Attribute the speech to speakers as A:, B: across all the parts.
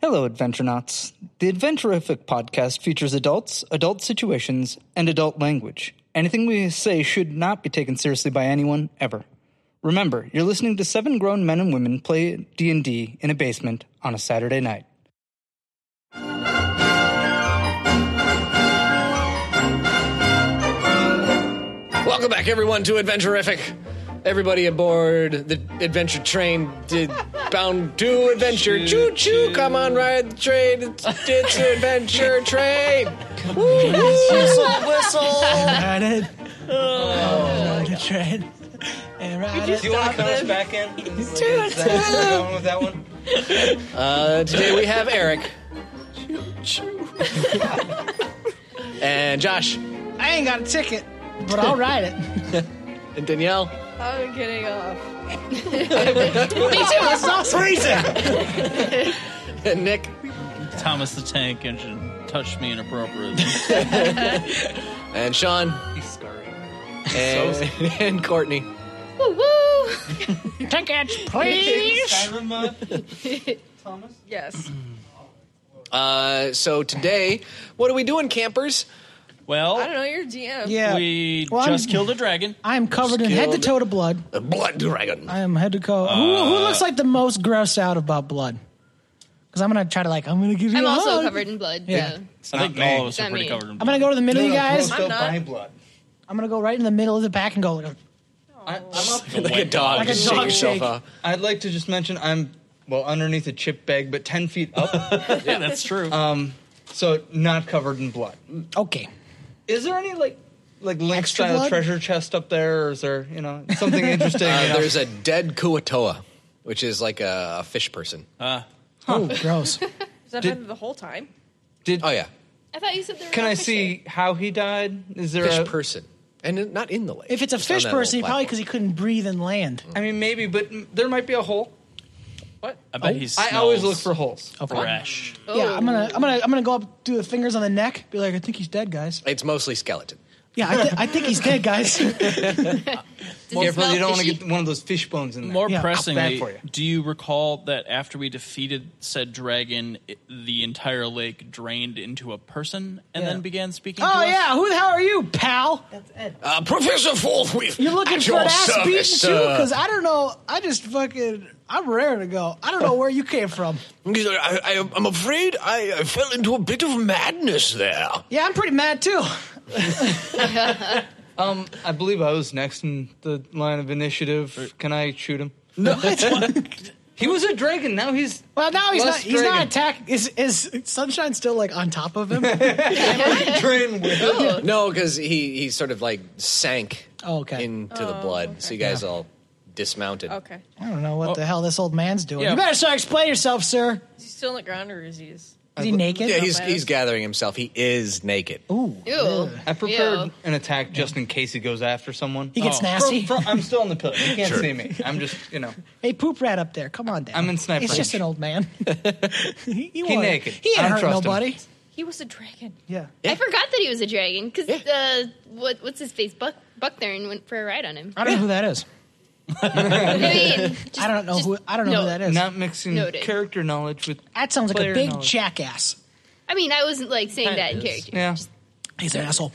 A: Hello, Adventure Knots. The Adventurific podcast features adults, adult situations, and adult language. Anything we say should not be taken seriously by anyone ever. Remember, you're listening to seven grown men and women play D&D in a basement on a Saturday night.
B: Welcome back, everyone, to Adventurific. Everybody aboard the adventure train did, bound to adventure. Choo choo, come on, ride the train. It's, it's an adventure train.
C: whistle, whistle.
D: Ride it. Ride the train. And ride it.
C: Do you want to count us back in? Is that where we're going with that one?
B: Uh, today we have Eric. and Josh.
D: I ain't got a ticket, but I'll ride it.
B: And Danielle.
E: I'm getting off.
D: That's not freezing.
B: And Nick.
F: Thomas the Tank Engine touched me inappropriately.
B: And Sean. He's scarring. And, and Courtney.
E: Woo woo!
C: Skyrim mod. Thomas?
E: Yes.
B: Uh, so today, what are we doing, campers?
E: I don't
F: Well,
E: know, your DM.
D: Yeah.
F: we
D: Well, I'm-
F: just killed a dragon.
D: I am covered in head to toe to blood.
B: The blood Uh, dragon.
D: I am head to toe. who, who looks like the most grossed out about blood? Because I'm going to try to, like, I'm going to give you
E: I'm
D: a
E: also
D: hug.
E: covered in blood.
D: Yeah.
E: Yeah.
F: I think all of us are
E: Not
F: pretty
E: me.
F: covered in
D: I'm
F: blood.
D: going to go to the middle, you guys.
C: Don't spill
E: not-
C: my blood.
D: I'm going to go right in the middle of the back and go, like,
C: I, I'm up
B: Like a dog.
D: Like a
B: just shake
D: dog
B: yourself
D: shake.
B: off.
C: I'd like to just mention I'm, well, underneath a chip bag, but 10 feet up, Um,
F: Yeah, that's true.
C: so not covered in blood.
D: okay.
C: Is there any, like, like Link
D: Extra
C: style
D: blood?
C: treasure chest up there, or is there, you know, something interesting?
B: Uh,
C: you know?
B: there's a dead Kuatoa, which is like a, a fish person.
C: Uh,
D: Oh, gross.
E: Has that been the whole time?
B: oh yeah,
E: I thought you said there were
C: Can
E: no
C: I
E: fish
C: see how he died? Is there
B: fish
C: a-
B: person, and not in the lake.
D: If it's a
B: Just on
D: fish
B: that little
D: person, probably because
B: platform.
D: he couldn't breathe and land.
C: I mean, maybe, but m- there might be a hole.
E: What?
F: I bet he's.
B: Oh.
C: I always look for holes.
F: fresh.
E: Oh.
D: Yeah, I'm gonna, I'm gonna, I'm gonna go up, do the fingers on the neck, be like, I think he's dead, guys.
B: it's mostly skeleton.
D: Yeah, I, th- I think he's dead, guys.
E: Does it
C: Careful,
E: smell
C: you don't want to
E: fishy?
C: get one of those fish bones in there.
F: More
D: Yeah,
F: pressingly,
C: bad for you.
F: do you recall that after we defeated said dragon, i the entire lake drained into a person and
D: Yeah.
F: then began speaking? to
D: Oh
F: us?
D: yeah, who the hell are you, pal?
B: Uh, Professor Forthwith,
D: You're looking for an ass beating too?
G: Uh.
D: Because I don't know. I just fucking. I'm raring to go. I don't know where you came from.
B: I, I, I'm afraid I, I fell into a bit of madness there.
D: Yeah, I'm pretty mad too.
C: Um, I believe I was next in the line of initiative. Can I shoot him? No. he was a dragon. Now he's
D: Well, now he's
C: Less
D: not. He's not
C: dragon.
D: attacking. Is is Sunshine still like on top of him?
C: drain with.
B: No, because he, he sort of like sank
D: Oh, okay.
B: into the blood, so you guys all dismounted.
E: Okay.
D: I don't know what the hell this old man's doing.
F: Yeah.
D: You better start explain yourself, sir.
E: Is he still on the ground or is he just.
D: Is he naked?
B: Yeah, he's
E: Not bad.
B: he's gathering himself. He is naked.
D: Ooh.
E: Ew.
C: I prepared
E: Ew.
C: an attack just in case he goes after someone.
D: He gets
F: Oh.
D: nasty.
C: Fro- fro- I'm still in the pillar. You can't see me. I'm just, you know.
D: hey, poop rat up there. Come on down.
C: I'm in sniper
D: He's just
C: range.
D: an old man. he, he, won't-
C: naked.
D: He
C: I
D: ain't
C: don't
D: hurt
C: trust him.
D: nobody.
E: He was a dragon.
D: Yeah.
E: I forgot that he was a dragon because uh, what, what's his face? Buck Buckthorn went for a ride on him.
D: I don't know who that is.
E: I mean, just-
D: I don't know
E: just-
D: who. I don't know
E: no.
D: who that is.
C: Not mixing
E: Noted.
C: character knowledge with.
D: that sounds like a
C: player
D: big
C: knowledge.
D: jackass.
E: I mean, I wasn't like saying that in character.
C: Yeah.
D: He's an asshole.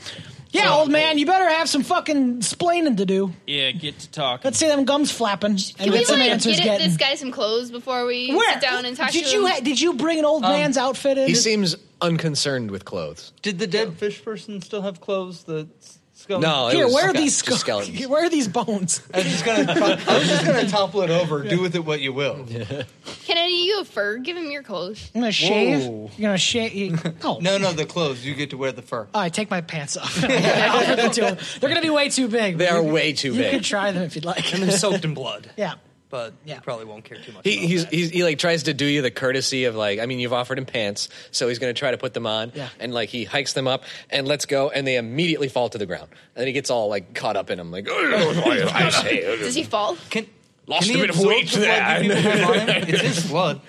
D: Yeah, old man, you better have some fucking splaining to do.
F: Yeah, get to talk.
D: Let's see them gums flapping
E: Can
D: and
E: we
D: get some
E: like,
D: answers
E: get
D: getting.
E: this guy some clothes before we
D: Where?
E: sit down and talk
D: did
E: to
D: you
E: him?
D: ha- did you bring an old
C: Um,
D: man's outfit in?
B: He seems unconcerned with clothes.
C: Did the dead fish person still have clothes? The s- skeleton.
B: No, it
D: Here,
B: was
D: where are
B: okay,
D: these
B: just
D: skulls?
B: skeletons.
D: Where are these bones?
C: I was just gonna. I was just gonna topple it over. Do with it what you will.
E: Can any of you have fur? Give him your clothes.
D: I'm gonna shave.
C: Whoa.
D: You're gonna shave. Oh.
C: No, no, the clothes. You get to wear the fur.
D: I take my pants off. I'll put them to him. They're gonna be way too big.
B: They
D: but
B: are
D: you-
B: way too
D: You can
B: big.
D: try them if you'd like.
H: and they're soaked in blood.
D: yeah.
H: But
D: Yeah.
H: you probably won't care too much.
B: He
H: about
B: he's,
H: that.
B: he's he like tries to do you the courtesy of like I mean you've offered him pants, so he's gonna try to put them on.
D: Yeah.
B: And like he hikes them up and lets go, and they immediately fall to the ground. And then he gets all like caught up in them, like I
E: Does
B: say,
E: he fall?
C: Can
B: Lost
C: can
B: a
C: he
B: bit of
C: absorb
B: weight
C: the blood
B: there.
C: that people have on him? It's his blood.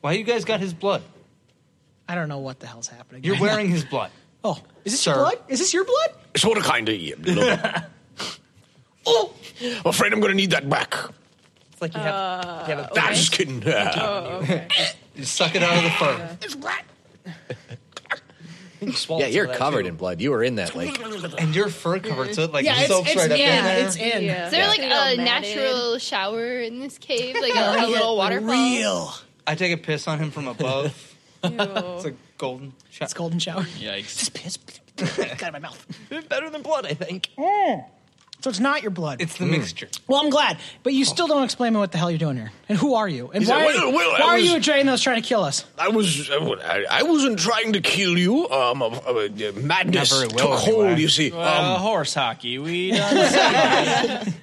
C: Why you guys got his blood?
D: I don't know what the hell's happening.
C: You're wearing his blood.
D: Oh, is this
C: Sir.
D: your blood? Is this your blood?
B: sort of kind of. Oh, I'm afraid I'm gonna need that back.
E: Uh,
H: it's like you have, you have a
B: I'm just kidding.
E: Oh, okay.
C: You suck it out of the fur.
G: Yeah, you're covered in blood. You were in that lake.
C: And your fur covered, so it like
D: Yeah, it's-
C: soaks
D: it's-
C: right up
D: yeah,
C: in there.
D: it's in.
E: Is there like
I: Get all
E: a
I: matted.
E: natural shower in this cave? Like a, a little waterfall?
D: Real.
C: I take a piss on him from above.
I: Ew.
C: it's a golden shot.
D: It's golden shower.
F: Yikes.
D: Piss got out of my mouth. Mm.
G: Better than blood, I think.
D: So it's not your blood.
C: It's the
G: Mm.
C: mixture.
D: well, I'm glad, but you still don't explain me what the hell you're doing here, and who are you, and
G: said,
D: why,
G: "Well, well, I
D: why are
G: was-
D: you a dragon that's trying to kill us?
G: I was, I, I wasn't trying to kill you. Um, uh, uh, madness
J: Not very well,
G: took hold.
J: anyway.
G: You see,
F: Well,
G: um,
F: horse hockey. We done somebody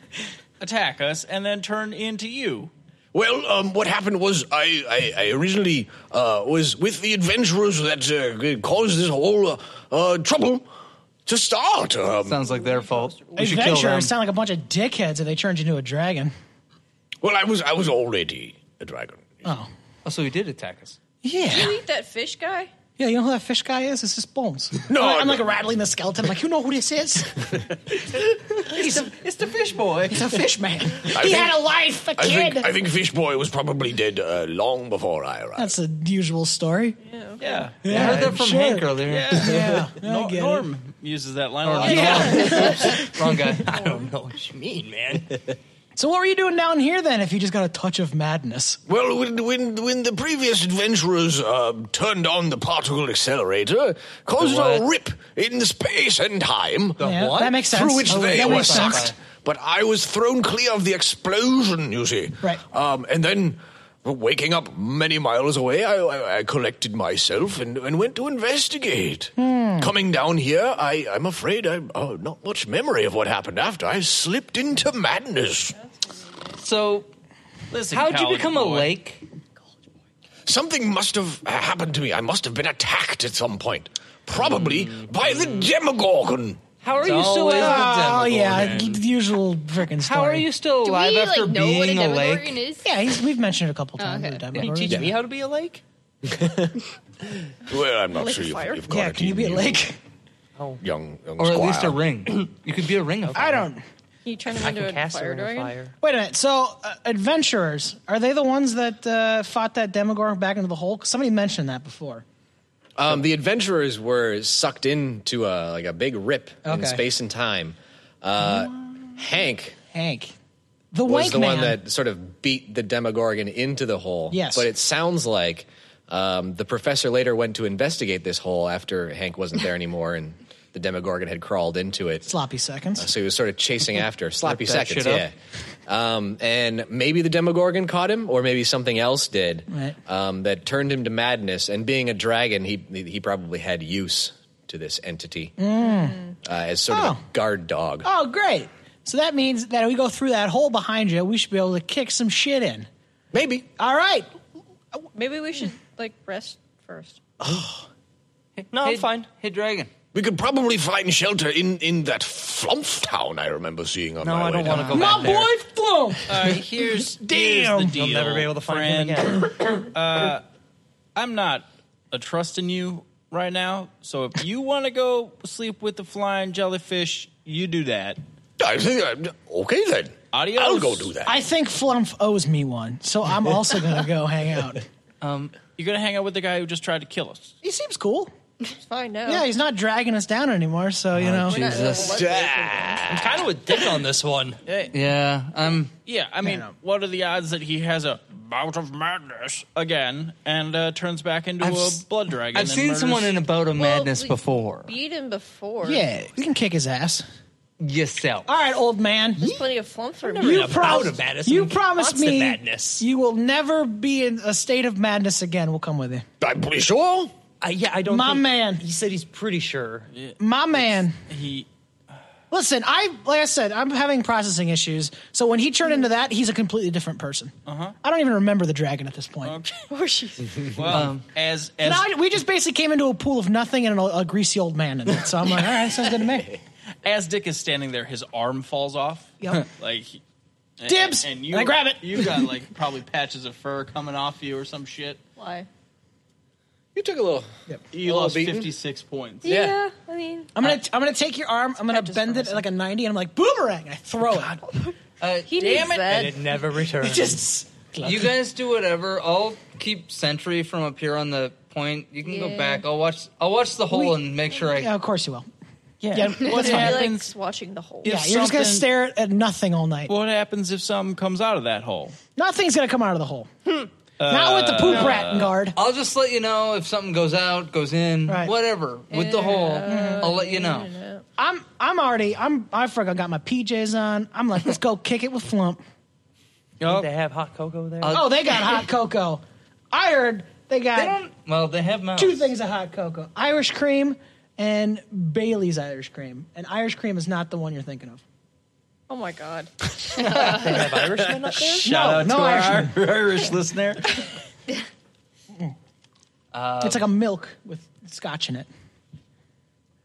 F: attack us and then turn into you.
G: well, um, what happened was I, I, I originally uh, was with the adventurers that uh, caused this whole uh, uh, trouble to start. Um,
C: Sounds like their fault. We should kill them.
D: Adventurers sound like a bunch of dickheads if they turned you into a dragon.
G: well, I was, I was already a dragon.
D: Oh,
C: Oh, so he did attack us.
D: yeah,
I: Eat that fish guy.
D: yeah. You know who that fish guy is? It's just bones.
G: No,
D: I'm, I'm
G: no.
D: like rattling the skeleton. Like, you know who this is?
C: It's the, it's the fish boy.
D: It's a fish man. he
G: think-
D: had a life, a
G: I
D: kid.
G: think, I think Fish Boy was probably dead uh, long before I arrived.
D: That's a usual story.
F: Yeah.
C: I heard that
D: I'm
C: from
D: sure.
C: Hank earlier.
D: Yeah, I
F: Nor-
D: get it.
F: Norm uses that line. a lot.
C: Wrong guy.
G: don't know what you mean, man.
D: So what were you doing down here then? If you just got a touch of madness?
G: Well, when, when, when the previous adventurers uh, turned on the particle accelerator, caused
C: The
G: a
C: what?
G: rip in space and time,
D: Yeah,
C: what?
D: That makes sense.
G: through which
D: Oh,
G: they
D: that
G: were
D: makes sense.
G: sucked. But I was thrown clear of the explosion, you see.
D: Right.
G: Um, and then, waking up many miles away, I, I, I collected myself and, and went to investigate.
D: Hmm.
G: Coming down here, I, I'm afraid I oh, not much memory of what happened after. I slipped into madness.
C: So,
F: Listen,
C: how'd you
F: college
C: become a
F: boy.
C: lake?
G: Something must have happened to me. I must have been attacked at some point. Probably
C: Hmm.
G: by the Demogorgon.
C: How are you
F: It's
C: still
F: always
C: alive?
D: Oh yeah, the usual freaking story.
C: How are you still
E: Do
C: alive
E: we
C: after
E: like know what a
C: being a lake? Oh,
E: Demogorgon is?
D: Yeah, he's, we've mentioned it a couple times.
E: okay.
D: the
C: Can you
D: Demogorgon.
C: teach me how to be a lake?
D: Oh,
G: Well, I'm not sure you've,
I: fire?
G: you've got
D: Yeah,
G: it.
D: can you
G: in
D: be a lake?
G: young, young
C: Oh. Or at
G: squire.
C: least a ring. You could be a ring of
D: I don't.
I: Can you turn him into a fire dragon?
D: Wait a minute. So, uh, adventurers are they the ones that uh, fought that Demogorgon back into the hole? 'Cause Somebody mentioned that before.
B: Um, the adventurers were sucked into a like a big rip in
D: Okay.
B: space and time. Uh, Hank
D: Hank, the
B: was
D: wank
B: the
D: man.
B: one that sort of beat the Demogorgon into the hole.
D: Yes.
B: but it sounds like um, the professor later went to investigate this hole after Hank wasn't there anymore and the Demogorgon had crawled into it. Uh,
D: sloppy seconds.
B: So he was sort of chasing after sloppy
C: that
B: seconds,
C: shit up.
B: yeah. Um, and maybe the Demogorgon caught him, or maybe something else did
D: Right.
B: um, that turned him to madness. And being a dragon, he he probably had use to this entity uh, as sort of
D: Oh.
B: a guard dog.
D: Oh, great. So that means that if we go through that hole behind you, we should be able to kick some shit in.
B: Maybe
D: All right.
I: Maybe we should like rest first.
F: No, I'm fine.
C: Hey, dragon.
G: We could probably find shelter in, in that flump town I remember seeing on
C: No,
G: my
C: I
G: way
C: don't
G: down.
C: want to go
D: My
C: back there.
D: boy flew.
F: All right, here's,
D: Damn.
F: here's the deal.
C: You'll never be able to
F: friend.
C: find him again.
F: I'm not a trusting you right now. So if you want to go sleep with the flying jellyfish, you do that.
G: I think I, okay then.
F: Adios.
G: I'll go do that.
D: I think Flump owes me one, so I'm also gonna go hang out.
F: Um, you're gonna hang out with the guy who just tried to kill us.
D: He seems cool.
I: It's fine now.
D: Yeah, he's not dragging us down anymore, so you know.
H: Oh,
C: Jesus.
H: I'm kind of with Dick on this one.
C: Yeah, I'm.
F: Yeah, I mean,
D: Yeah.
F: what are the odds that he has a bout of madness again and uh, turns back into
C: I've
F: a
C: s-
F: blood dragon?
C: I've
F: and
C: seen
F: murders-
C: someone in a boat of
I: Well,
C: madness
I: we
C: before.
I: Beat him before.
D: Yeah, we can kick his ass.
C: Yourself.
D: All right, old man.
I: There's plenty of flump for
H: Never
I: me.
H: in a
D: prom-
H: bout of madness.
D: you
H: I'm
D: promised
H: constant
D: me
H: madness.
D: you will never be in a state of madness again. We'll come with you.
G: I'm pretty sure.
H: Uh, yeah, I don't.
D: My
H: think-
D: man.
H: He said he's pretty sure.
D: My man.
F: He,
D: Listen, I like I said, I'm having processing issues. So when he turned into that, he's a completely different person. Uh-huh. I don't even remember the dragon at this point.
I: Or she's-
F: well, as as
D: Now, we just basically came into a pool of nothing and a, a greasy old man in it. So I'm like, all right, sounds good to me.
F: as Dick is standing there, his arm falls off.
D: Yep.
F: like he- and-
D: Dibs! And I grab it.
F: You've got like probably patches of fur coming off you or some shit.
I: Why?
B: you
D: Oh.
B: took a little.
F: You
B: Well,
F: lost
B: beaten.
F: fifty six points.
I: Yeah.
B: Yeah.
I: I mean,
D: I'm gonna I'm gonna take your arm. I'm gonna
I: Just
D: bend it
I: promising.
D: like a 90, and I'm like boomerang. I throw it.
I: he needs that.
H: And it never returned.
D: Just Cluck.
C: You guys do whatever. I'll keep sentry from up here on the point. You can go
E: Yeah.
C: back. I'll watch. I'll watch the hole and make sure I.
D: Yeah, of course you will.
F: Yeah.
D: Yeah, what's
I: I
D: happening?
I: like watching the whole.
D: Yeah, you're just gonna
F: something-
D: stare at nothing all night.
F: What happens if something comes out of that hole?
D: Nothing's gonna come out of the hole.
I: Hmm.
D: Not with the poop
C: Uh,
D: rat guard.
C: I'll just let you know if something goes out, goes in,
D: Right.
C: whatever with the hole. I'll let you know.
D: I'm I'm already I'm I forgot got my PJs on. I'm like, let's go kick it with Flump.
H: Did they have hot cocoa there?
C: I'll-
D: Oh, they got hot cocoa. I heard they got
C: Uh, They don't. Well, they have
H: uh,
C: mouths.
D: two things of hot cocoa: Irish cream and Bailey's Irish cream. And Irish cream is not the one you're thinking of.
I: Oh my god.
H: they have Irishmen up there?
F: Shout out
D: no
F: to
D: Irishman.
F: our Irish listener.
C: Uh,
H: uh,
D: it's like a milk with scotch in it.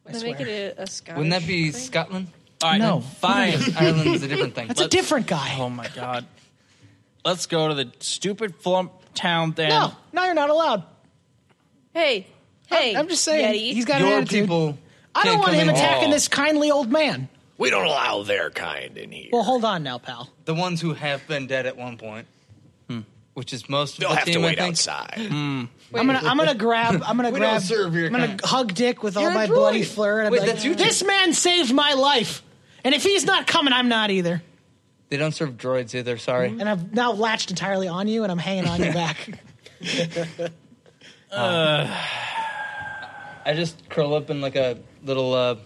D: I
I: They
D: swear.
I: make it a, a Scottish.
C: Wouldn't that be Scotland?
F: All right,
D: No.
F: fine.
C: Ireland's a different thing.
D: That's a different guy.
F: Oh my god. Let's go to the stupid flump town thing.
D: no, no, you're not allowed.
I: Hey, hey.
D: I'm just saying
I: Yeti.
D: he's got an
C: Your
D: attitude.
C: people.
D: I don't
C: can't
D: want
C: come
D: him
C: in.
D: attacking
C: Oh.
D: this kindly old man.
B: We don't allow their kind in here.
D: Well, hold on now, pal. Hmm.
C: The ones who have been dead at one point, which is most of
B: They'll
C: the
B: have
C: team.
B: to wait
C: I think.
B: outside.
F: Hmm.
D: I'm gonna, I'm gonna grab, I'm gonna
C: We
D: grab,
C: don't serve your
D: I'm gonna
C: kind.
D: hug Dick with all
C: You're a
D: my
C: droid.
D: bloody flair. And I'm
C: Wait,
D: like,
C: that's you, Dick.
D: This man saved my life, and if he's not coming, I'm not either.
C: They don't serve droids either. Sorry.
D: And I've now latched entirely on you, and I'm hanging on your back.
C: Uh, I just curl up in like a little uh,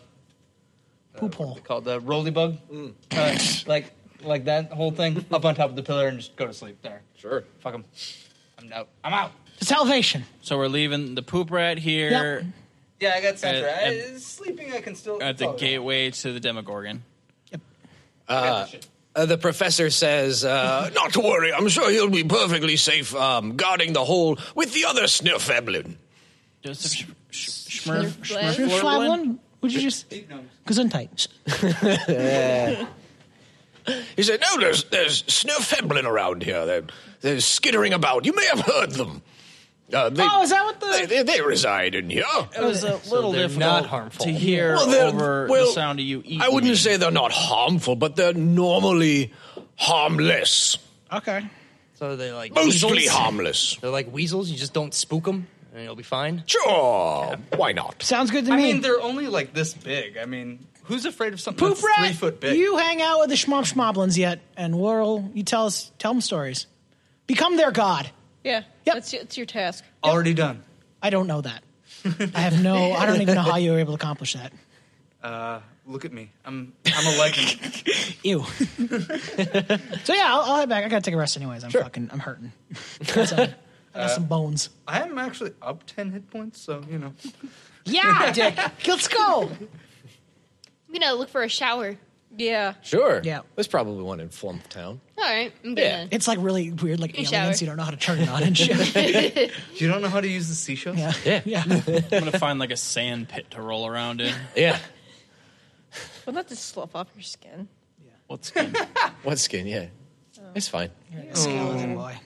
D: Poop hole.
C: called the roly bug, uh, like like that whole thing up on top of the pillar and just go to sleep there.
B: Sure.
C: Fuck them. I'm out. I'm out.
D: Salvation.
F: So we're leaving the poop rat here
C: Yeah, I got Uh,
F: Sandra. At- I-
C: sleeping, I can still. Oh,
F: at the gateway to the Demogorgon.
B: Uh, the professor says, uh, "Not to worry. I'm sure he'll be perfectly safe um, guarding the hole with the other Snurfeblin."
F: Joseph Sh- Sh- Schmurf.
E: Bless.
D: Your fly one? Would you just? Gesundheit.
C: Uh,
B: He said, "No, there's there's Snurfeblin around here. They're, they're skittering about. You may have heard them. Uh, they,
D: Oh, is that what
B: they,
D: the?
B: they they reside in here."
F: It was a little
C: they're
F: difficult
C: not harmful.
F: to hear
B: Well, they're-
F: over
B: well,
F: the sound of you eating.
B: I wouldn't say they're not harmful, but they're normally harmless.
D: Okay.
H: So are they like
B: Mostly
H: weasels?
B: harmless.
H: They're like weasels. You just don't spook them, and you'll be fine.
B: Sure. Why not?
D: Sounds good to
C: I
D: me.
C: mean, they're only like this big. I mean, who's afraid of something
D: Poop
C: that's
D: rat.
C: three foot big?
D: You hang out with the schmomp schmoblins yet, and we'll you tell us tell them stories. Become their god.
I: yeah.
D: Yep.
I: That's, it's your task.
C: already done.
D: I don't know that. I have no. I don't even know how you were able to accomplish that.
C: Uh, Look at me. I'm I'm a legend.
D: Ew. so yeah, I'll, I'll head back. I gotta take a rest anyways. I'm fucking. I'm hurting. That's all. I got some bones.
C: Uh, I am actually up ten hit points, so you know.
D: Yeah, Dick. Let's go.
E: I'm gonna look for a shower.
I: Yeah.
B: Sure.
D: Yeah.
B: There's probably one in Flump Town.
E: All right, I'm
B: Yeah.
E: gonna.
D: It's like really weird, like
E: You
D: aliens.
E: shower.
D: You don't know how to turn it on and shit.
C: You don't know how to use the seashells?
D: Yeah.
H: Yeah.
D: Yeah.
F: I'm gonna find like a sand pit to roll around in.
B: Yeah.
I: Wouldn't that just slough off your skin?
F: What's good?
B: What skin? Yeah.
D: Oh.
B: It's fine.
C: Mm.
D: Skeleton boy.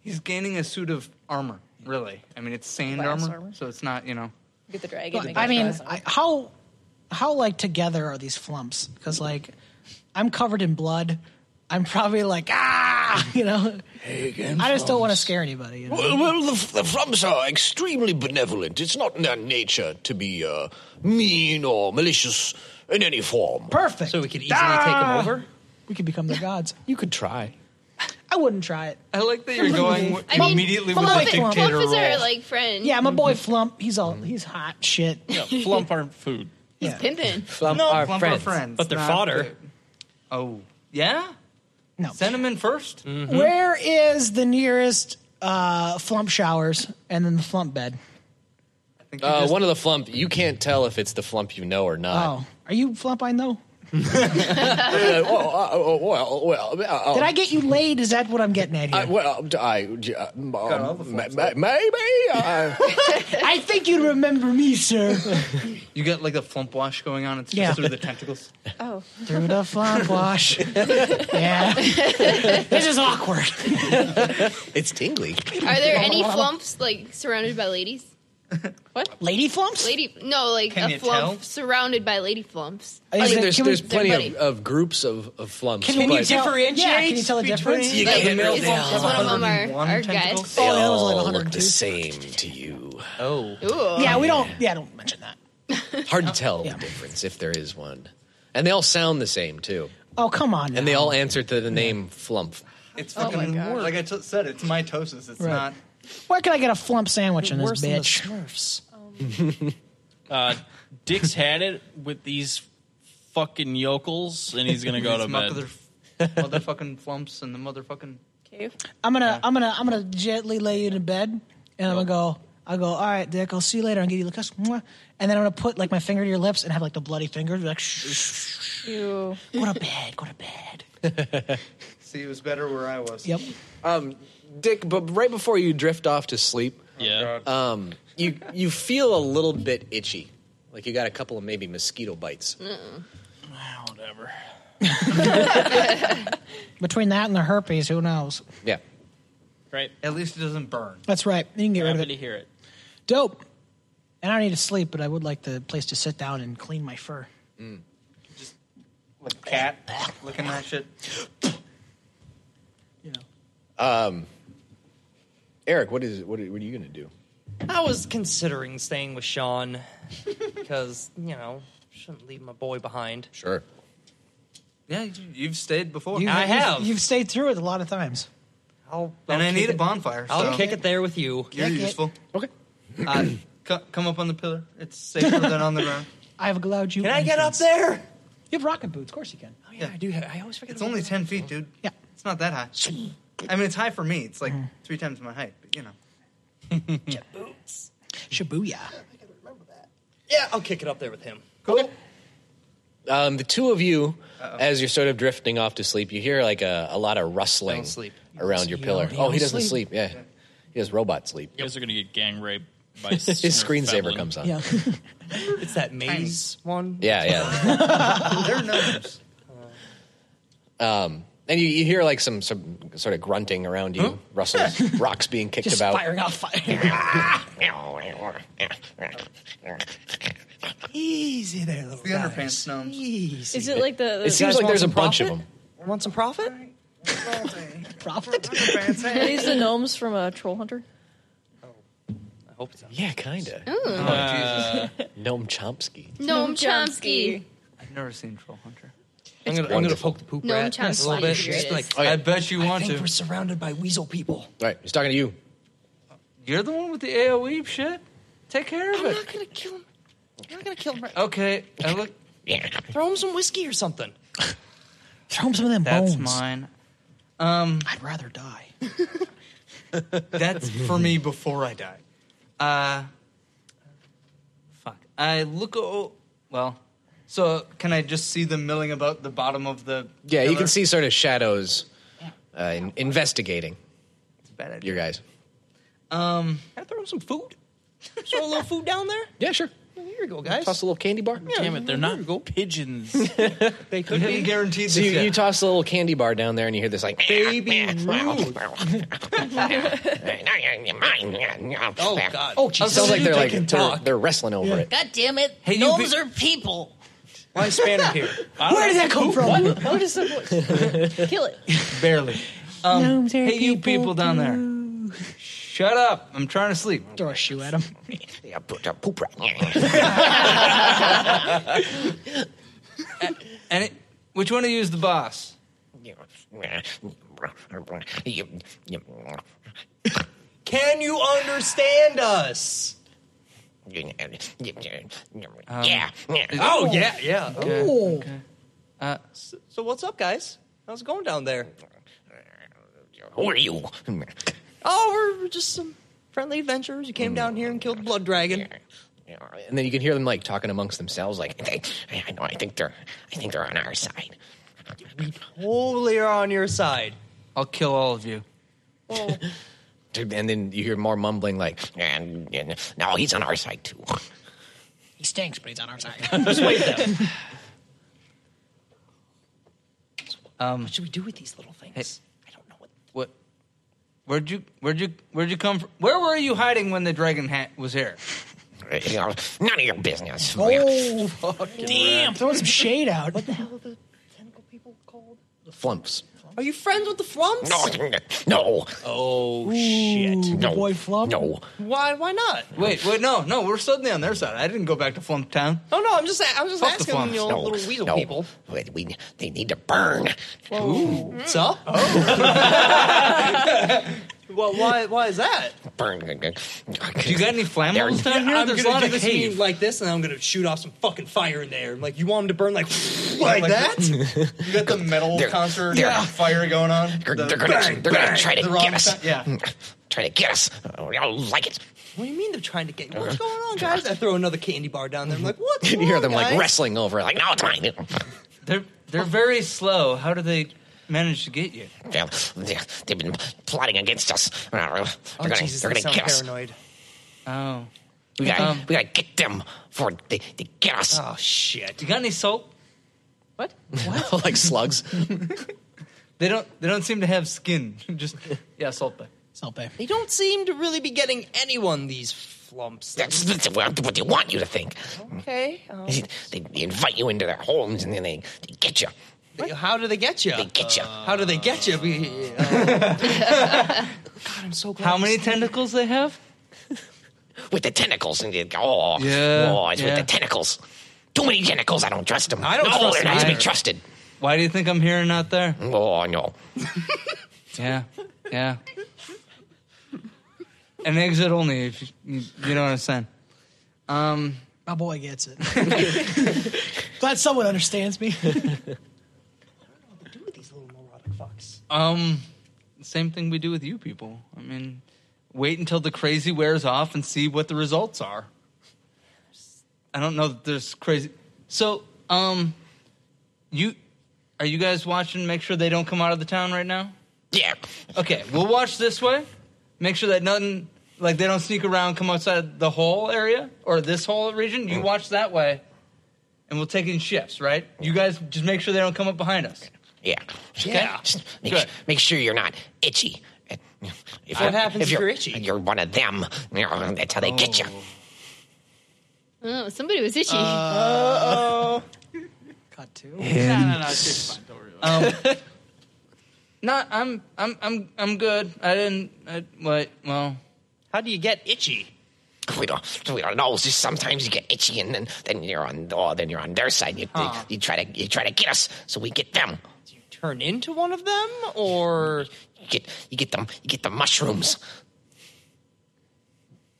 C: He's gaining a suit of armor. Really? I mean, it's sand
I: Glass
C: armor,
I: armor?
C: so it's not you know.
I: Get the dragon. and
D: I
I: get
D: mean,
I: the
D: I, how how like together are these flumps? Because like, I'm covered in blood. I'm probably like ah, you know. I just don't want to scare anybody. You know?
B: Well, well the, the Flumps are extremely benevolent. It's not in their nature to be uh, mean or malicious in any form.
D: Perfect. Ah!
H: So we could easily take them over.
D: We could become their gods.
B: You could try.
D: I wouldn't try it.
C: I like that you're going w-
E: I mean,
C: immediately
D: Flump
C: with like
D: is-
E: Fluff
C: dictator
E: is our
C: role.
E: like friend.
D: Yeah, my boy Flump, he's all he's hot shit.
F: Yeah, flump our food.
E: he's pimping.
H: Flump
C: No,
H: our
C: Flump are
H: friends,
C: friends,
H: but they're
C: not
H: fodder.
C: Oh, yeah.
D: No.
C: Send him in 1st
E: Mm-hmm.
D: Where is the nearest uh, Flump showers and then the Flump bed?
C: I think you
B: Uh,
C: just-
B: one of the Flump, you can't tell if it's the Flump you know or not.
E: Uh,
D: Oh, are you Flump? I know.
B: Uh, well, uh, oh, well, well,
E: oh.
B: uh,
D: Did I get you laid? Is that what I'm getting at
B: I,
D: here?
B: well, I, uh, um,
C: all the
B: ma- ma-
C: Flumps
B: maybe. Uh,
D: I think you'd remember me, sir.
C: You got like a flump wash going on. It's just
D: Yeah.
C: through the tentacles.
I: Oh,
D: Through the Flump wash. yeah. this is awkward.
B: it's tingly.
E: Are there any flumps like surrounded by ladies?
D: Lady flumps?
E: Lady, no, like
C: Can
E: a
C: you
E: flump
C: tell?
E: surroundly by lady flumps.
D: Is
B: I mean,
D: it-
B: there's
D: can we-
B: there's plenty
E: buddy.
B: of, of groups of, of flumps.
D: can you
B: but
D: tell- Yeah, can you tell the
C: between-
D: difference?
B: You
E: Like,
B: can't
E: it's-
B: really
E: it's one of them are,
C: 101
E: are guys.
C: tentacles?
D: Oh,
B: they
D: that was like
B: all look
D: 102.
B: the same to you.
H: Oh.
E: Ooh.
D: Yeah, we don't. Yeah, don't mention that.
B: Hard
D: Oh,
B: to tell the difference if there is one. And they all sound the same too.
D: Oh, come on.
B: And they all answer to the name Flump.
C: It's
I: Oh my
C: fucking
I: God.
C: like I t- said. It's mitosis. It's
D: Right.
C: not.
D: Where can I get a flump sandwich in
H: Worse
D: this
H: than the
D: bitch?
H: Smurfs.
F: Uh, Dick's had it with these fucking yokels, and he's gonna go to
C: It's
F: bed.
C: Mother, motherfucking flumps and the motherfucking.
I: Cave.
D: I'm gonna, I'm gonna, I'm gonna gently lay you to bed, and I'm gonna go. I go, all right, Dick. I'll see you later. I'll give you the kiss, mwah." and then I'm gonna put like my finger to your lips and have like the bloody finger, be like, shh, shh, shh,
I: Ew.
D: go to bed, go to bed.
C: See, it was better where I was.
D: Yep.
B: Um, Dick, but right before you drift off to sleep,
F: Yeah.
B: um, you you feel a little bit itchy, like you got a couple of maybe mosquito bites.
F: Ah, Whatever.
D: Between that and the herpes, who knows?
B: Yeah,
F: Great.
C: At least it doesn't burn.
D: That's right. You can get rid
F: Happy
D: of
F: to
D: it.
F: hear it.
D: Dope. And I don't need to sleep, but I would like the place to sit down and clean my fur.
C: Mm. Like cat licking that shit.
D: You know.
B: Um, Eric, what is what are, what are you gonna do?
H: I was considering staying with Sean because, you know, shouldn't leave my boy behind.
B: Sure.
C: Yeah, you, you've stayed before.
H: You- I have.
D: You've stayed through it a lot of times.
H: I'll,
C: and
H: I'll
C: I
H: kick
C: need a
H: it-
C: bonfire.
H: I'll
C: so
H: kick it there with you.
C: You're
D: Kick it.
C: useful.
B: Okay.
C: Uh, co- come up on the pillar. It's safer than on the ground.
D: I've allowed you.
H: Can I get up
D: entrance.
H: there?
D: You have rocket boots, of course you can.
H: Oh, yeah, I do have. I always forget
C: It's
H: about
C: only
H: that.
C: ten feet, dude.
D: Yeah.
C: It's not that high. I mean, it's high for me. It's like
H: Mm.
C: three times my height. But you know,
D: Shibuya.
H: Yeah, I'll kick it up there with him.
B: Um, the two of you, as you're sort of drifting off to sleep, you hear like a, a lot of rustling
H: Don't sleep.
B: around your pillar.
D: He
B: oh, he
D: don't
B: doesn't
D: sleep.
B: sleep. Yeah, he has robot sleep.
F: You guys are gonna get gang raped by his
B: His screensaver comes on.
D: Yeah.
H: It's that maze one.
B: Yeah, yeah.
C: there are numbers.
B: Um, and you, you hear like some, some sort of grunting around you, rustles, rocks being kicked
D: Just
B: about.
D: firing off fire.
H: Easy there, little
C: The
H: guy.
C: underpants gnomes.
H: Easy.
I: Is it like the?
B: It seems like
H: want
B: there's a
H: some
B: bunch of them.
H: profit? Want some profit?
D: Profit.
C: Underpants,
I: the,
C: hey.
I: is the gnomes from a troll hunter?
H: I hope it's not.
B: Yeah, kinda. Oh,
C: Uh,
B: Noam Chomsky.
E: Noam Chomsky.
C: I've never seen Troll Hunter.
H: I'm gonna, I'm gonna
B: wonderful.
H: poke the poop
E: Noam
H: rat just
E: Chomsky,
H: a little bit.
E: here it
H: Just be like,
E: is.
B: Oh, yeah.
C: I bet you
H: I
C: want
H: think
C: to.
H: we're surrounded by weasel people.
B: All right, he's talking to you.
C: You're the one with the AOE shit. Take care of
H: I'm
C: it.
H: not gonna kill him. I'm not gonna kill him.
C: Okay, I look.
H: Throw him some whiskey or something.
D: Throw him some of them
C: That's
D: bones.
C: mine.
H: Um,
D: I'd rather die.
C: That's for me before I die. Uh, fuck. I look. Oh, well. So can I just see them milling about the bottom of the?
B: Yeah, you
C: pillar?
B: can see sort of shadows uh, in- investigating
C: It's a bad idea.
B: your guys.
C: Um,
H: Can I throw him some food? throw a little food down there.
B: Yeah, sure.
H: Here you go, guys.
B: Toss a little candy bar.
F: Damn it, they're not pigeons.
H: They
C: you
H: could
C: haven't
H: be.
C: guaranteed
B: So
C: this
B: you,
C: yet.
B: you toss a little candy bar down there, and you hear this like
C: Baby Ruth.
H: Oh God. Oh,
B: It sounds like they're like they're, they're wrestling over it.
G: God damn it.
C: Hey, you
G: Gnomes
C: be-
G: are people.
H: Why is Spanner here?
D: Where did that come from?
I: What is the voice? Kill it.
C: Barely. Um, hey, you people down there. Shut up. I'm trying to sleep.
D: Throw a shoe at him.
K: Um,
C: And it, which one of you is the boss?
H: Can you understand us?
G: yeah.
H: Oh yeah, yeah.
D: Oh.
H: So, so what's up, guys? How's it going down there?
G: Who are you?
H: Oh, we're, we're just some friendly adventurers. You came down here and killed a blood dragon.
B: And then you can hear them like talking amongst themselves, like
G: I know. I think they're. I think they're on our side.
H: Totally are on your side.
C: I'll kill all of you.
B: and then you hear more mumbling like
G: And, and no, he's on our side too.
D: He stinks, but he's on our side.
H: What should we do with these little things?
G: I don't know what.
C: um, What? Where'd you where'd you where'd you come from? Where were you hiding when the dragon hat was here?
K: You know, none of your business.
D: Oh,
K: Damn.
D: Throwing some shade out. What the hell?
G: Flumps.
L: Are you friends with the flumps?
K: No, no.
C: Oh shit!
K: No.
C: boy
D: Flump.
K: No.
H: Why? Why not?
C: Wait, wait, no, no, we're suddenly on their side. I didn't go back to Flump Town.
H: Oh no, I'm just I was just
C: Fuck the
H: asking
C: Flumps.
H: you know,
C: No,
H: little weasel
C: no.
H: people.
K: We, we- they need to burn.
H: Ooh. So? well, why? Why is that?
K: Burn.
C: You got any flammables down here?
H: I'm
C: There's a
H: gonna
C: lot
H: do
C: of
H: this to you
C: cave.
H: like this, and I'm gonna shoot off some fucking fire in there. Like you want them to burn like like, that?
C: You got the metal concert
K: they're-
C: fire going on.
K: They're,
C: The
K: they're gonna,
C: bang,
K: they're gonna
C: bang,
K: try to
C: the
K: get
C: wrong
K: us.
C: ti- Yeah.
K: Try to get us. Oh, I don't like it.
H: What do you mean they're trying to get?
K: Uh-huh.
H: What's going on, guys? I throw another candy bar down there. I'm like,
K: Mm-hmm.
H: what?
G: You hear them like
H: guys?
G: wrestling over, like, no, it's mine.
C: They're they're very slow. How do they manage to get you?
K: They, have been plotting against us. They're gonna,
C: Oh, Jesus,
K: they're
C: they
K: gonna
C: sound
K: get us.
H: paranoid.
C: Oh,
K: We gotta,
C: Um,
K: we gotta get them before they, they get us.
H: Oh shit!
C: You got any salt?
M: What?
G: like slugs.
C: They don't. They don't seem to have skin. Just yeah, salt bay.
D: Salt bay.
H: They don't seem to really be getting anyone these flumps.
K: That's, that's what what they want you to think.
H: Okay.
C: Oh.
H: um,
K: They, they invite you into their homes and then they, they get you.
H: How do they get you? They
K: get you.
H: How do they get you? We- uh, God, I'm so glad.
C: How
H: you
C: many
H: said-
C: tentacles they have?
K: With the tentacles. And they, oh,
C: Yeah,
K: oh, it's
C: yeah.
K: with the tentacles. Too many tentacles. I don't trust them.
C: I don't
K: no,
C: trust
K: they're
C: them
K: not to be
C: either.
K: trusted.
C: Why do you think I'm here and not there?
K: Oh, no.
C: Yeah, yeah. An exit only if you, you, you don't understand. Um,
D: My boy gets it. Glad someone understands me.
H: What do with these little neurotic fucks?
C: um, same thing we do with you people. I mean, wait until the crazy wears off and see what the results are. I don't know that there's crazy. So, um, you are you guys watching? Make sure they don't come out of the town right now.
K: Yeah.
C: Okay, we'll watch this way. Make sure that nothing, like they don't sneak around, come outside the whole area or this whole region. You watch that way, and we'll take it in shifts, right? You guys just make sure they don't come up behind us.
K: Yeah.
C: Yeah.
K: Just make,
C: Good.
K: make sure you're not itchy. If
C: What happens if
K: you're,
C: you're itchy?
K: You're one of them. You know, that's how they get you.
E: Oh, somebody was itchy.
D: Got two.
C: No, no, no, it's fine. Don't worry about it. Um, no, I'm, I'm, I'm, I'm good. I didn't. I, wait, well,
H: How do you get itchy?
K: We don't, we don't know. It's just sometimes you get itchy, and then, then you're on oh, then you're on their side. You,
H: Huh.
K: you try to you try to get us, so we get them.
H: Turn into one of them, or
K: You get you get them you get the mushrooms.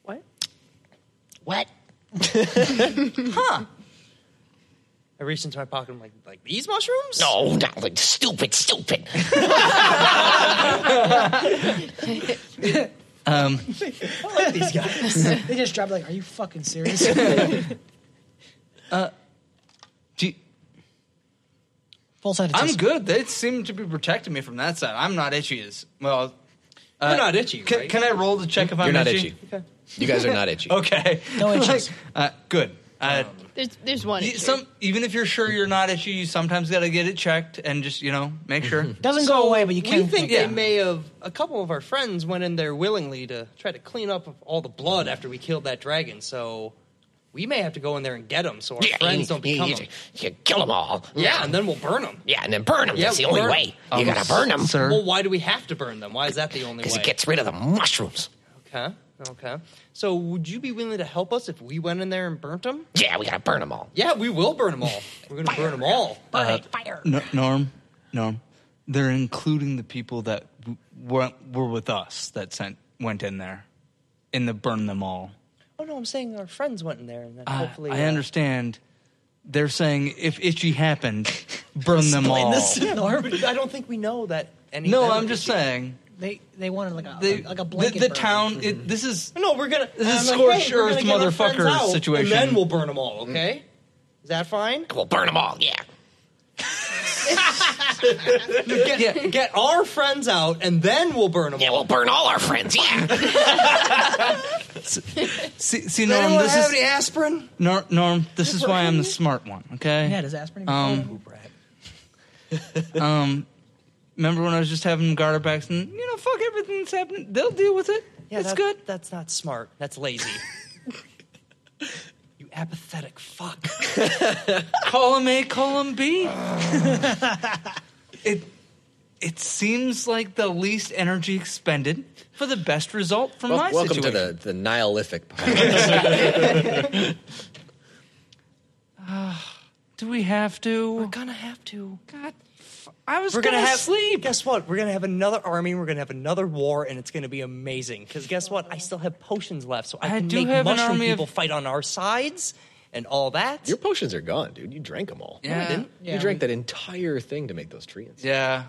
M: What?
K: What?
H: I reach into my pocket. I'm like, like these mushrooms?
K: No, not like stupid, stupid.
C: um,
D: these guys. they just dropped like, "Are you fucking serious?"
C: Uh, do,
D: Full side.
C: I'm good. They seem to be protecting me from that side. I'm not itchy as well. Uh,
H: You're not itchy,
C: Can,
H: right?
C: can I roll to check if I'm
G: You're not
C: itchy?
G: itchy. You guys are not itchy.
C: Okay.
D: No itches.
C: uh, good. Uh,
E: There's there's one.
C: you-
E: itchy.
C: some even if you're sure you're not itchy, you sometimes got to get it checked and just you know make sure.
D: Doesn't
H: So
D: go away, but you
H: we
D: can.
H: think
C: Yeah.
H: they may have. A couple of our friends went in there willingly to try to clean up all the blood after we killed that dragon. So we may have to go in there and get them, so our
K: Yeah,
H: friends
K: you-
H: don't
K: you,
H: become
K: you-
H: 'em.
K: you kill them all.
H: Yeah, and then we'll burn them.
K: Yeah, and then burn them.
H: Yeah,
K: That's the only
H: burn 'em.
K: way. You
C: Um,
K: gotta burn them
C: sir.
H: Well, why do we have to burn them? Why is that the only way?
K: because it gets rid of the mushrooms.
H: okay, okay. So would you be willing to help us if we went in there and burnt them?
K: Yeah, we gotta burn them all.
H: Yeah, we will burn them all. We're going to burn them all.
C: Uh, No, Norm, Norm, they're including the people that w- weren't, were with us that sent went in there, in the burn them all.
H: Oh no, I'm saying our friends went in there, and then
C: I-
H: hopefully
C: I
H: uh,
C: understand. They're saying if itchy happened, burn them all.
H: Norm, but I don't think we know that. Any
C: No,
H: of them
C: I'm
H: are
C: just
H: itchy.
C: saying.
D: They they wanted like a
C: The,
D: like a blanket.
C: the, the
D: burn.
C: town. It, this is
H: No, we're gonna.
C: This is
H: I'm
C: scorched
H: hey, we're gonna
C: earth
H: get our friends
C: motherfucker
H: out,
C: situation. Mm-hmm.
H: And then we'll burn them all. Okay, is that fine?
K: We'll burn them all. Yeah.
H: Get, get our friends out, and then we'll burn them
K: Yeah,
H: all.
K: we'll burn all our friends. Yeah.
C: see, see
H: Does
C: Norm.
H: anyone
C: This
H: have
C: is
H: any aspirin?
C: Nor- Norm. This is why I'm the smart one. Okay.
D: Yeah, does aspirin.
C: Um, um, remember when I was just having garter backs and you know, fuck everything's happening. They'll deal with it.
H: Yeah,
C: it's
H: that-
C: good.
H: That's not smart. That's lazy. apathetic fuck.
C: column A, column B. it it seems like the least energy expended for the best result from
B: Wel-
C: my
B: welcome
C: situation.
B: to the the nihilific part.
C: Do we have to? We're
H: gonna have to.
C: God, f- I was
H: we're
C: gonna,
H: gonna, have
C: sleep.
H: Guess what? We're gonna have another army. We're gonna have another war, and it's gonna be amazing. Because guess what? I still have potions left, so I,
C: I
H: can
C: do
H: make
C: have an
H: mushroom
C: army of-
H: people fight on our sides and all that.
B: Your potions are gone, dude. You drank them all.
H: No, I Yeah. didn't.
B: you
H: Yeah,
B: drank that entire thing to make those tree ends.
C: Yeah,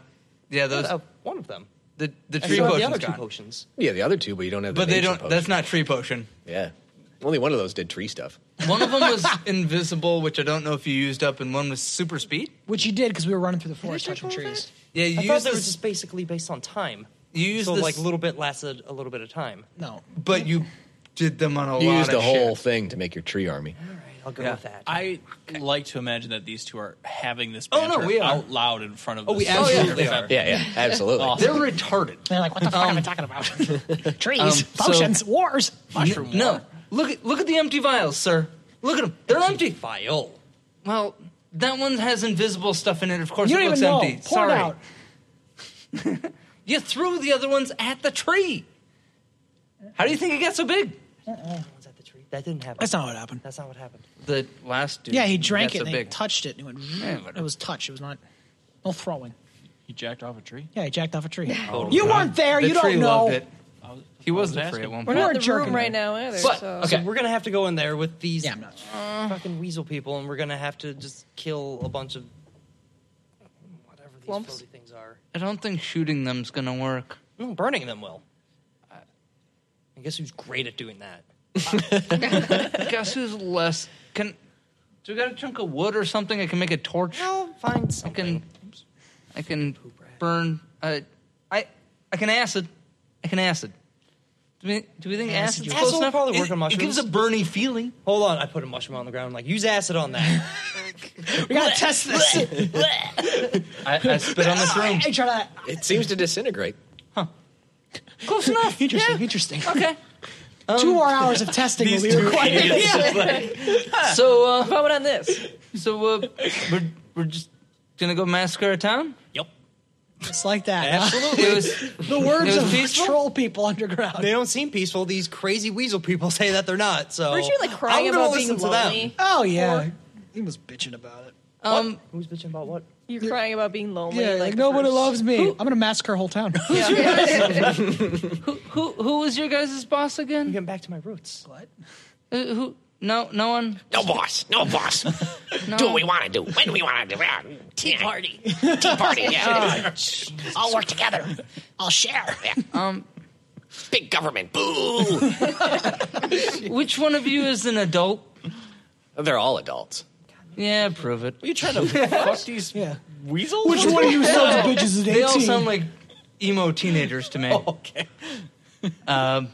C: yeah. Those
H: uh, one of them.
C: The the
B: I
C: tree
B: still have the
C: potion's
B: other two
C: gone.
H: potions.
B: Yeah, the other two, but you don't have. The
C: But they
B: nature
C: don't.
B: Potion.
C: That's not tree potion.
B: Yeah, only one of those did tree stuff.
C: One of them was invisible, which I don't know if you used up, and one was super speed.
D: Which you did because we were running through the forest touching trees.
C: Yeah, you
H: I thought
C: used
H: that
C: this-
H: was just basically based on time.
C: You used
H: so
C: this-
H: like a little bit lasted a little bit of time.
D: No,
C: but you did them on a
B: you
C: lot
B: used
C: of
B: the whole
C: shit.
B: thing to make your tree army.
H: I'll go with that.
F: I like to imagine that these two are having this
C: Oh, no,
F: banter
C: we are.
F: out loud in front of
C: Oh,
F: this
C: we absolutely
F: entire
C: are.
F: family.
B: Yeah, yeah, absolutely.
F: Awesome.
C: They're retarded.
D: They're like, what the fuck am
C: Um,
D: I talking about? trees,
C: so-
D: potions, wars,
C: Mushroom. No, look at look at the empty vials, sir. Look at them. They're empty.
H: Vial.
C: Well, that one has invisible stuff in it. Of course,
D: You
C: it
D: don't
C: looks
D: even know.
C: empty.
D: Pour it
C: Sorry.
D: out.
C: you threw the other ones at the tree. How do you think it got so big?
H: That didn't happen.
D: That's not what happened.
H: That's not what happened.
C: The last dude.
D: yeah, he drank it
C: got
D: and
C: So
D: he
C: big.
D: touched it and it went. it was touch. It was not. No throwing.
F: You jacked off a tree?
D: Yeah, he jacked off a tree.
F: Totally.
D: you weren't there.
C: The
D: you
C: tree
D: don't know.
C: loved it. He was the tree at one
D: We're
C: point.
D: not
I: in the
D: jerking
I: room right now either.
H: But
I: so.
H: okay, we're gonna have to go in there with these Uh, fucking weasel people, and we're gonna have to just kill a bunch of whatever these floaty things are.
C: I don't think shooting them's gonna work.
H: No, burning them will. I guess who's great at doing that?
C: Guess who's less? Can do we got a chunk of wood or something? I can make a torch.
H: No, find something.
C: I can, I can burn. Uh, I I can acid. I can acid. Do we, do we think
H: Acid
C: acid's
H: would
C: close enough?
H: probably
C: It-
H: work on
C: it
H: mushrooms.
C: gives a burny feeling.
H: Hold on, I put a mushroom on the ground. I'm like, use acid on that.
D: We gotta test this.
C: I, I spit on this room.
D: Hey, try that.
B: It seems to disintegrate.
C: Close enough.
D: Interesting. Interesting.
C: Okay.
H: Um,
D: Two more hours of testing will be required.
C: So uh,
I: Vomit on this.
C: so uh, we're we're just gonna go massacre a town.
D: It's like that. huh?
C: It was
D: The words
C: It was
D: of
C: peaceful?
D: troll people underground.
H: they don't seem peaceful. These crazy weasel people say that they're not. So
I: Weren't you like
H: I'm
I: crying
H: gonna
I: about
H: listen
I: being
H: to
I: lonely?
H: them.
D: Oh yeah, he was bitching about it.
C: um.
H: Who's bitching about what?
I: You're crying about being lonely.
D: Yeah, like,
I: the
D: nobody
I: first-
D: loves me. I'm gonna massacre a whole town.
C: Who who was your guys' boss
H: I'm
C: again?
H: getting back to my roots.
D: what?
C: Uh, who? No, no one.
G: No boss. No boss. Do what we want to do. When we want to do. Yeah. Tea party. Tea party. Yeah. All work together.
D: I'll share.
G: Yeah.
C: Um,
G: Big government. Boo.
C: which one of you is an adult?
B: They're all adults.
C: Yeah, prove it.
F: you trying to fuck these
D: Yeah.
F: weasels?
D: Which one of you sons of bitches is 18?
C: They all sound like emo teenagers to me.
F: Okay.
C: Um,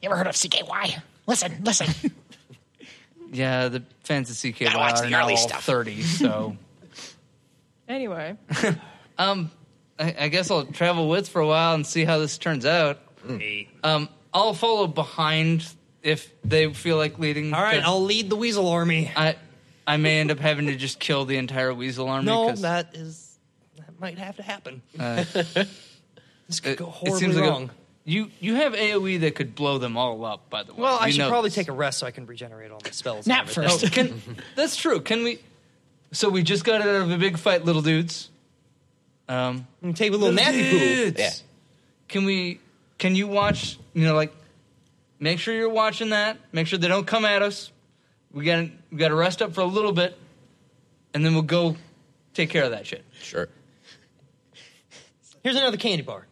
D: you ever heard of CKY? Listen, listen.
C: yeah, the fans of CKY
G: Gotta watch
C: are
G: the
C: now
G: early
C: all
G: stuff.
C: thirty, so
I: Anyway,
C: um, I, I guess I'll travel with for a while and see how this turns out. Um, I'll follow behind if they feel like leading.
H: All right,
C: the-
H: I'll lead the weasel army.
C: I I may end up having to just kill the entire weasel army.
H: No,
C: 'cause,
H: that is that might have to happen.
C: uh,
H: This could
C: it-
H: go
C: it
H: horribly
C: seems like a-
H: wrong.
C: you you have AOE that could blow them all up. By the way,
H: well, I
C: You
H: should
C: know
H: probably
C: this.
H: take a rest so I can regenerate all my spells.
D: Nap
H: and everything.
D: first.
C: Oh, can, that's true. Can we? So we just got out of a big fight, little dudes. Um,
H: And Take a little nappy poo.
C: Yeah. Can we? Can you watch? You know, like, make sure you're watching that. Make sure they don't come at us. We got to we got to rest up for a little bit, and then we'll go take care of that shit.
B: Sure.
H: Here's another candy bar.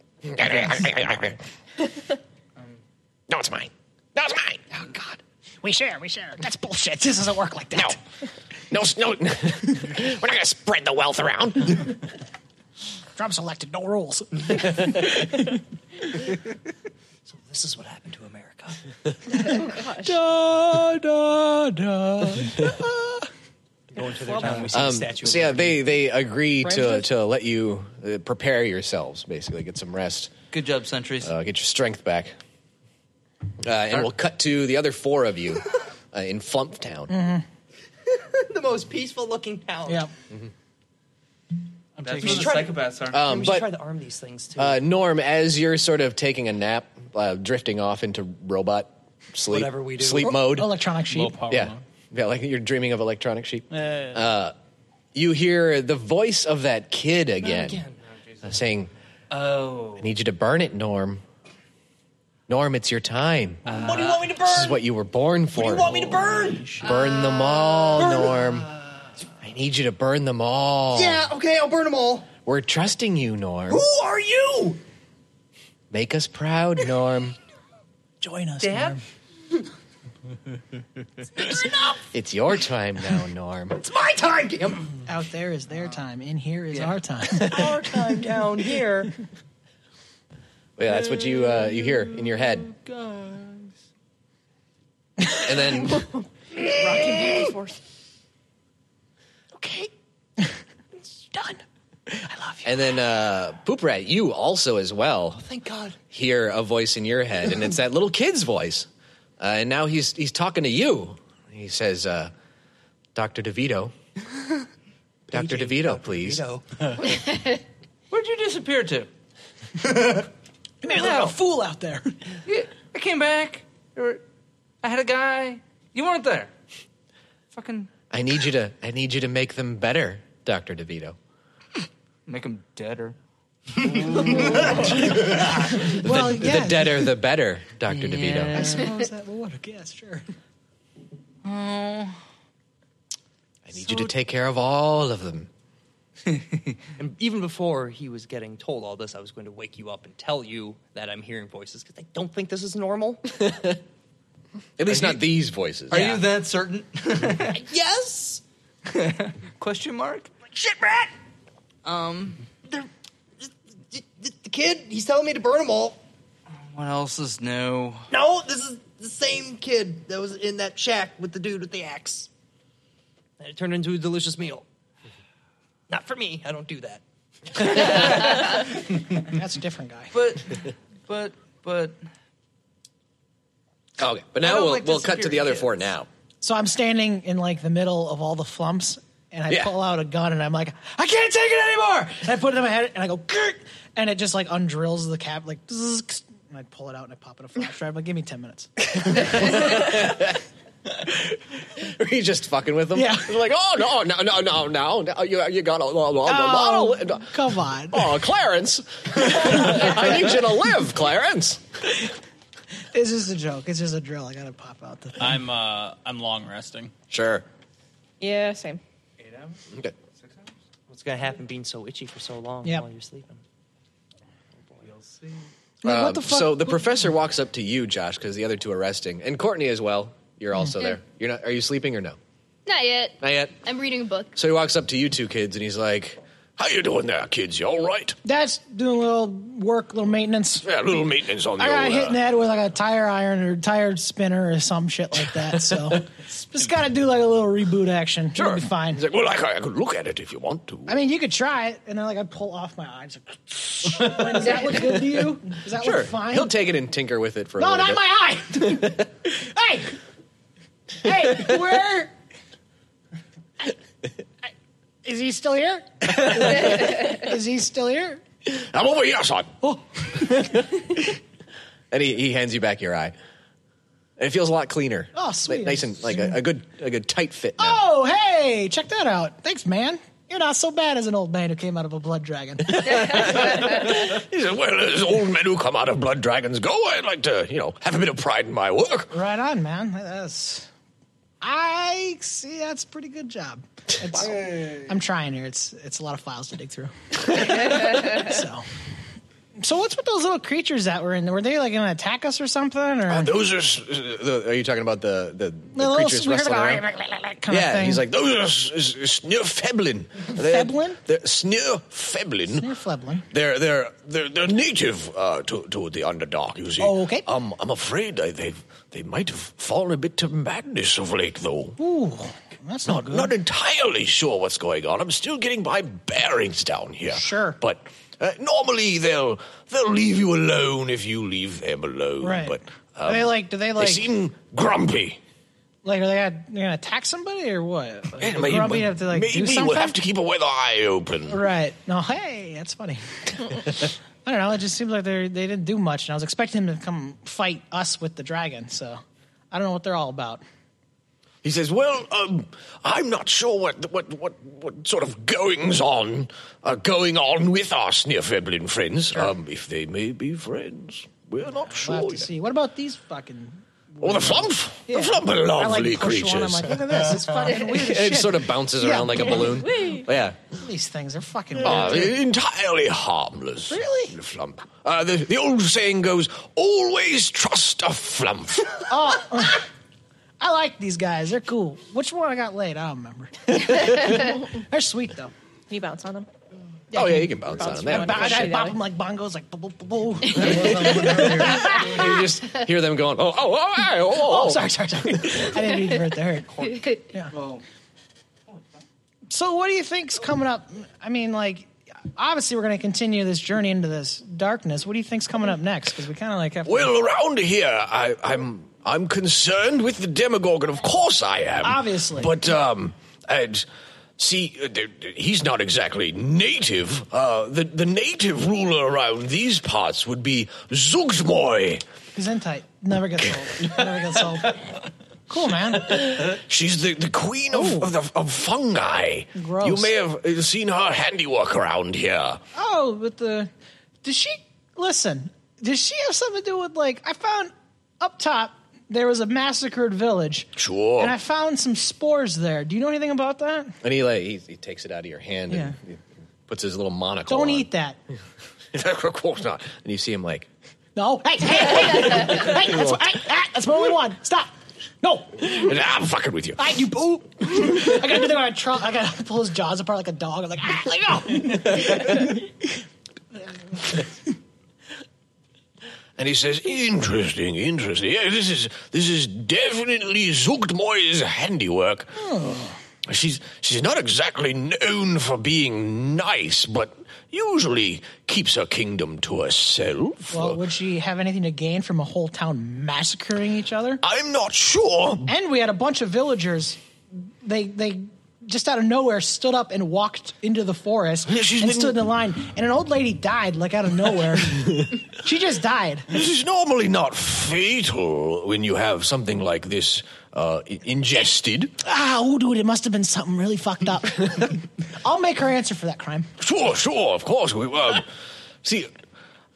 G: no, it's mine. No, it's mine.
D: Oh God. We share, we share. That's bullshit. This doesn't work like that.
G: No, s- no. We're not going to spread the wealth around.
D: Drum selected, no rules.
H: Oh, So this is what happened to America.
D: da, da, da.
H: Going to their town, we see the
B: Um,
H: statue.
B: so yeah, they they agree to to let you uh, prepare yourselves. Basically, get some rest,
C: Good job, sentries.
B: uh, get your strength back, uh, and we'll cut to the other four of you. uh, in Flumptown.
H: the most peaceful looking town. Yeah.
C: I'm
B: That's
C: taking
B: where the
C: the psychopaths are.
B: Um,
H: we should
B: but-
H: try to arm these things too.
B: Uh, Norm, as you're sort of taking a nap, uh, drifting off into robot sleep,
H: Whatever we do.
B: sleep
H: Or-
B: mode,
H: electronic sheep. Low power
B: yeah,
H: mode.
B: yeah, like you're dreaming of electronic sheep. Uh, you hear the voice of that kid again, uh, saying,
C: Oh.
B: "I need you to burn it, Norm. Norm, it's your time.
H: what do you want me to burn?
B: This is what you were born for.
H: What do you want me to burn?
B: burn them all, Norm. I need you to burn them all.
H: Yeah, okay, I'll burn them all.
B: We're trusting you, Norm.
H: Who are you?
B: Make us proud, Norm."
D: Join us,
H: Dad.
B: It's your time now, Norm.
H: It's my time, damn.
D: Out there is their time. In here is our time.
H: our time down here.
B: Yeah, that's what you uh, you hear in your head, and then
I: Rocky Force.
H: Okay.
D: It's done.
B: and then uh, Poop Rat, you also as well
H: Thank God.
B: hear a voice in your head, and it's that little kid's voice, uh, and now he's he's talking to you. He says, uh, "Doctor DeVito, Doctor DeVito, please."
C: Where'd you disappear to?
D: You made me look like a fool out there.
C: Yeah, I came back. There were- I had a guy. You weren't there. Fucking
B: I need you to I need you to make them better, Doctor DeVito.
C: make him deader.
B: the, the deader, the better, Doctor DeVito.
D: I suppose that would. Yeah, sure.
C: Oh.
B: I need you to take care of all of them.
H: And even before he was getting told all this, I was going to wake you up and tell you that I'm hearing voices because I don't think this is normal.
B: At least not these voices.
C: Are you that certain?
H: yes.
C: Question mark?
H: Shit, rat.
C: Um,
H: The kid, he's telling me to burn them all.
C: what else is new?
H: No, this is the same kid that was in that shack with the dude with the axe. And it turned into a delicious meal. Not for me. I don't do that.
D: That's a different guy.
C: But, but, but.
B: Okay, but
D: I
B: now
D: don't
B: we'll
D: like
B: we'll cut to
D: disappearing
B: the other
D: kids.
B: four now.
D: So I'm standing in like the middle of all the flumps, and I
B: Yeah.
D: pull out a gun, and I'm like, I can't take it anymore. And I put it in my head, and I go, Kirk! and it just like undrills the cap, like, zzz, and I pull it out and I pop it in a flash drive. I'm like, give me ten minutes.
B: Are you just fucking with them?
D: Yeah.
B: They're like, oh no, no, no, no, no, no. You you got a blah, blah,
D: Oh,
B: blah, blah.
D: come on.
B: Oh, Clarence! I need you to live, Clarence.
D: It's just a joke. It's just a drill. I gotta pop out the.
F: I'm uh, I'm long resting.
B: Sure.
I: Yeah, same.
B: Okay.
H: What's gonna happen being so itchy for so long
D: Yep.
H: while you're sleeping?
D: Like, what
B: Um,
D: the fuck?
B: So the professor walks up to you, Josh, because the other two are resting, and Courtney as well. You're
D: Mm-hmm.
B: also
E: Yeah.
B: there. You're not. Are you sleeping or no?
E: Not yet.
B: Not yet.
E: I'm reading a book.
B: So he walks up to you two kids, and he's like, "How you doing there, kids? You all right?
D: That's doing a little work, little maintenance.
B: Yeah, a little maintenance on the
D: I got
B: old,
D: hit
B: uh,
D: in the head with like a tire iron or tire spinner or some shit like that. So just gotta do like a little reboot action. Sure, be fine.
B: He's like, "Well, I, I could look at it if you want to."
D: I mean, you could try it, and then like I pull off my eyes. Like, Wait, does that look good to you? Does that
B: Sure.
D: look fine?
B: He'll take it and tinker with it for a
D: no,
B: little
D: not
B: bit.
D: my eye. hey, hey, where is he still here? is he still here?
B: I'm over here, son.
D: Oh.
B: and he, he hands you back your eye. And it feels a lot cleaner.
D: Oh, sweet.
B: Nice and like a, a good a good tight fit now.
D: Oh, hey, check that out. Thanks, man. You're not so bad as an old man who came out of a blood dragon.
B: He says, Well, as old men who come out of blood dragons go, I'd like to, you know, have a bit of pride in my work.
D: right on, man. That's. I see. That's a pretty good job. It's- I'm trying here. It's it's a lot of files to dig through. so, so what's with those little creatures that were in there? Were they like going to attack us or something? Or
B: Oh, Those are. s- uh, The, are you talking about the, the, the
D: The little
B: creatures
D: we heard
B: rustling
D: about-
B: around?
D: kind of
B: yeah,
D: thing.
B: he's like, those are s- s- sneer feblin. They're-
D: Feblin?
B: They're sneer feblin.
D: Sneer Fleblin.
B: They're they're they're, they're native uh, to to the Underdark. You see.
D: Oh, okay.
B: Um, I'm afraid I, they they might have fallen a bit to madness of late, though.
D: Ooh, that's not,
B: Not
D: good.
B: not entirely sure what's going on. I'm still getting my bearings down here.
D: Sure.
B: But uh, normally they'll they'll leave you alone if you leave them alone.
D: Right.
B: But
G: um,
D: Are they like? Do they like?
B: they seem grumpy.
D: Like, are they gonna, they're gonna attack somebody or what? Like,
G: Anyway,
D: Grumpy have to like
G: maybe
D: do something.
G: we'll have to keep a weather eye open.
D: Right. No, hey, that's funny. I don't know. It just seems like they they didn't do much, and I was expecting them to come fight us with the dragon. So I don't know what they're all about.
G: He says, "Well, um, I'm not sure what what what what sort of goings on are going on with our Sneerfeblin friends, um, if they may be friends. We're not
D: We'll
G: sure.
D: have to see. What about these fucking?
G: Oh, the Flump!
D: Yeah.
G: The Flump
D: I,
G: are
D: like,
G: lovely
D: push one, I'm
G: creatures.
D: like, look at this. It's fucking weird. as
B: It
D: shit.
B: sort of bounces
D: Yeah,
B: around like a
D: damn.
B: balloon.
D: Wee.
B: Yeah.
D: These things are fucking
G: Ah,
D: weird. dude.
G: entirely harmless. Really? The Flump. Uh, the, the old saying goes, always trust a Flump.
D: Oh, I like these guys. They're cool. Which one I got laid? I don't remember. They're sweet though.
I: You bounce on them.
B: Oh, yeah, you can bounce on
D: Bounce
B: them.
D: Yeah,
B: They
D: but I,
B: have-
D: I bop them like bongos, like boop, boop, boop, boop.
B: you just hear them going, oh, oh, oh, hey, oh, oh.
D: Oh, sorry, sorry, sorry. I didn't mean for it to hurt. Yeah. So, what do you think's coming up? I mean, like, obviously, we're going to continue this journey into this darkness. What do you think's coming up next? Because we kind of like have. to-
G: Well, around here, I, I'm I'm concerned with the Demogorgon. Of course, I am.
D: Obviously.
G: but um, and see, uh, th- th- he's not exactly native. Uh, the the native ruler around these parts would be Zugtmoy.
D: Gesundheit never gets old. Never gets old. Cool, man.
G: She's the, the queen of, of, the, of fungi.
D: Oh. Gross.
G: You may have uh, seen her handiwork around here.
D: Oh, but the does she listen? Does she have something to do with like I found up top there was a massacred village.
B: Sure.
D: And I found some spores there. Do you know anything about that?
B: And he, like, he, he takes it out of your hand and he puts his little monocle
D: Don't
B: on.
D: eat that.
B: of course not. And you see him like,
D: No. Hey, hey, hey, hey, that's, hey, ah, that's my only one. Stop. No.
G: And I'm fucking with you.
D: I you boo. I gotta do that when I tru- I gotta pull his jaws apart like a dog. I'm like, ah, let me go.
G: And he says, "Interesting, interesting. Yeah, this is this is definitely Zugtmoy's handiwork. She's she's not exactly known for being nice, but usually keeps her kingdom to herself.
D: Well, would she have anything to gain from a whole town massacring each other?
G: I'm not sure.
D: And we had a bunch of villagers. They they just out of nowhere stood up and walked into the forest
G: she's
D: and
G: been-
D: stood in a line. And an old lady died like out of nowhere. she just died.
G: This is normally not fatal when you have something like this uh, i- ingested.
D: Ah, oh, dude, it must have been something really fucked up. I'll make her answer for that crime.
G: Sure, sure, of course. We, um, see,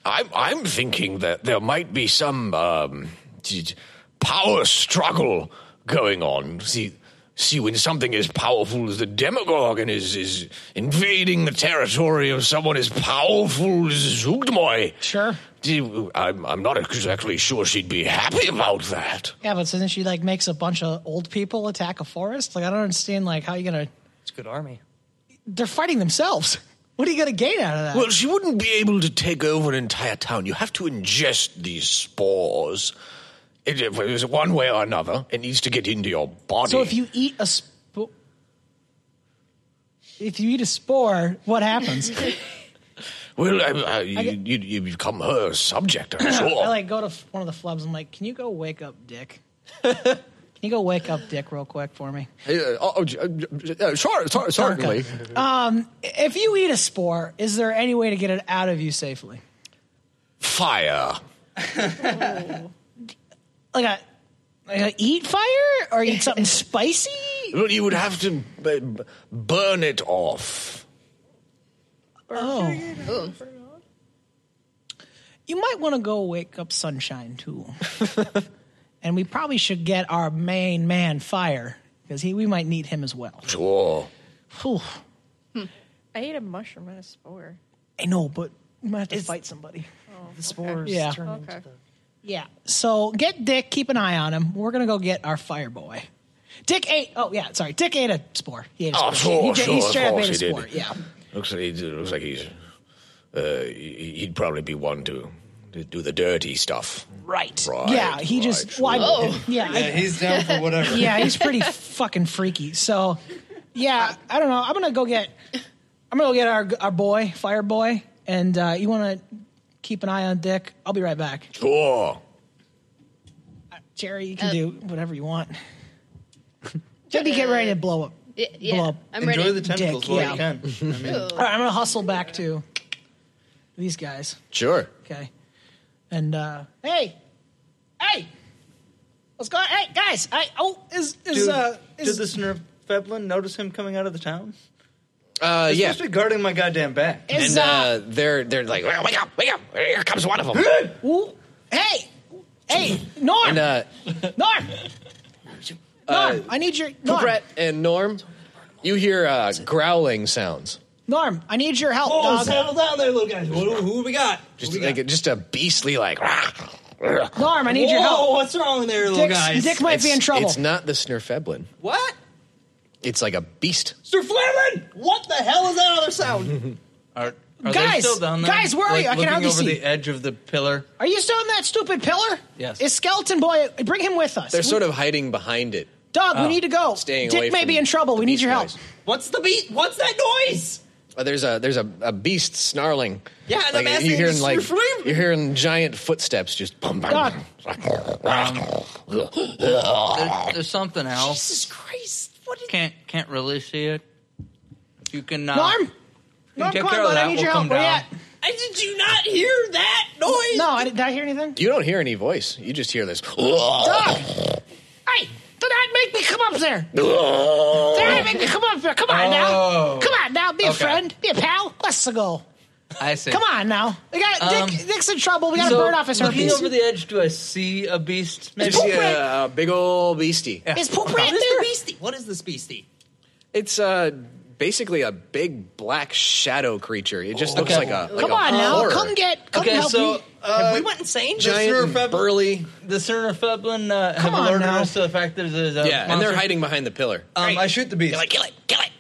G: I'm I'm thinking that there might be some um, t- t- power struggle going on. See, see, when something as powerful as the Demogorgon is is invading the territory of someone as powerful as Zugdmoy,
D: sure,
G: I'm I'm not exactly sure she'd be happy about that.
D: Yeah, but so then she like makes a bunch of old people attack a forest. Like I don't understand like how you gonna
H: It's a good army.
D: they're fighting themselves. What are you gonna gain out of that?
G: Well, she wouldn't be able to take over an entire town. You have to ingest these spores. It, it was one way or another. It needs to get into your body.
D: so if you eat a spo- if you eat a spore, what happens?
G: well, I, I, you, you, you become her subject. I'm sure.
D: I like go to f- one of the flubs. I'm like, can you go wake up Dick? can you go wake up Dick real quick for me?
B: Uh, oh, oh, uh, uh, sure, sor- certainly.
D: Um, if you eat a spore, is there any way to get it out of you safely?
G: Fire.
D: Like a like a eat fire or eat something spicy?
G: Well, you would have to b- b- burn it off.
D: Oh. You might want to go wake up Sunshine too. and we probably should get our main man Fire because he we might need him as well.
G: Sure.
D: Whew.
I: I ate a mushroom and a spore. Oh,
D: I know, but we might have to fight somebody.
H: The spores
D: Yeah.
H: turn
I: Okay.
H: into the.
D: Yeah. So get Dick, keep an eye on him. We're gonna go get our Fire Boy. Dick ate. Oh yeah, sorry. Dick ate a spore. He ate a
G: Oh,
D: spore.
G: sure,
D: he, did-
G: sure.
D: he
G: of
D: straight up
G: course
D: ate a
G: he
D: spore.
G: did.
D: Yeah.
G: Looks like, he, looks like he's. Uh, he- he'd probably be one to, to do the dirty stuff.
D: Right.
G: Right,
D: yeah. He just. Why?
E: Whoa.
D: yeah. I-
C: Yeah, he's down for whatever.
D: yeah, he's pretty fucking freaky. So, yeah, I don't know. I'm gonna go get, I'm gonna go get our our boy, Fire Boy, and uh, you want to keep an eye on Dick. I'll be right back.
G: Sure.
D: Jerry, you can
E: Uh,
D: do whatever you want. Maybe get ready to blow up.
E: Yeah, yeah,
D: blow up.
E: I'm Enjoy ready. the
C: tentacles while you can. I
E: mean-
D: All right, I'm gonna hustle back to these guys.
B: Sure.
D: Okay. And uh hey, hey, what's going? Hey guys, I oh is is
C: Dude,
D: uh is
C: did listener Feblin notice him coming out of the town?
B: Uh,
C: He's
B: yeah.
C: supposed to be guarding my goddamn back.
B: And uh, they're they're like, wake up, wake up! Here comes one of them.
D: Ooh, hey, hey, Norm,
B: And uh,
D: Norm,
B: uh,
D: Norm, I need your Norm,
B: Poupret and Norm, you hear uh, growling sounds.
D: Norm, I need your help,
B: Oh,
D: dog.
B: settle
D: down there, little guy. Who, who we got?
B: Just like just a beastly like.
D: Norm, I need your help.
C: what's wrong there,
D: little Dick's- guys? Dick might be
B: It's-
D: in trouble.
B: It's not the Snurfeblin.
D: What?
B: It's like a beast.
D: Sir Flynn, what the hell is that other sound?
C: Are, are they
D: Guys,
C: still down there?
D: guys, where are
C: Like,
D: you? I can
C: looking
D: hardly
C: over
D: see.
C: the edge of the pillar.
D: Are you still on that stupid pillar?
C: Yes.
D: Is Skeleton Boy? Bring him with us.
B: They're sort of hiding behind it.
D: Dog,
B: Oh.
D: we need to go.
B: Staying
D: Dick
B: away
D: may
B: from
D: be in trouble. We need your help.
H: What's the beat? What's that noise?
B: Uh, there's a there's a, a beast snarling.
H: Yeah, and
B: like,
H: I'm asking
B: you're hearing
H: this
B: like
H: for him.
B: you're hearing giant footsteps just. Bum, bum,
D: Dog.
B: uh,
C: There- there's something else.
H: Jesus Christ! What is
C: Can't can't really see it. You can uh,
D: Norm?
C: you can
D: Norm,
C: take
D: come on,
C: care of
D: bud. I
C: that.
D: need
C: We'll
D: your
C: come
D: help. Where you
C: down.
D: at?
H: I did you not hear that noise?
D: No, I, did I hear anything?
B: You don't hear any voice. You just hear this.
D: Dog! Hey! Do not make me come up there! Do not make me come up there! Come on
C: Oh.
D: now! Come on now! Be a
C: Okay.
D: friend! Be a pal! Let's go!
C: I see.
D: Come on now! We got
C: Um,
D: Dick, Dick's in trouble. We got to
C: so,
D: burn off his
C: looking
D: herpes.
C: over the edge, do I see a beast?
B: You
C: Maybe
B: see a, a big old beastie.
D: Is poop
H: What
D: right
H: is the
D: there?
H: beastie? What is this beastie?
B: It's uh, basically a big black shadow creature. It just looks
C: Okay.
B: like a like
D: Come
B: a
D: on now!
B: horror.
D: Come get! Come
C: Okay,
D: help
C: so
D: me!
H: Have
C: uh,
H: we went insane?
B: giant
C: Sir
B: and
C: Feb-
B: burly.
C: the Senator Feblin uh, have
D: Come on
C: alerted
D: now.
C: us to the fact that there's a
B: Yeah, and they're
C: monster.
B: hiding behind the pillar.
C: Um, I shoot the beast.
H: kill it, kill it.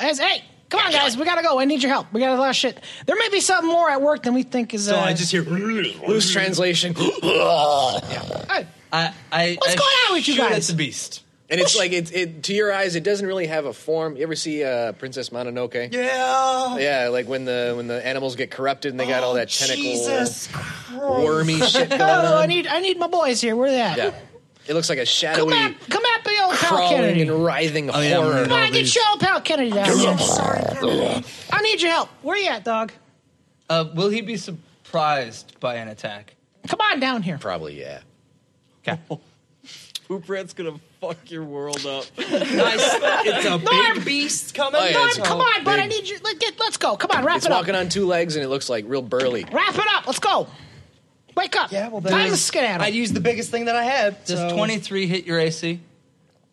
D: As- hey! Come on, guys! We gotta go! I need your help! We got a lot of shit. There may be something more at work than we think is. Uh,
C: so I just hear.
B: Loose translation. Yeah.
D: Hey,
C: I, I,
D: What's
C: I
D: going on with you
C: shoot
D: guys?
C: At the beast.
B: And it's like it's it to your eyes, it doesn't really have a form. You ever see uh, Princess Mononoke?
H: Yeah.
B: Yeah, like when the when the animals get corrupted and they got all that
C: Oh,
B: tentacle
H: Jesus
B: wormy shit going
D: oh, I
B: on.
D: need I need my boys here. Where they at?
B: Yeah. It looks like a
D: Come
B: shadowy
D: at come at me, old pal
B: crawling
D: Kennedy.
B: and writhing
C: Oh, yeah, I'm
B: horror.
C: gonna
D: Come on, get your old pal Kennedy down here. I need your help. Where you at, dog?
C: Uh, will he be surprised by an attack?
D: Come on down here.
B: Probably, yeah.
C: Okay.
H: Pooprat's gonna fuck your world up.
D: It's a Norm,
H: Beast coming.
B: Oh, yeah,
D: Norm,
B: it's
D: come
B: all
D: on, bud.
B: big.
D: I need you. Let, get, let's go. Come on, wrap
B: It's
D: it up.
B: walking on two legs and it looks like real burly.
D: Wrap it up. Let's go. Wake up.
H: Yeah, well, then
D: Time
H: I-
D: to skedaddle.
H: I used the biggest thing that I had.
C: Does
H: so-
C: 23 hit your AC?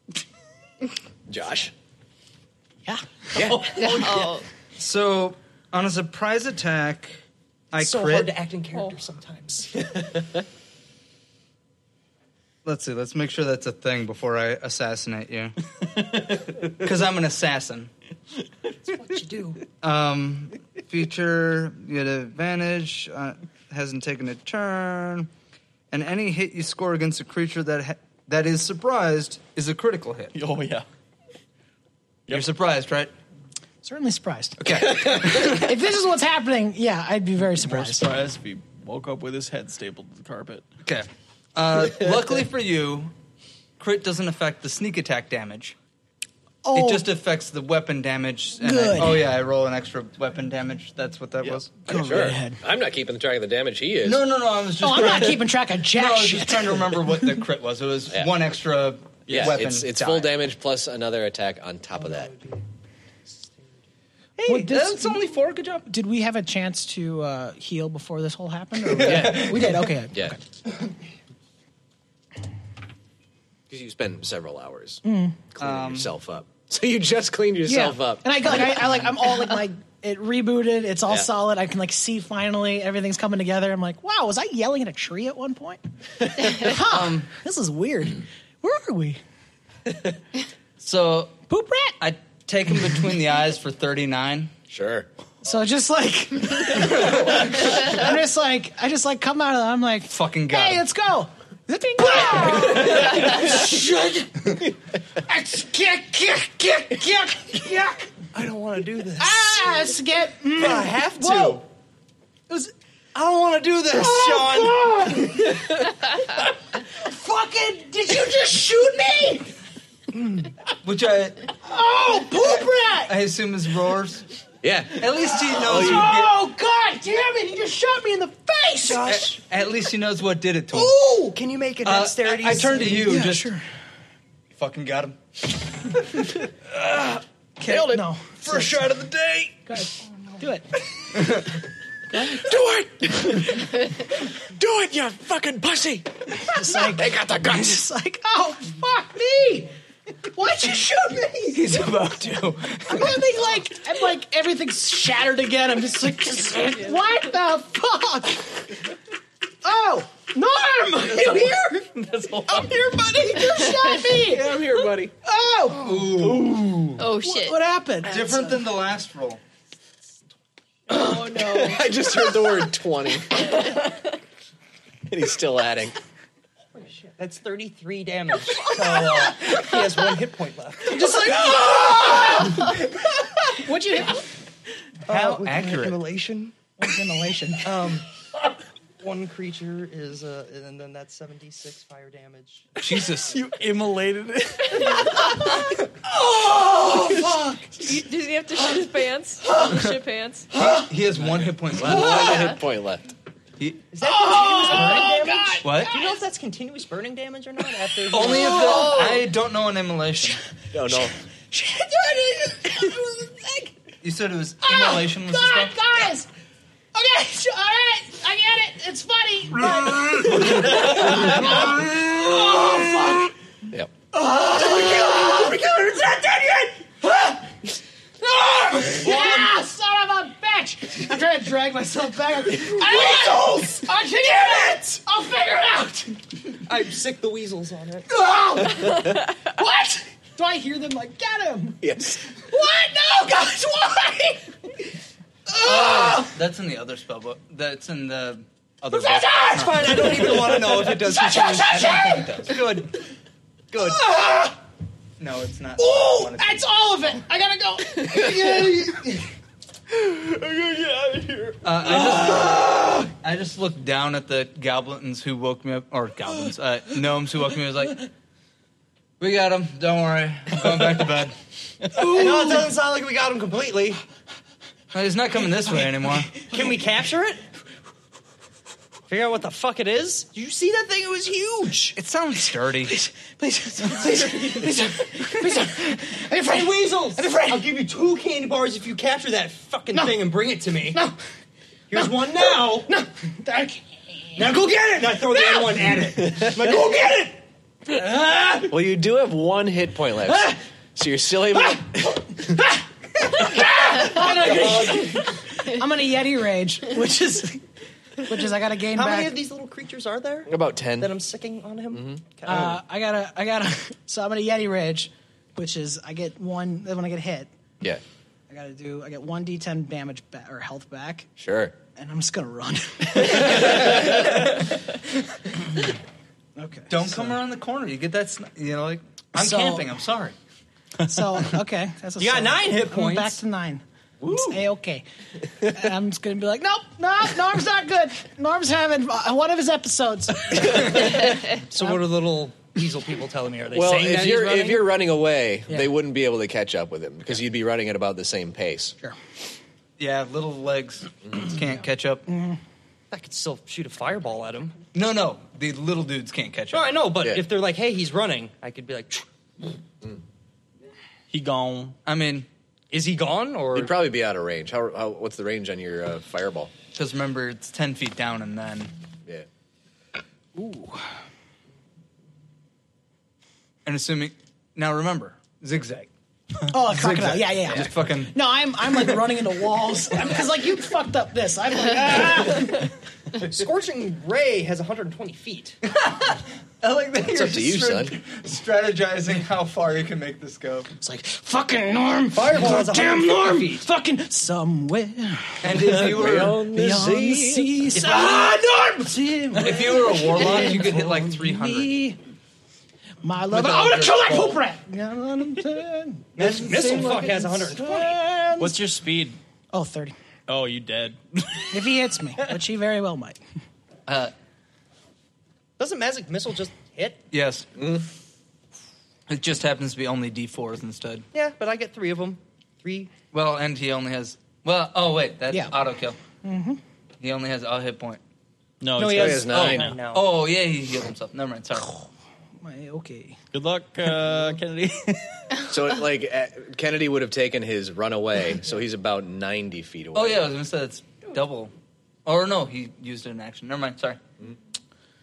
B: Josh.
D: yeah.
E: Oh,
C: So, on a surprise attack, I
H: so
C: crit.
H: hard to act in character sometimes.
A: Let's see. Let's make sure that's a thing before I assassinate you.
C: Because I'm an assassin.
H: what you do?
A: Um, feature you had advantage. Uh, hasn't taken a turn, and any hit you score against a creature that ha- that is surprised is a critical hit.
F: Oh yeah.
C: You're surprised, right?
D: Certainly surprised. Okay. if this is what's happening, yeah, I'd be very surprised.
F: Surprised if he woke up with his head stapled to the carpet.
C: Okay. Uh, luckily for you, crit doesn't affect the sneak attack damage.
D: Oh,
C: It just affects the weapon damage. And I-
D: Good.
C: oh yeah, I roll an extra weapon damage. That's what that was.
B: Yeah,
D: right
B: sure.
D: ahead.
B: I'm not keeping track of the damage he is.
C: No, no, no. I was just.
D: oh, I'm not keeping track of
C: No,
D: jack
C: I was just
D: shit.
C: trying to remember what the crit was. It was
B: Yeah.
C: one extra
B: Yeah,
C: weapon.
B: it's it's full
C: die.
B: damage plus another attack on top of that.
C: Hey,
D: Well, this-
C: that's only four. Good job.
D: Did we have a chance to uh, heal before this whole happened? Or
B: Yeah.
D: We did. Okay.
B: Yeah. Because you spend several hours
D: Mm. Hmm.
B: cleaning
C: Um,
B: yourself up. So you just cleaned yourself up.
D: And I like, I, I like, I'm all like, my it rebooted. It's all
B: Yeah.
D: solid. I can like see finally everything's coming together. I'm like, wow, was I yelling at a tree at one point? huh,
H: Um,
D: this is Ah, weird. Where are we?
C: So
D: Poop rat.
C: I take him between the eyes for 39.
B: Sure.
D: So just like, I'm just like, I just like come out of that. I'm like,
C: Fucking got
D: hey,
C: him.
D: let's go. Zipping- Yeah!
H: I don't want to do this.
D: ah, let's get. mm,
H: I have to.
D: Whoa. It was
H: I don't want to do this,
C: Oh,
D: fucking. Did you just shoot me?
C: Which I. Oh, poop rat! I assume is roars.
B: Yeah.
C: At least he knows. who
D: Oh, God damn it! He just shot me in the face!
C: did- At, at least he knows what did it to him.
D: Ooh! Can you make
C: Uh, I- I, turned to you. just You fucking got him.
D: Killed it. No.
N: First shot of the day.
D: Do it.
N: Do it. Do it, you fucking pussy.
D: It's like,
N: they got the
D: It's
N: guts.
D: like, oh, fuck me! Why'd you shoot me? He's
C: about to.
D: I'm having like, I'm like, everything's shattered again. I'm just like, what the fuck? Oh, Norm! Are you here? I'm here, buddy! You shot me!
C: Yeah, I'm here, buddy.
D: Oh!
C: Ooh.
E: Oh, shit.
D: What happened?
C: Different than the last roll.
D: Oh, no.
B: I just heard the word 20. and he's still adding.
H: That's 33 damage. So uh, he has one hit point left.
D: Just like, "Ah!"
H: What'd you
D: How
H: Uh, with
D: accurate.
H: Immolation. With immolation. Um, one creature is, uh, and then that's 76 fire damage.
C: Jesus.
F: you immolated it.
H: Oh,
I: fuck! Does he have to shit his pants? shit pants.
C: He, he has one hit point left.
B: One hit point left.
H: Is that
D: Oh,
H: continuous burning damage?
C: What?
H: Do you know if that's continuous burning damage or not? After you-
C: Only if the I don't know an immolation.
B: No, no.
C: You said it was
D: Oh,
C: immolation was the
D: Ah, God,
C: spell.
D: guys! Okay, sh- all right, I get it. It's funny. Ah!
N: oh, fuck.
B: Yep.
N: Oh, we killed him. It's not dead yet.
D: yeah, son of a bitch! I'm trying to drag myself back. I weasels! I can Damn it! I'll figure it out.
H: I sick the weasels on it.
D: Oh! what? Do I hear them like get him?
B: Yes.
D: What? No, guys, why? Ah!
C: Oh, that's in the other spell book. That's in the other book.
D: It's
H: fine. I don't even want to know if it does.
C: I
H: Good.
C: don't think it
H: Good.
C: does. No, it's not.
D: Ooh, that's all of it. I gotta go.
H: I'm gonna get out of here.
C: Uh, I just I just looked down at the goblins who woke me up, or goblins, uh, gnomes who woke me. up. I was like, "We got them. Don't worry. I'm going back to bed.
H: No, it doesn't sound like we got him completely.
C: He's not coming this way anymore."
H: Can we capture it? Figure out what the fuck it is. Did you see that thing? It was huge.
C: It sounds sturdy. Please,
H: please, please, please, please. I'm
D: afraid weasels.
H: I'm afraid. I'll give you two candy bars if you capture that fucking thing and bring it to me. No. Here's one now. No. Now go get it. Now throw the other one at it. Now go get it.
B: Well, you do have one hit point
D: Ah!
B: left. So you're still able to.
D: I'm gonna Yeti rage, which is which is I gotta gain
H: How
D: back.
H: many of these little creatures are there?
B: About Mm-hmm. 10.
H: That I'm sicking on him.
D: Uh, I gotta, I gotta. So I'm gonna Yeti Rage, which is I get one when I get hit.
B: Yeah,
D: I gotta do. I get one D10 damage ba- or health back,
B: sure.
D: and I'm just gonna run. okay.
C: Don't come around the corner. You get that. Sn- you know, like I'm
D: So-
C: camping. I'm sorry.
D: So okay, that's a
C: You got
D: seven.
C: nine hit
D: I'm back
C: points.
D: to nine. It's a okay. I'm just gonna be like, nope, no, Norm's not good. Norm's having uh, one of his episodes.
H: Uh, So what are the little weasel people telling me? Are they
B: well,
H: saying
B: if
H: that
B: you're
H: he's running?
B: if you're running away,
H: Yeah.
B: they wouldn't be able to catch up with him because you'd be running at about the same pace.
D: Sure.
C: Yeah, little legs can't catch up.
H: I could still shoot a fireball at him.
C: No, no, the little dudes can't catch
H: No,
C: up.
H: I know, but
C: Yeah.
H: if they're like, "Hey, he's running," I could be like,
C: He gone. I mean,
H: is he gone or?
B: You'd probably be out of range. How, how what's the range on your uh, fireball?
C: Because remember, it's ten feet down, and then
B: yeah.
C: Ooh. And assuming now, remember zigzag.
D: Oh, a crocodile. Yeah, yeah, yeah.
C: Just fucking.
D: No, I'm I'm like running into walls because like you fucked up this. I'm like ah.
H: Scorching Ray has 120 feet.
C: I like that
H: It's up
C: you're
H: to
C: just
H: you,
C: strat- strategizing how far you can make this go.
D: It's like fucking Norm.
H: Fireball has
D: Damn
H: 150
D: Norm.
H: feet.
D: Fucking somewhere.
C: And if you were-
D: beyond the
C: Beyond the
D: sea,
C: sea.
D: ah, Norm.
C: If you were a warlock, you could hit like three hundred.
D: Me, my love.
C: With
D: I'm
C: all
D: gonna kill that
C: your
D: poop rat. This
F: This missile fuck
D: has 120.
F: What's your speed?
D: Oh, 30.
F: Oh, you dead.
D: If he hits me, which he very well might.
C: Uh,
H: Doesn't magic missile just hit?
C: Yes. It just happens to be only D4s instead.
K: Yeah, but I get three of them. Three.
C: Well, and he only has. Well, oh wait, that's
K: Yeah.
C: auto kill.
K: Mm-hmm.
C: He only has a hit point.
F: No,
K: No, he
F: has- he has
C: Oh,
F: nine. No.
C: oh, yeah, he healed himself. Never mind. Sorry.
D: okay.
F: Good luck, uh, Kennedy.
B: So, it, like, uh, Kennedy would have taken his runaway, so he's about 90 feet away.
C: Oh yeah, I was gonna say that's double. Or no, he used it in action. Never mind. Sorry.
B: Mm-hmm.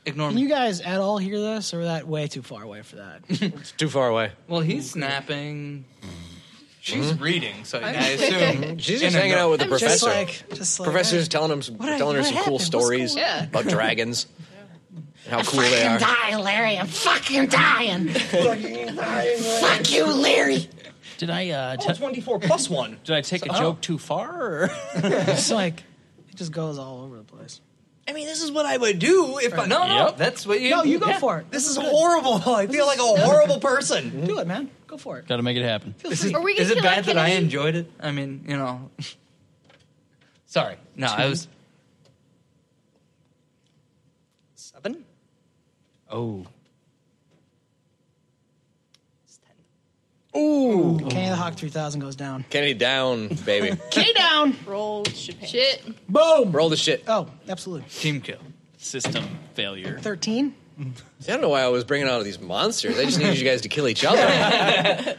C: Ignore
D: Can
C: me.
D: you guys at all hear this, or that way too far away for that?
B: It's too far away.
C: Well, he's snapping. She's
B: Mhm.
C: reading, so
D: I'm-
C: I assume
B: She's
C: in
B: just
C: a
B: hanging out with the
C: note.
B: professor.
D: Just like, just like
B: Professor's telling him, some,
D: What I-
B: telling her
D: what
B: some cool
D: happened? What's
B: stories
D: going on?
B: about dragons, how cool they are.
D: die, Larry. I'm fucking dying. Fuck you, Larry.
F: Did I? Uh,
H: oh, 24 plus one.
F: Did I take
D: Oh.
F: a joke too far? Or?
D: it's like it just goes all over the place.
K: I mean, this is what I would do if I.
D: No, no, Yep.
C: that's what you-
D: No, you go
K: Yeah.
D: for it.
K: This, is
D: good.
K: horrible. I
D: This
K: feel
D: is-
K: like a
D: no.
K: horrible person.
D: Do it, man. Go for it.
F: Got to make it happen.
C: Is it,
D: Are we
C: is
D: gonna
C: it
D: kill
C: bad that I
D: Kennedy?
C: enjoyed it? I mean, you know. Sorry. No, I was.
K: Seven?
F: Oh.
D: Ooh. Kenny the Hawk 3000 goes down.
B: Kennedy down, baby.
D: K down.
K: Roll
E: Shit.
D: Boom.
B: Roll the shit.
D: Oh, absolutely.
C: Team kill.
F: System failure.
D: 13.
B: See, I don't know why I was bringing out all these monsters. I just needed you guys to kill
C: Oh.
B: each other.
C: yeah,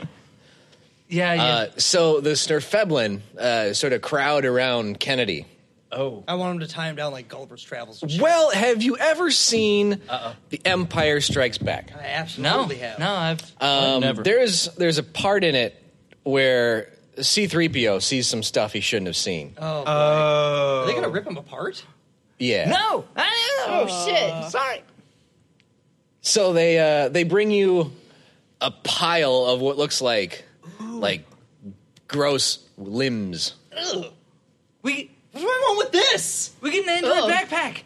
C: yeah.
B: Uh, so the Snurfeblin uh, sort of crowd around Kennedy.
K: Oh. I want him to tie him down like Gulliver's Travels.
B: Well, have you ever seen The Empire Strikes Back?
K: I absolutely have.
C: No, I've
B: Um,
K: never.
B: There's there's a part in it where C-3PO sees some stuff he shouldn't have seen.
K: Oh. boy. Are they going to rip him apart?
B: Yeah.
C: No.
K: Oh,
F: Uh,
K: shit.
C: Sorry.
B: So they uh, they bring you a pile of what looks like like gross limbs.
K: Ugh.
C: We.
K: What's wrong with this?
C: We get an
K: Android
C: backpack.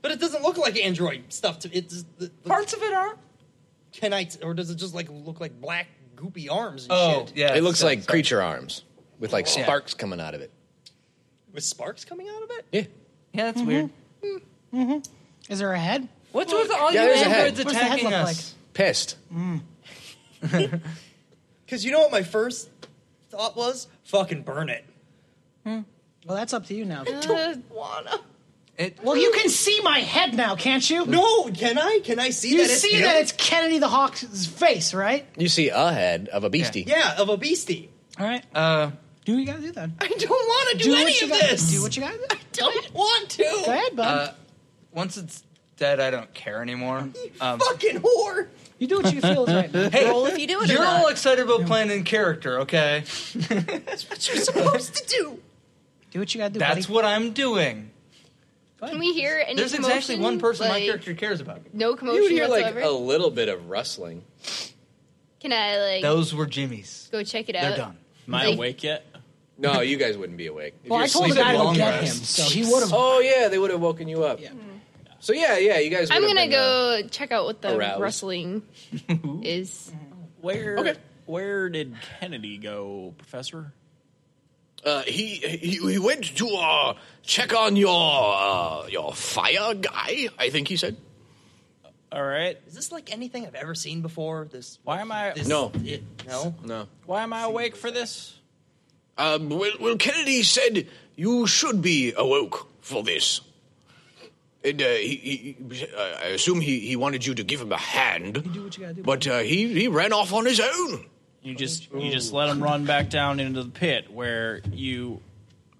K: But it doesn't look like Android stuff. To, it, the, the,
C: Parts of it are.
K: Can I? Or does it just like look like black goopy arms
C: Oh.
K: and shit?
B: It looks like creature arms with like
K: Yeah.
B: sparks coming out of it.
K: With sparks coming out of it?
B: Yeah.
C: Yeah, that's
D: weird. Mm-hmm. Is there a head?
C: What's with all
B: Yeah,
C: you
B: there's a
C: androids
B: head. What's the head
C: attacking
B: look
C: us?
B: Pissed.
D: Mm.
K: Because Mm. you know what my first thought was? Fucking burn it.
D: Well, that's up to you now.
C: Uh,
K: Uh, wanna.
D: well, you can see my head now, can't you?
K: No, can I? Can I see
D: you
K: that it's
D: see
K: him?
D: that it's Kennedy the Hawk's face, right?
B: You see a head of a beastie.
K: Yeah, of a beastie.
D: All right.
C: Uh,
D: do what you gotta do then.
K: I don't want to do, any
D: what you
K: of
D: gotta-
K: this.
D: Do what you gotta do. I
K: don't want to.
D: Go ahead, bud.
C: Uh, once it's dead, I don't care anymore.
D: Uh,
C: Um,
K: fucking whore.
D: You do what you feel is right.
C: Hey, You're all excited about playing in character, okay?
K: What you're supposed to do.
D: Do what you gotta do.
C: That's what I'm doing.
E: Can we hear any
C: There's exactly
E: commotion?
C: one person my
E: Like,
C: character cares about.
E: No
B: You would
E: commotion
B: hear like
E: whatsoever.
B: a little bit of rustling.
E: Can I like
C: Those were Jimmy's.
E: go check it out?
B: Am I
E: Like-
B: awake yet? No, you guys wouldn't be awake. If
E: Well,
B: you're
E: I told the
B: sleeping
E: guy to
B: long
E: get
B: rest-
E: him, so he would've-
B: Oh yeah, they would have woken you up. So yeah, yeah, you guys.
E: I'm
B: would've
E: gonna
B: been, uh,
E: go check out what the
B: aroused.
E: rustling is.
F: Where where did Kennedy go, Professor?
G: Uh, he, he he went to uh, check on your uh, your fire guy. I think he said.
F: All right.
K: Is this like anything I've ever seen before? This.
F: Why am I?
K: This,
G: No.
K: It, no.
B: No.
F: Why am I awake for this?
G: Um, well, well, Kennedy said you should be awoke for this. And uh, he, he, uh, I assume he, he wanted you to give him a hand,
D: Do what you gotta do.
G: but uh, he he ran off on his own.
F: You just you just let him run back down into the pit where you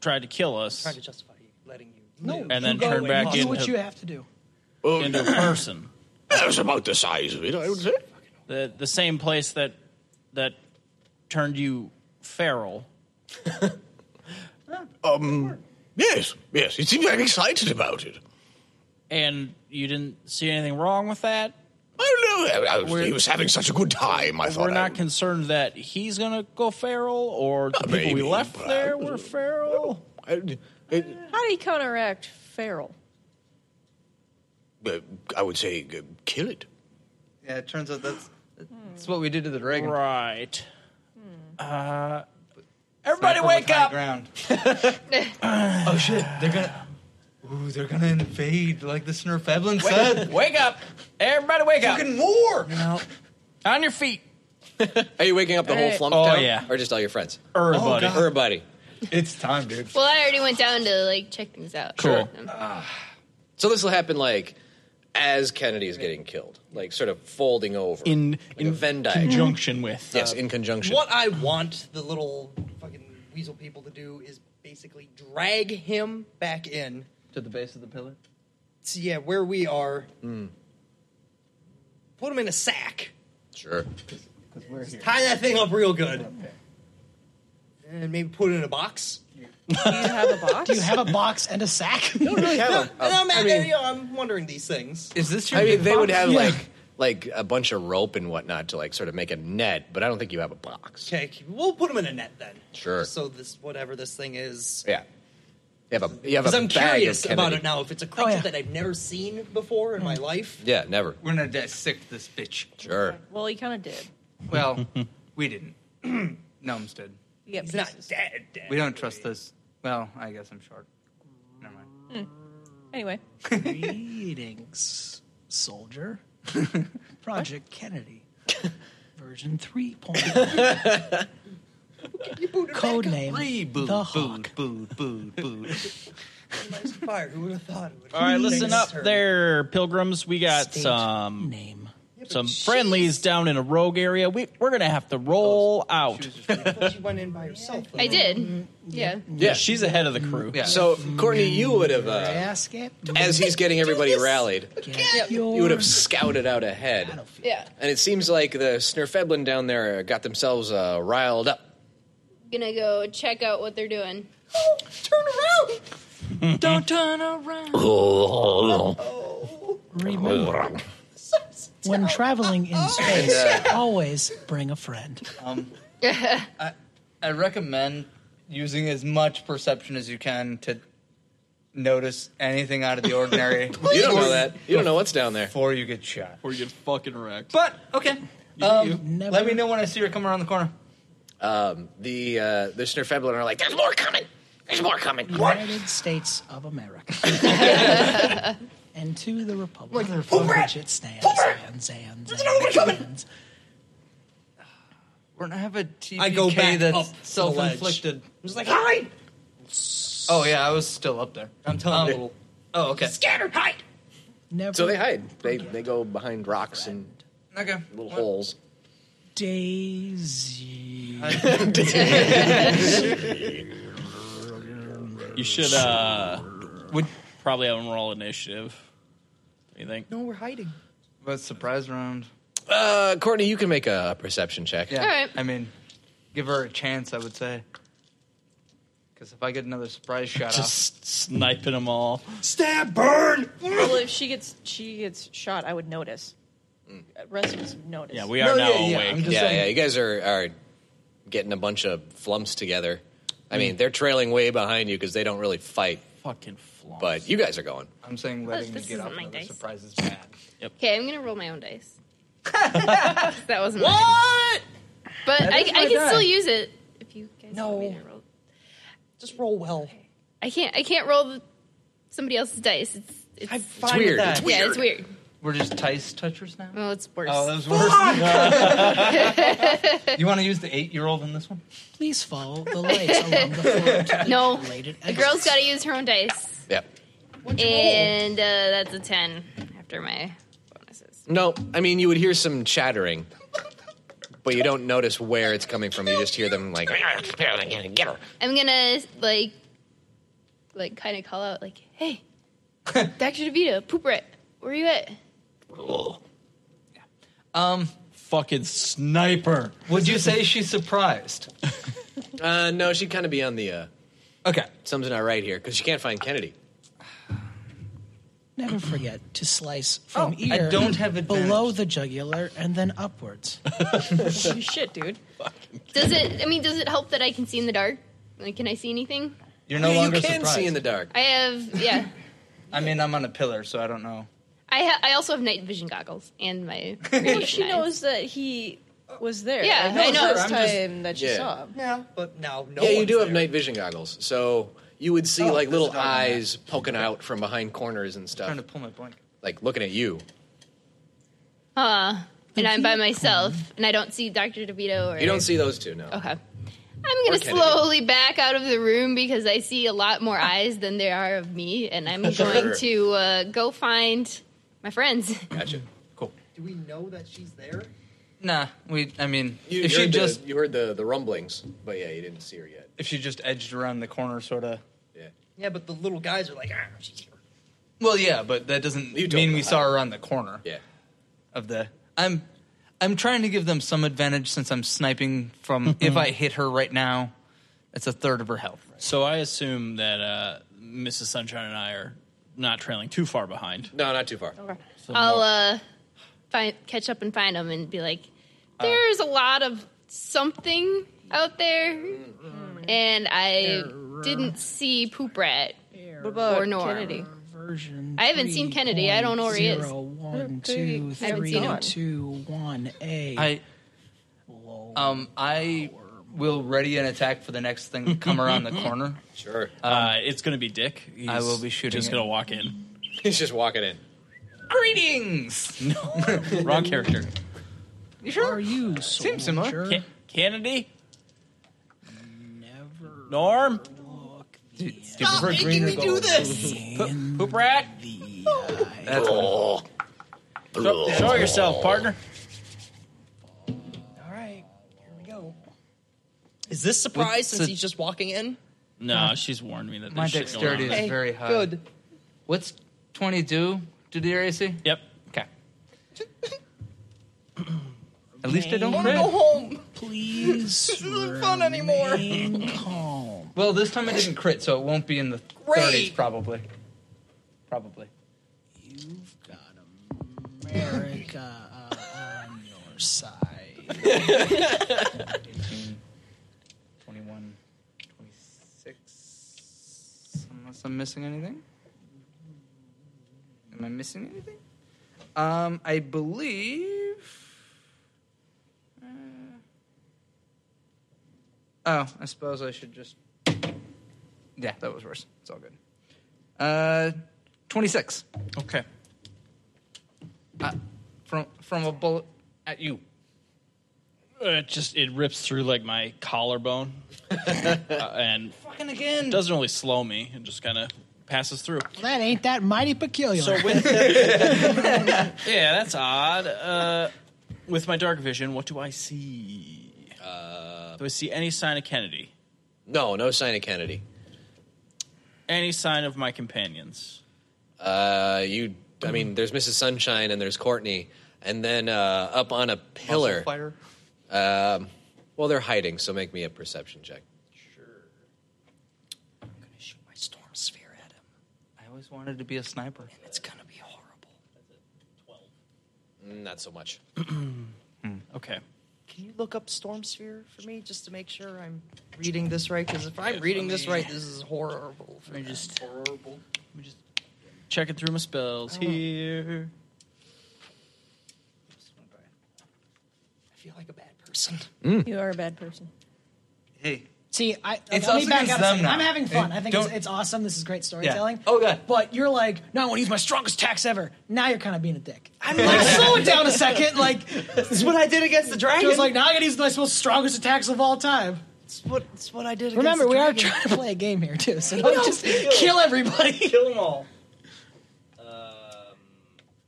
F: tried to kill us.
K: Trying to justify you, letting you.
D: No,
F: and then
D: you go
F: turn
D: and
F: back
D: do
F: into
D: what you have to do.
F: into a person.
G: That's Um, about the size of it, I would say.
F: The the same place that that turned you feral.
G: Um, yes, yes. He seemed very excited about it.
F: And you didn't see anything wrong with that?
G: Oh no, I- I was-
F: We're-
G: he was having such a good time. I thought
F: We're
G: I
F: not concerned that he's gonna go feral or the people
G: maybe,
F: we left
G: but-
F: there were feral.
G: I,
I: How do you counteract feral?
G: uh, I would say uh, kill it.
C: Yeah, it turns out that's Hmm. that's what we did to the dragon.
F: Right. Uh, everybody, wake up!
C: oh shit, they're gonna. Ooh, they're gonna invade like the Snurf Evelyn said.
F: Wake up! Everybody, wake up!
K: Fucking war.
F: On your feet.
B: Are you waking up the whole
E: Alright.
B: flump
C: Oh,
B: town?
C: yeah.
B: Or just all your friends?
C: Everybody. Oh, God.
B: Everybody.
C: It's time, dude.
E: Well, I already went down to like check things out.
B: Cool.
C: Ah.
B: So this will happen like as Kennedy is getting killed, like sort of folding over
C: In-
B: in Venn diagram.
C: conjunction with,
B: yes,
C: uh,
B: in conjunction.
K: What I want the little fucking weasel people to do is basically drag him back in
C: to the base of the pillar.
K: to yeah where we are.
D: Mm.
K: Put him in a sack.
B: Sure.
K: Tie that thing up real good. And maybe put it in a box.
D: Do you have a box? Do you have a box and a sack?
K: don't really have
B: a-
K: And
B: Um,
K: I'm,
B: I
K: I
B: mean-
K: you know, I'm wondering these things.
C: Is this
B: I mean, they would have
K: Yeah.
B: like like a bunch of rope and whatnot to like sort of make a net, but I don't think you have a box.
K: Okay, we'll put him in a net then.
B: Sure.
K: So this whatever this thing is.
B: Yeah. You have a you have a
K: Because I'm
B: bag of
K: curious about
B: Kennedy.
K: it now. If it's a creature that I've never seen before in my life.
B: Yeah, never.
C: We're gonna dissect this bitch.
B: Sure.
I: Well, he kind of did.
C: Well, we didn't. Gnomes did.
I: Yep.
K: He's not dead. dead.
C: We don't trust this. Well, I guess I'm short. Never mind.
I: Hmm. Anyway,
D: Greetings, soldier. Project Kennedy, version 3.0. Code name
C: Reboot,
D: The
C: boot, boot, boot, boot.
K: Fire. Who would have thought? It would
F: All right, listen up
K: Her.
F: there, pilgrims. We got some name. Some friendlies down in a rogue area. We we're gonna have to roll out.
K: She went in by Mm-hmm. herself.
E: I did. Yeah.
B: Yeah,
F: she's ahead of the crew.
B: So Courtney, you would have uh,
D: Basket.
B: as he's getting everybody rallied,
D: Get your
B: you would have scouted out ahead.
E: Yeah.
B: And it seems like the Snurfedlin down there got themselves uh, riled up.
E: Gonna go check out what they're doing.
I: don't turn around.
D: Remember. When traveling in space, always bring a friend.
C: Um, I, I recommend using as much perception as you can to notice anything out of the ordinary.
B: You don't know that. You don't know what's down there.
C: Before you get shot.
F: Or you get fucking wrecked.
C: But okay. Um, let me know when I see her come around the corner.
B: Um, the uh, the Snurfedlin are like, "There's more coming. There's more coming."
D: United States of America. and to the Republic for which it stands. Zan, zan, zan, zan.
C: We're gonna have a TBK
K: I go back
C: that's
K: up to the
C: self-inflicted.
K: I was like, hi.
C: Oh yeah, I was still up there.
K: I'm telling you.
C: Um, Oh okay.
K: Scatter, hi.
D: Never
B: So they hide. They they go behind rocks and
C: Okay.
B: little holes.
D: Daisy.
F: You should uh would probably have them roll initiative. You think?
K: No, we're hiding.
C: But surprise round.
B: Uh, Courtney, you can make a perception check.
C: Yeah.
E: All right.
C: I mean, give her a chance. I would say. Because if I get another surprise shot
F: Just sniping them all.
K: Stab, burn.
I: Well, if she gets she gets shot, I would notice.
C: Mm.
I: Rest of us would notice.
F: Yeah, we are
C: No,
F: now
C: yeah, yeah,
F: awake.
C: I'm just-
B: Yeah,
C: saying.
B: yeah. You guys are are getting a bunch of flumps together.
C: Mm.
B: I mean, they're trailing way behind you because they don't really fight,
F: Fucking flop.
B: but you guys are going.
C: off, I'm saying letting you
E: Oh, this
C: get
E: isn't
C: off
E: my
C: another
E: dice.
C: surprise is bad.
E: Okay, I'm gonna roll my own dice. that wasn't mine. But I, I
C: is my
E: can still
C: die.
E: use it if you guys want me
K: No.
E: to roll.
K: Just roll well.
E: I can't. I can't roll the, somebody else's dice. It's it's,
K: I'm
E: it's
K: fine
B: weird.
K: with that.
B: It's
E: yeah, it's weird.
C: We're just dice touchers now.
E: Well, it's worse.
C: Oh, that was worse. you want to use the eight-year-old in this one?
D: Please follow the lights along the floor to
E: no,
D: the related
E: the girl's got to use her own dice,
B: Yeah.
E: and uh, that's a ten after my bonuses.
B: No, I mean you would hear some chattering, but you don't notice where it's coming from. You just hear them like, "Get her."
E: I'm gonna like, like, kind of call out like, "Hey, Doctor DeVito, poop rat, where you at?"
C: Um,
F: Fucking sniper.
C: would you say she's surprised?
B: Uh, no, she'd kind of be on the uh,
C: Okay.
B: something's not right here because she can't find Kennedy.
D: Never forget to slice from
C: Oh, I
D: ear
C: don't have advantage.
D: below the jugular and then upwards.
I: Shit, dude.
E: Does it? I mean, does it help that I can see in the dark? Like, can I see anything?
C: You're no
B: Yeah,
C: longer
B: you can
C: surprised.
B: see in the dark.
E: I have, yeah.
C: I mean, I'm on a pillar, so I don't know.
E: I ha- I also have night vision goggles and my.
I: Well,
E: radiation
I: Oh, she
E: eyes.
I: knows that he was there.
E: Yeah,
I: like, that
E: I
I: was
E: know.
I: the first
C: I'm just-
I: time that she
B: Yeah.
I: saw him.
K: Yeah, but now no.
B: yeah, you
K: one's
B: do have
K: there.
B: night vision goggles, so you would see like
C: this is
B: little
C: not on that.
B: eyes poking out from behind corners and
C: trying
B: stuff,
C: to pull my blanket.
B: like looking at you.
E: Uh, and I'm by myself, and I don't see Dr. DeVito. Or
B: You don't see those two, no.
E: Okay. I'm
B: Or
E: gonna
B: Kennedy.
E: slowly back out of the room because I see a lot more eyes than there are of me, and I'm
B: Sure.
E: going to uh, go find my friends.
B: Gotcha.
K: Do we know that she's there?
C: Nah, we. I mean,
B: You,
C: if
B: you
C: she
B: heard
C: just
B: the, you heard the the rumblings, but yeah, you didn't see her yet.
C: if she just edged around the corner, sort of.
K: Yeah, but the little guys are like, ah, she's here.
C: Well, yeah, but that doesn't
K: You don't
C: mean
K: know
C: we
K: how.
C: saw her around the corner.
B: Yeah.
C: Of the, I'm, I'm trying to give them some advantage since I'm sniping from.
K: Mm-hmm.
C: if I hit her right now, it's a third of her health.
F: So I assume that uh, Mrs. Sunshine and I are not trailing too far behind.
B: No, not too far.
E: I'll uh, find, catch up and find them and be like,
F: Uh,
E: "There's a lot of something out there," and I didn't see Poop Rat or Norm.
I: Kennedy?
E: I haven't seen Kennedy. I don't know where he is.
D: Zero, one,
E: Pretty-
D: two,
E: I haven't seen
D: three,
E: him.
D: two, one, A.
C: I, um, I will ready an attack for the next thing to come around the corner.
B: Sure.
F: Uh, it's going to be Dick.
C: I
F: He's
C: will be shooting.
F: Just
C: it.
F: going to walk in.
B: He's just walking in.
C: Greetings.
F: No, wrong character.
C: You sure? Are
D: you
C: seems similar?
F: Ca- Kennedy. Norm.
C: Do,
F: Stop
C: prefer green
F: making
C: or
F: me do
C: gold?
F: this. Poop rat.
C: That's
G: what
F: Show, show yourself, partner.
K: All right, here we go. Is this surprise since he's just walking in?
F: No, she's warned me that
C: My
F: there's shit going
C: dexterity
F: on.
C: is very high. What's twenty do to the RAC?
F: Yep.
C: Okay. At least I don't
K: Wanna
C: crit.
K: go home.
D: Please.
K: this isn't fun anymore.
C: Well, this time I didn't crit, so it won't be in the
K: Great.
C: 30s probably. Probably.
D: America uh, on your side.
C: 21, 26. Unless I'm missing anything? Am I missing anything? Um, I believe. uh, oh, I suppose I should just. Yeah, that was worse. It's all good. Uh, 26.
F: Okay.
C: Uh, from from a bullet at you.
F: It just it rips through like my collarbone, uh, and
C: Fucking again.
F: it doesn't really slow me. It just kind of passes through.
D: That ain't that mighty peculiar.
F: So with yeah, that's odd. Uh, with my dark vision, what do I see? Uh, do I see any sign of Kennedy?
B: No, no sign of Kennedy.
F: Any sign of my companions?
B: Uh, you, I mean, there's Mrs. Sunshine and there's Courtney, and then uh, up on a pillar.
C: Fire.
B: Um, well, they're hiding, so make me a perception check.
K: My storm sphere at him.
C: I always wanted to be a sniper.
K: It's gonna be horrible.
B: Not so much.
F: Okay.
K: Can you look up storm sphere for me just to make sure I'm reading this right? Because if I'm reading this right, this is horrible. For me just horrible.
F: Checking through my spells here.
K: I feel like a bad person.
B: Mm.
I: You are a bad person.
C: Hey.
D: See, I,
C: It's
D: let
C: us
D: me back
C: against
D: up. a
C: them
D: second.
C: now.
D: I'm having fun.
C: Hey,
D: I think it's,
C: don't-
D: it's awesome. This is great storytelling.
C: Oh, God.
D: But you're like, no, I want to use my strongest tax ever. Now you're kind of being a dick. I'm like, slow it down a second. Like,
K: This is what I did against the dragon.
D: just like now I got to use my most strongest attacks of all time.
K: It's what it's what I did.
D: Remember,
K: against
D: we
K: the
D: are
K: dragon.
D: trying to play a game here too, so don't just kill everybody.
F: Kill them all.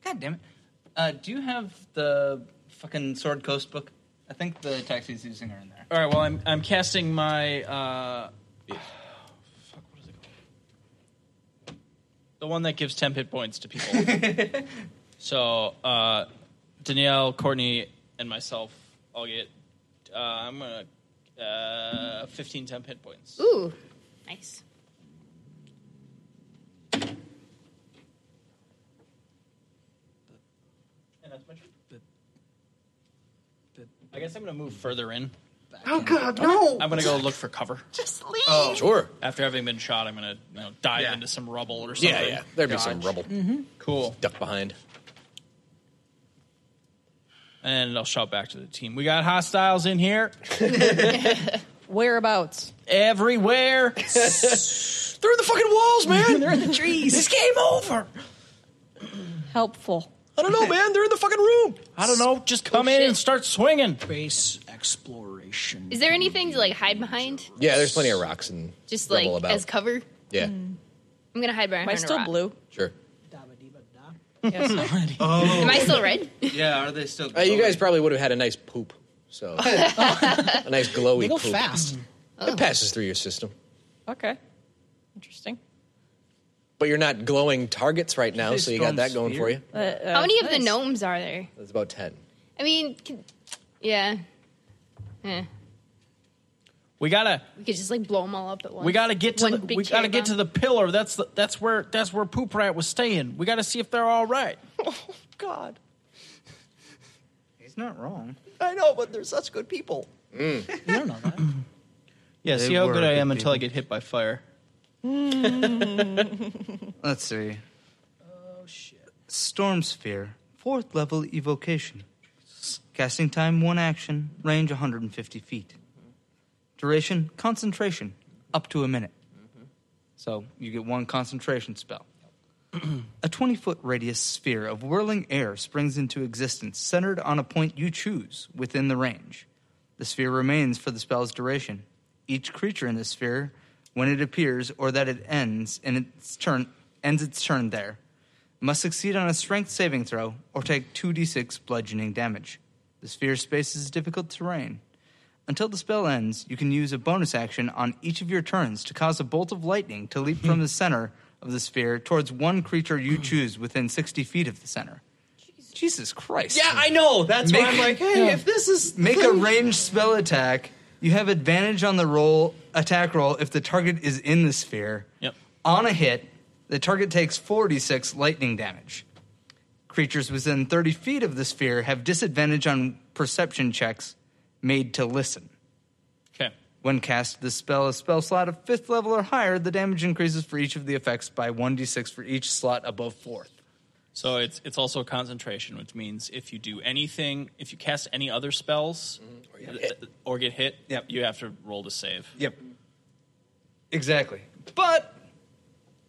C: God damn it. Uh, do you have the fucking Sword Coast book? I think the attacks he's using are in there.
F: All right. Well, I'm I'm casting my. Uh, fuck, what is it called? The one that gives temp hit points to people. so uh, Danielle, Courtney, and myself all get. Uh, I'm gonna uh, 15 temp hit points.
E: Ooh, nice.
F: And that's my turn. I guess I'm gonna move further in.
K: Oh God, no!
F: I'm gonna go look for cover.
K: Just leave.
B: Sure.
F: After having been shot, I'm gonna you know, dive into some rubble or something.
B: Yeah, yeah. There'd be some
F: Dodge.
B: rubble.
E: Mm-hmm.
F: Cool.
B: Duck behind.
F: And I'll shout back to the team. We got hostiles in here.
I: Whereabouts?
F: Everywhere. Through the fucking walls, man.
D: They're in the trees.
F: game over.
I: Helpful.
F: I don't know, man. They're in the fucking room. I don't know.
D: Oh,
F: Just come in and start swinging.
D: Space exploration.
E: Is there anything to like hide behind?
B: Yeah, there's plenty of rocks and
E: Just like
B: rubble about.
E: as Mm. cover.
B: yeah,
E: I'm gonna hide behind.
I: Am I still blue?
B: sure.
I: Yes.
B: Oh.
E: Am I still red?
O: Yeah, are they still?
B: Uh, you guys probably would have had a nice poop, so a nice glowy.
I: They go
B: poop.
I: fast.
B: It passes through your system,
I: Okay. Interesting.
B: but you're not glowing targets right now, Oh, so you got that going for you.
I: Uh,
E: How many of the gnomes are there?
B: That's about ten.
E: I mean, can, yeah. Eh,
F: We gotta
E: we could just like blow them all up at once.
F: we gotta get to
E: One
F: the,
E: big
F: we
E: cherry
F: gotta get
E: bomb.
F: to the pillar. That's the, that's where that's where poop rat was staying. We gotta see if they're all right.
P: God.
O: He's not wrong.
P: I know, but they're such good people.
C: Mm.
F: Yeah,
O: They
F: see how
O: were
F: good I
O: good
F: am until I
O: people.
F: get hit by fire.
C: Mm. Let's see. Storm Sphere, fourth level evocation. Casting time, one action, range 150 feet. Duration, concentration, up to a minute. So you get one concentration spell. a 20 foot radius sphere of whirling air springs into existence, centered on a point you choose within the range. The sphere remains for the spell's duration. Each creature in the sphere, when it appears or that it ends in its turn, ends its turn there, must succeed on a strength saving throw or take 2d6 bludgeoning damage. The sphere space is difficult terrain. Until the spell ends, you can use a bonus action on each of your turns to cause a bolt of lightning to leap from the center of the sphere towards one creature you
H: Hmm.
C: choose within 60 feet of the center. Jesus, Christ.
H: Yeah, I know. That's
C: Make-
H: why I'm like, hey,
C: Yeah.
H: if this is
C: Make a ranged spell attack. You have advantage on the roll attack roll if the target is in the sphere.
F: Yep.
C: On a hit, the target takes 46 lightning damage. Creatures within 30 feet of the sphere have disadvantage on perception checks made to listen.
F: Okay.
C: When cast, this spell is spell slot of fifth level or higher. The damage increases for each of the effects by 1d6 for each slot above fourth.
F: So it's it's also concentration, which means if you do anything, if you cast any other spells Mm-hmm. or get hit, or get hit you have to roll to save.
C: Yep. Exactly. But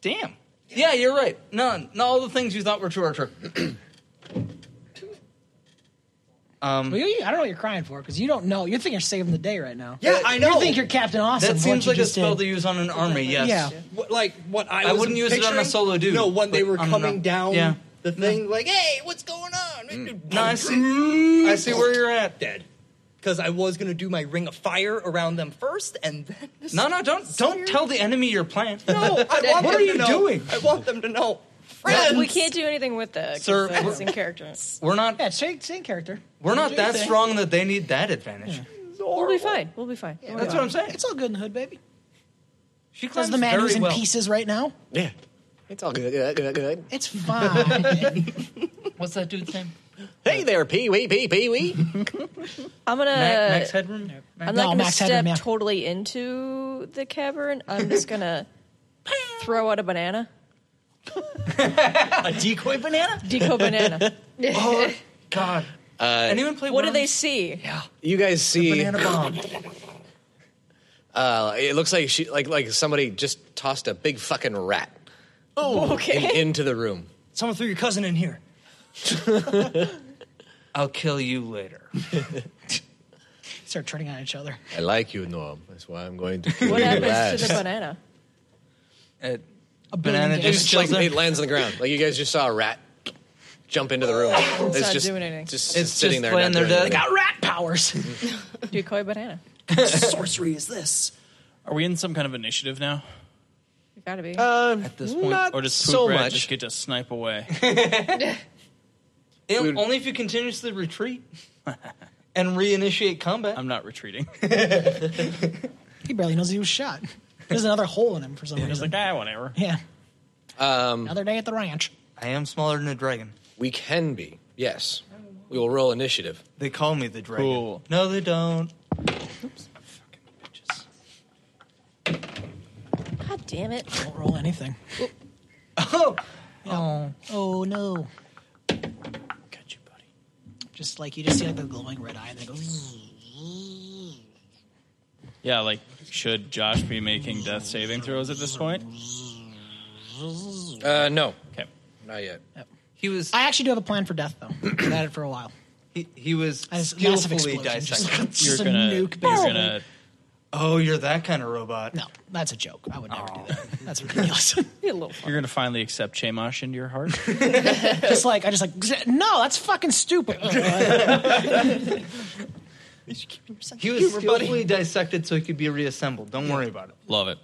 C: damn. Yeah, you're right. No, no, all the things you thought were true are true. um,
D: Well, you- I don't know what you're crying for because you don't know. You think you're saving the day right now.
C: Yeah, I know.
D: You think you're Captain Awesome.
C: that
D: what
C: seems
D: you
C: like a
D: just
C: spell
D: did.
C: to use on an army. Yes.
D: Yeah.
H: What, like what I,
C: I
H: was
C: wouldn't use it on a
H: picturing-
C: solo dude,
H: No, when they
C: but
H: were
C: on
H: coming
C: an-
H: down
C: yeah.
H: the thing, like, hey, Mm.
P: what's going on?
C: No, I see. I see where you're at.
H: Dead. Because I was gonna do my ring of fire around them first, and then
C: No, no, don't don't tell the enemy your plan.
H: no. I want them
C: what are
H: to
C: you
H: know.
C: doing?
H: I want them to know.
I: Well, we can't do anything with the
C: Sir,
I: that's in character.
C: We're not
D: Yeah, same, same character.
C: we're not
D: Do your
C: that
D: thing.
C: strong that they need that advantage.
I: We'll be fine. We'll be fine.
C: That's what I'm saying.
D: It's all good in the hood, baby.
C: She
D: Because
C: climbs
D: the man
C: very
D: who's in
C: well.
D: pieces right now,
B: Yeah, it's all good. good, good, good.
D: it's fine.
C: What's that dude's name?
B: Hey there, Pee Wee, Pee Pee Wee.
I: I'm
P: Uh,
I: gonna.
C: Max, Max Headroom.
I: I'm not
D: No,
I: gonna
D: Max
I: step
D: had him, yeah.
I: totally into the cavern. I'm just gonna throw out a banana,
F: A decoy banana?
I: deco banana.
C: Oh God. Anyone play?
I: What do
C: Worms?
I: they see?
B: Uh, You guys see?
C: Banana bomb.
B: Uh, it looks like she, like, like somebody just tossed a big fucking rat
C: Oh,
B: in-
I: Okay.
B: into the room.
H: Someone threw your cousin in here.
C: I'll kill you later.
D: Start turning on each other.
B: I like you, Norm. That's why I'm going to kill
I: What
B: you
I: happens to
B: last.
I: the banana?
C: It,
D: A
C: Banana
D: billion
B: It
C: juice.
D: days.
B: just like
C: Chills
B: it lands on the ground. Like you guys just saw a rat jump into the room. It's,
I: not
B: just
I: doing anything.
B: Just
C: It's
B: sitting
C: just
B: there,
C: laying
B: not
C: there
B: doing
C: dead.
B: anything.
D: Got rat powers.
I: Decoy banana.
D: sorcery is this?
F: Are we in some kind of initiative now?
I: You gotta be.
C: at this point,
F: Or does poop
B: so
F: rat
B: much.
F: just get to snipe away?
C: It- only if you continuously retreat and reinitiate combat.
F: I'm not retreating.
D: He barely knows he was shot. There's another hole in him for some
F: It's
D: reason.
F: like, ah, whatever.
D: yeah.
B: Um,
D: Another day at the ranch.
C: I am smaller than a dragon.
B: we can be. Yes, we will roll initiative.
C: They call me the dragon.
F: Cool.
C: No, they don't.
I: God damn it.
D: Don't roll anything.
C: Oh,
D: Oh no. Got you, buddy. Just like you just see like the glowing red eye and then it goes.
F: Yeah, like, should Josh be making death saving throws at this point?
B: Uh, no,
F: Okay.
B: not yet.
C: He was.
D: I actually do have a plan for death, though. I've had it for a while.
C: He, he was
D: As massive
C: skillfully
D: explosion, just-
C: dissected.
D: just You're a gonna- nuke, you're basically. gonna-
C: Oh, you're that kind of robot. Oh. No,
D: that's a joke. I would never do that. That's ridiculous.
F: You're gonna finally accept Chamash into your heart.
D: just like I just like no, that's fucking stupid.
B: Oh.
C: He was skillfully dissected so he could be reassembled. Don't worry about it.
F: Love it.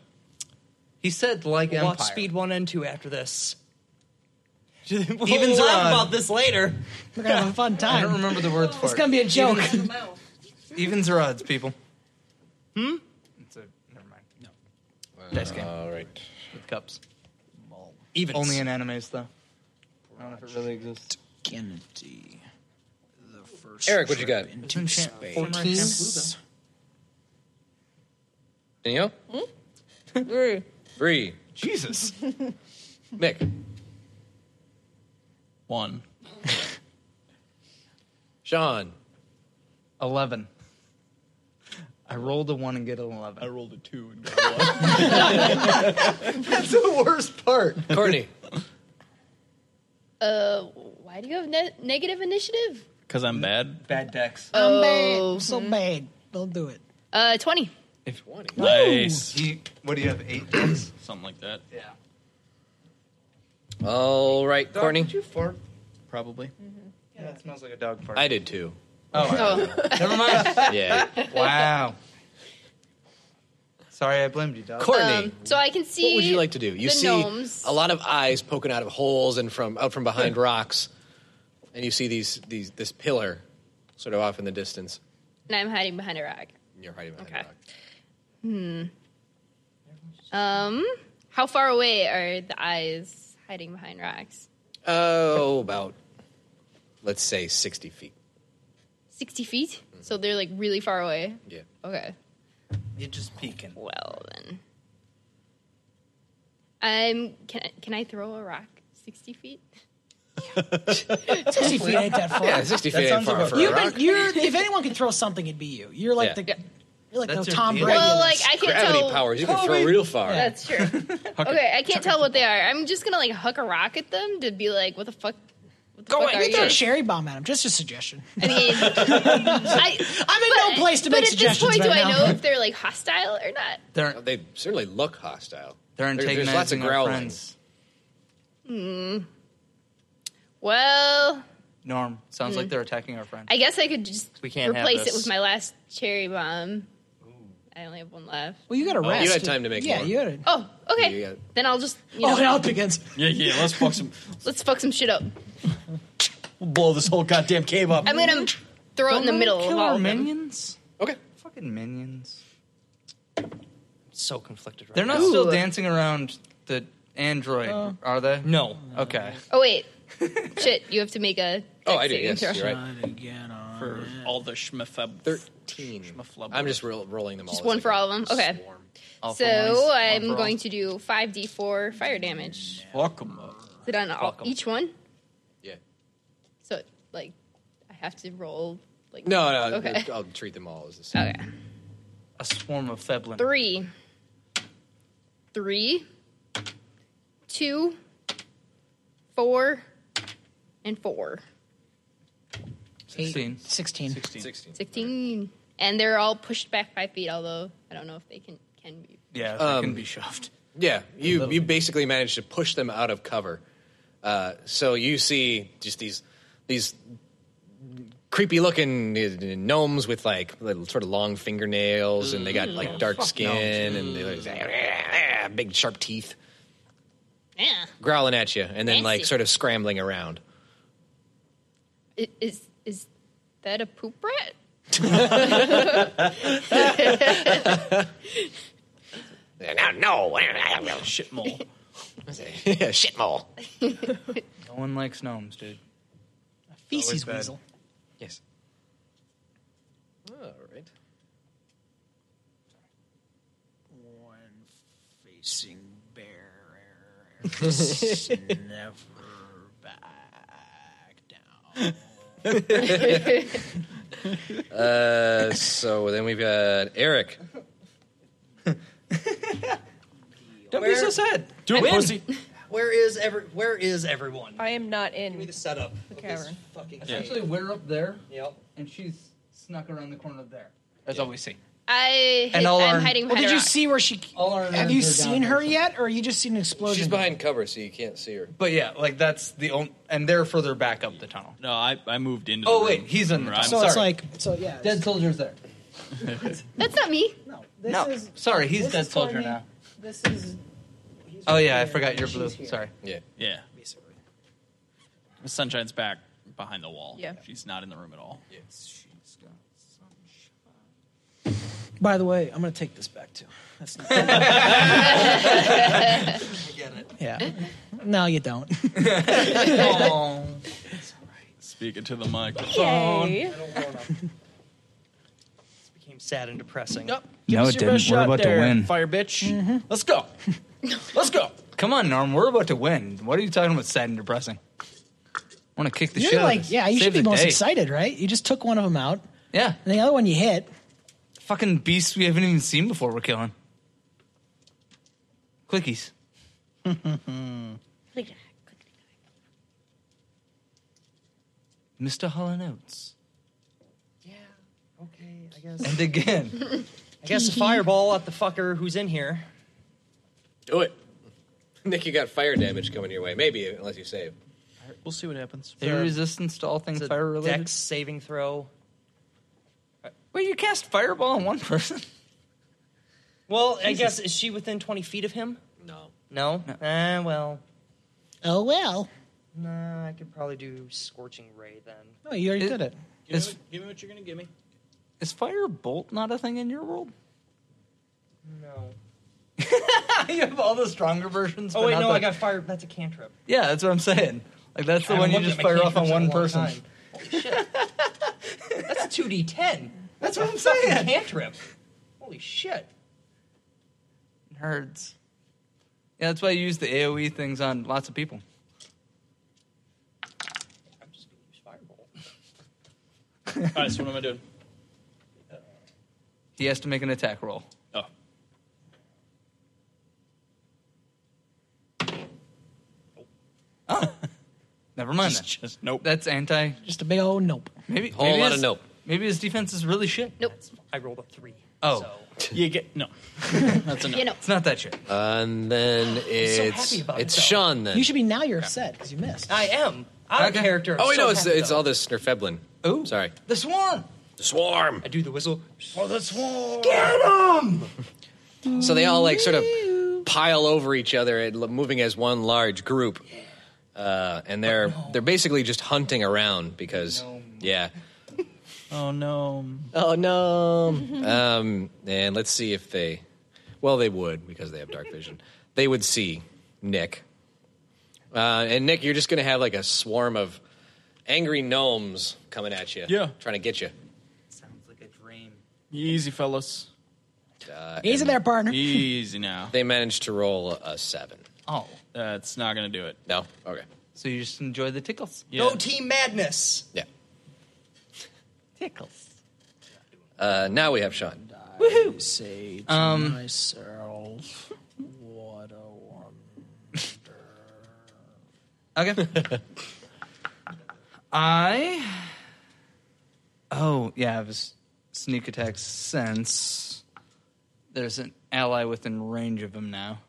C: He said like
K: We'll watch
C: Empire.
K: Speed One and Two after this.
C: We'll
K: we'll
C: are
K: laugh
C: odd.
K: about this later.
D: We're gonna have a fun
C: I don't remember the words for
K: It's
C: it.
K: gonna be a joke.
C: Evens, evens or odds, people.
K: Hmm?
C: It's a never mind. No. Dice game. All right. With cups.
D: Evens.
C: Only in animes though. I don't know if it really exists.
D: Kennedy.
B: Eric, what you got?
D: Into space.
B: Danielle?
I: Three.
B: Three.
C: Jesus.
B: Mick.
F: One.
B: Sean.
C: Eleven. I rolled a one and get an eleven. I
F: rolled a two and got
C: That's the worst part.
B: Courtney.
E: Uh, why do you have ne- negative initiative?
F: Because I'm bad.
C: Bad decks.
E: Oh.
D: I'm bad. I'm so bad. Don't do it.
E: Uh, twenty.
C: If
F: Nice.
C: He, what do you have? Eight decks?
F: Something like that.
C: Yeah.
B: All right,
C: Doc,
B: Courtney.
C: did you fart? Probably.
E: Mm-hmm.
C: Yeah, that smells like a dog fart.
B: I did too.
C: Oh, never mind.
B: Yeah.
C: Wow. Sorry, I blamed you, dog.
B: Courtney.
E: Um,
I: Um,
E: So I can see.
B: what would you like to do? You
E: the
B: see
E: gnomes.
B: a lot of eyes poking out of holes and from out from behind rocks, and you see these these this pillar, sort of off in the distance.
E: and I'm hiding behind a rock.
B: And you're hiding behind
E: Okay.
B: a rock.
E: Hmm. Um, how far away are the eyes hiding behind rocks?
B: Oh, about let's say sixty feet.
E: Sixty feet. So they're like really far away.
B: Hmm. Yeah.
E: Okay.
C: You're just peeking.
E: Well then. Um, can I- can I throw a rock sixty feet?
D: 60 feet ain't that far.
B: Yeah, 60 feet That ain't sounds far about for a
D: You've
B: rock.
D: been, you're, if anyone can throw something, it'd be you. You're like
B: Yeah.
D: the, you're like
B: That's
D: the
B: your
D: Tom
B: deal.
D: Brady.
E: Well,
D: of
E: like
D: this.
E: I can't
B: Gravity
E: tell.
B: powers. You can throw real far.
E: That's true. okay, I can't tell what they are. I'm just gonna like huck a rock at them to be like, what the fuck? What the
D: Go
E: fuck
D: away.
E: are
D: You throw a
E: you?
D: cherry bomb at him. Just a suggestion.
E: I mean, I,
D: I'm in no place to
E: but
D: make
E: at this
D: suggestions
E: point, do
D: right
E: I
D: now.
E: know if they're like hostile or not?
C: They're,
B: they certainly look hostile.
C: They're
B: There-
C: antagonizing
B: There's lots of
C: our
B: growling.
C: friends.
E: Hmm. Well,
C: Norm, sounds
E: Mm.
C: like they're attacking our friend.
E: I guess I could just
C: We can't have
E: replace it
C: this.
E: with my last cherry bomb. I only have one left.
D: Well, you got to
B: Oh,
D: rest.
B: you had time to make
D: Yeah,
B: more.
D: you had.
E: Oh, okay.
B: You
E: Then I'll just you know,
D: Oh, now it begins.
F: Yeah, yeah. Let's fuck some.
E: let's fuck some shit up.
F: We'll blow this
C: Oh,
F: whole goddamn cave up.
E: I'm gonna throw it in the middle
C: kill
E: of all
C: our
E: of them.
C: minions.
B: Okay.
C: Fucking minions.
H: So conflicted.
C: They're not
E: Ooh.
C: still dancing around the android,
E: Oh.
C: are they? No. Okay.
E: Oh wait, shit! You have to make a.
B: Oh,
E: dex
B: I do.
E: saving
B: Yes,
E: throw.
B: you're right.
F: for all the schmefeb.
B: Thirteen. I'm just ro- rolling them all.
E: Just
B: as I
E: one for
B: go.
E: all of them. Okay.
B: All for ones,
E: So
B: one
E: I'm
B: for
E: going
B: alls.
E: to do five d4 fire damage.
F: Fuck 'em up.
E: Is it on all,
B: Fuck 'em.
E: each one?
B: Yeah.
E: So like, I have to roll like.
B: No, no. uh,
E: Okay.
B: I'll treat them all as the same.
E: Okay.
C: A swarm of feblin.
E: Three. Three. Two. Four. And four.
D: 16.
C: 16. 16.
E: Sixteen. And they're all pushed back five feet, although I don't know if they can can be.
C: Yeah, they
B: Um,
C: can be shoved.
B: Yeah, you you basically managed to push them out of cover. Uh, so you see just these these creepy looking uh, gnomes with like little sort of long fingernails, and they got like
C: Mm.
B: dark skin and they like, "Ah, big sharp teeth,
E: Yeah.
B: growling at you, and then like
E: Nasty.
B: sort of scrambling around.
E: I- Is is that a poop rat?
B: No, no, shit
F: mole.
B: yeah, shit mole.
C: No one likes gnomes, dude.
D: Feces
C: Always bad.
D: weasel.
B: Yes. All right.
D: One facing bear is never back
B: Uh, so then we've got Eric.
C: Don't be so sad.
F: Do it,
C: Win.
F: pussy.
H: Where is every? Where is everyone?
I: I am not in.
H: Give me the setup.
I: The
H: of this
I: cavern.
H: Fucking
C: Yeah.
H: thing.
C: Actually, we're up there.
H: Yep.
C: And she's snuck around the corner there. That's all we see.
E: I
C: And all
E: I'm
C: our-
E: hiding
D: Well,
E: behind
D: did
E: a
D: you
E: rock.
D: see where she? Have you seen her yet, or you just seen an explosion?
B: She's behind cover, so you can't see her.
C: But yeah, like that's the only. And they're further back up the tunnel.
F: No, I, I moved into.
C: Oh,
F: the
C: wait,
F: room.
C: he's in the
F: I'm
C: tunnel.
D: So
F: sorry.
D: it's like, so yeah.
C: Dead soldier's there.
E: That's not me.
D: This
C: no,
D: is-
C: sorry, he's
D: this
C: dead
D: is
C: soldier
D: Courtney.
C: now.
D: This is
C: Oh yeah, I forgot you're blue. Sorry.
B: Yeah.
F: Yeah.
D: Basically.
F: Sunshine's back behind the wall.
I: Yeah.
F: She's not in the room at all.
B: Yeah.
D: By the way, I'm gonna take this back too. That's not.
H: I get it.
D: yeah. No, you don't.
F: Speaking to the microphone.
I: Yay.
H: Became sad and depressing.
F: Yep.
A: No,
F: Give us
A: it
F: your
A: didn't.
F: best
A: We're
F: shot
A: about to
F: there,
A: win.
F: Fire bitch. Let's go. Let's go.
C: Come on, Norm. We're about to win. What are you talking about? Sad and depressing. I want to kick the shit
D: You're
C: out of
D: like,
C: this.
D: yeah, you
C: Save
D: should be
C: the
D: most
C: day.
D: excited, right? You just took one of them out,
C: Yeah,
D: and the other one you hit.
C: fucking beasts we haven't even seen before. We're killing. Clickies. Mr. Hall and Oates.
H: Yeah. Okay. I guess.
C: And again.
H: I guess a fireball at the fucker who's in here.
B: Do it. Oh, Nick, you got fire damage coming your way. Maybe, unless you save.
F: We'll see what happens.
C: they resistance to all things
H: It's a
C: fire related.
H: Dex saving throw.
C: Well, you cast fireball on one person.
H: Well, I guess is she within twenty feet of him?
B: No.
H: No. Eh, well,
D: Oh well.
H: nah. I could probably do scorching ray then.
D: Oh, you already
C: It-
D: did it.
F: Give,
C: Is,
F: me, what- give me what you're gonna give me.
C: is firebolt not a thing in your world?
H: No.
C: you have all the stronger versions.
H: Oh
C: but
H: wait,
C: not
H: no.
C: the-
H: I got fired. That's a cantrip.
C: Yeah, that's what I'm saying. Like that's the
H: I
C: one you
H: looked
C: just
H: at my
C: fire off on
H: cantrips in a
C: one
H: long
C: person.
H: time. Holy shit. That's two d ten.
C: That's what I'm
H: Fucking
C: saying.
H: cantrip. Holy shit.
C: Nerds. Yeah, that's why you use the AOE things on lots of people.
H: I'm just gonna use fireball.
F: all right. So what am I doing?
C: He has to make an attack roll.
F: Oh.
C: Oh. Never mind
F: Just,
C: that.
F: just nope.
C: That's anti.
D: Just a big old nope.
C: Maybe
B: Whole
C: maybe
B: lot
C: his-
B: of nope.
C: Maybe his defense is really shit.
E: Nope.
H: I rolled a three.
C: Oh.
H: So.
F: You get no. That's enough.
E: You know.
C: It's not that shit.
B: And then it's
H: happy about
B: it's
H: it, though.
B: Sean then.
D: You should be now. You're upset because you missed.
H: I am. Out
C: Okay.
H: of character.
B: oh, wait,
H: so
B: no, it's
H: happy,
B: it's
H: though.
B: all this Nerfeblin.
C: Ooh.
B: Sorry.
C: The swarm.
B: The swarm.
H: I do the whistle.
C: Oh,
B: So they all like sort of pile over each other, and l- moving as one large group, uh, and they're they're basically just hunting around because yeah.
F: Oh no.
B: Oh no.
F: Mm-hmm.
B: um, and let's see if they. Well, they would because they have dark vision. They would see Nick. Uh, and Nick, you're just going to have like a swarm of angry gnomes coming at you.
F: Yeah.
B: Trying to get you.
C: Sounds like a dream.
F: Easy, fellas.
B: Uh,
D: Easy
B: and
D: there, partner.
F: Easy now.
B: They managed to roll a seven.
C: Oh,
F: That's not gonna do it.
B: No? Okay.
C: so you just enjoy the tickles.
F: Yeah.
H: Go team madness.
B: Yeah.
D: Tickles.
B: Uh, now we have Sean.
D: Woohoo. Say to
C: Um,
D: myself, what a one.
C: Okay. I. Oh yeah, I was sneak attack since there's an ally within range of him now,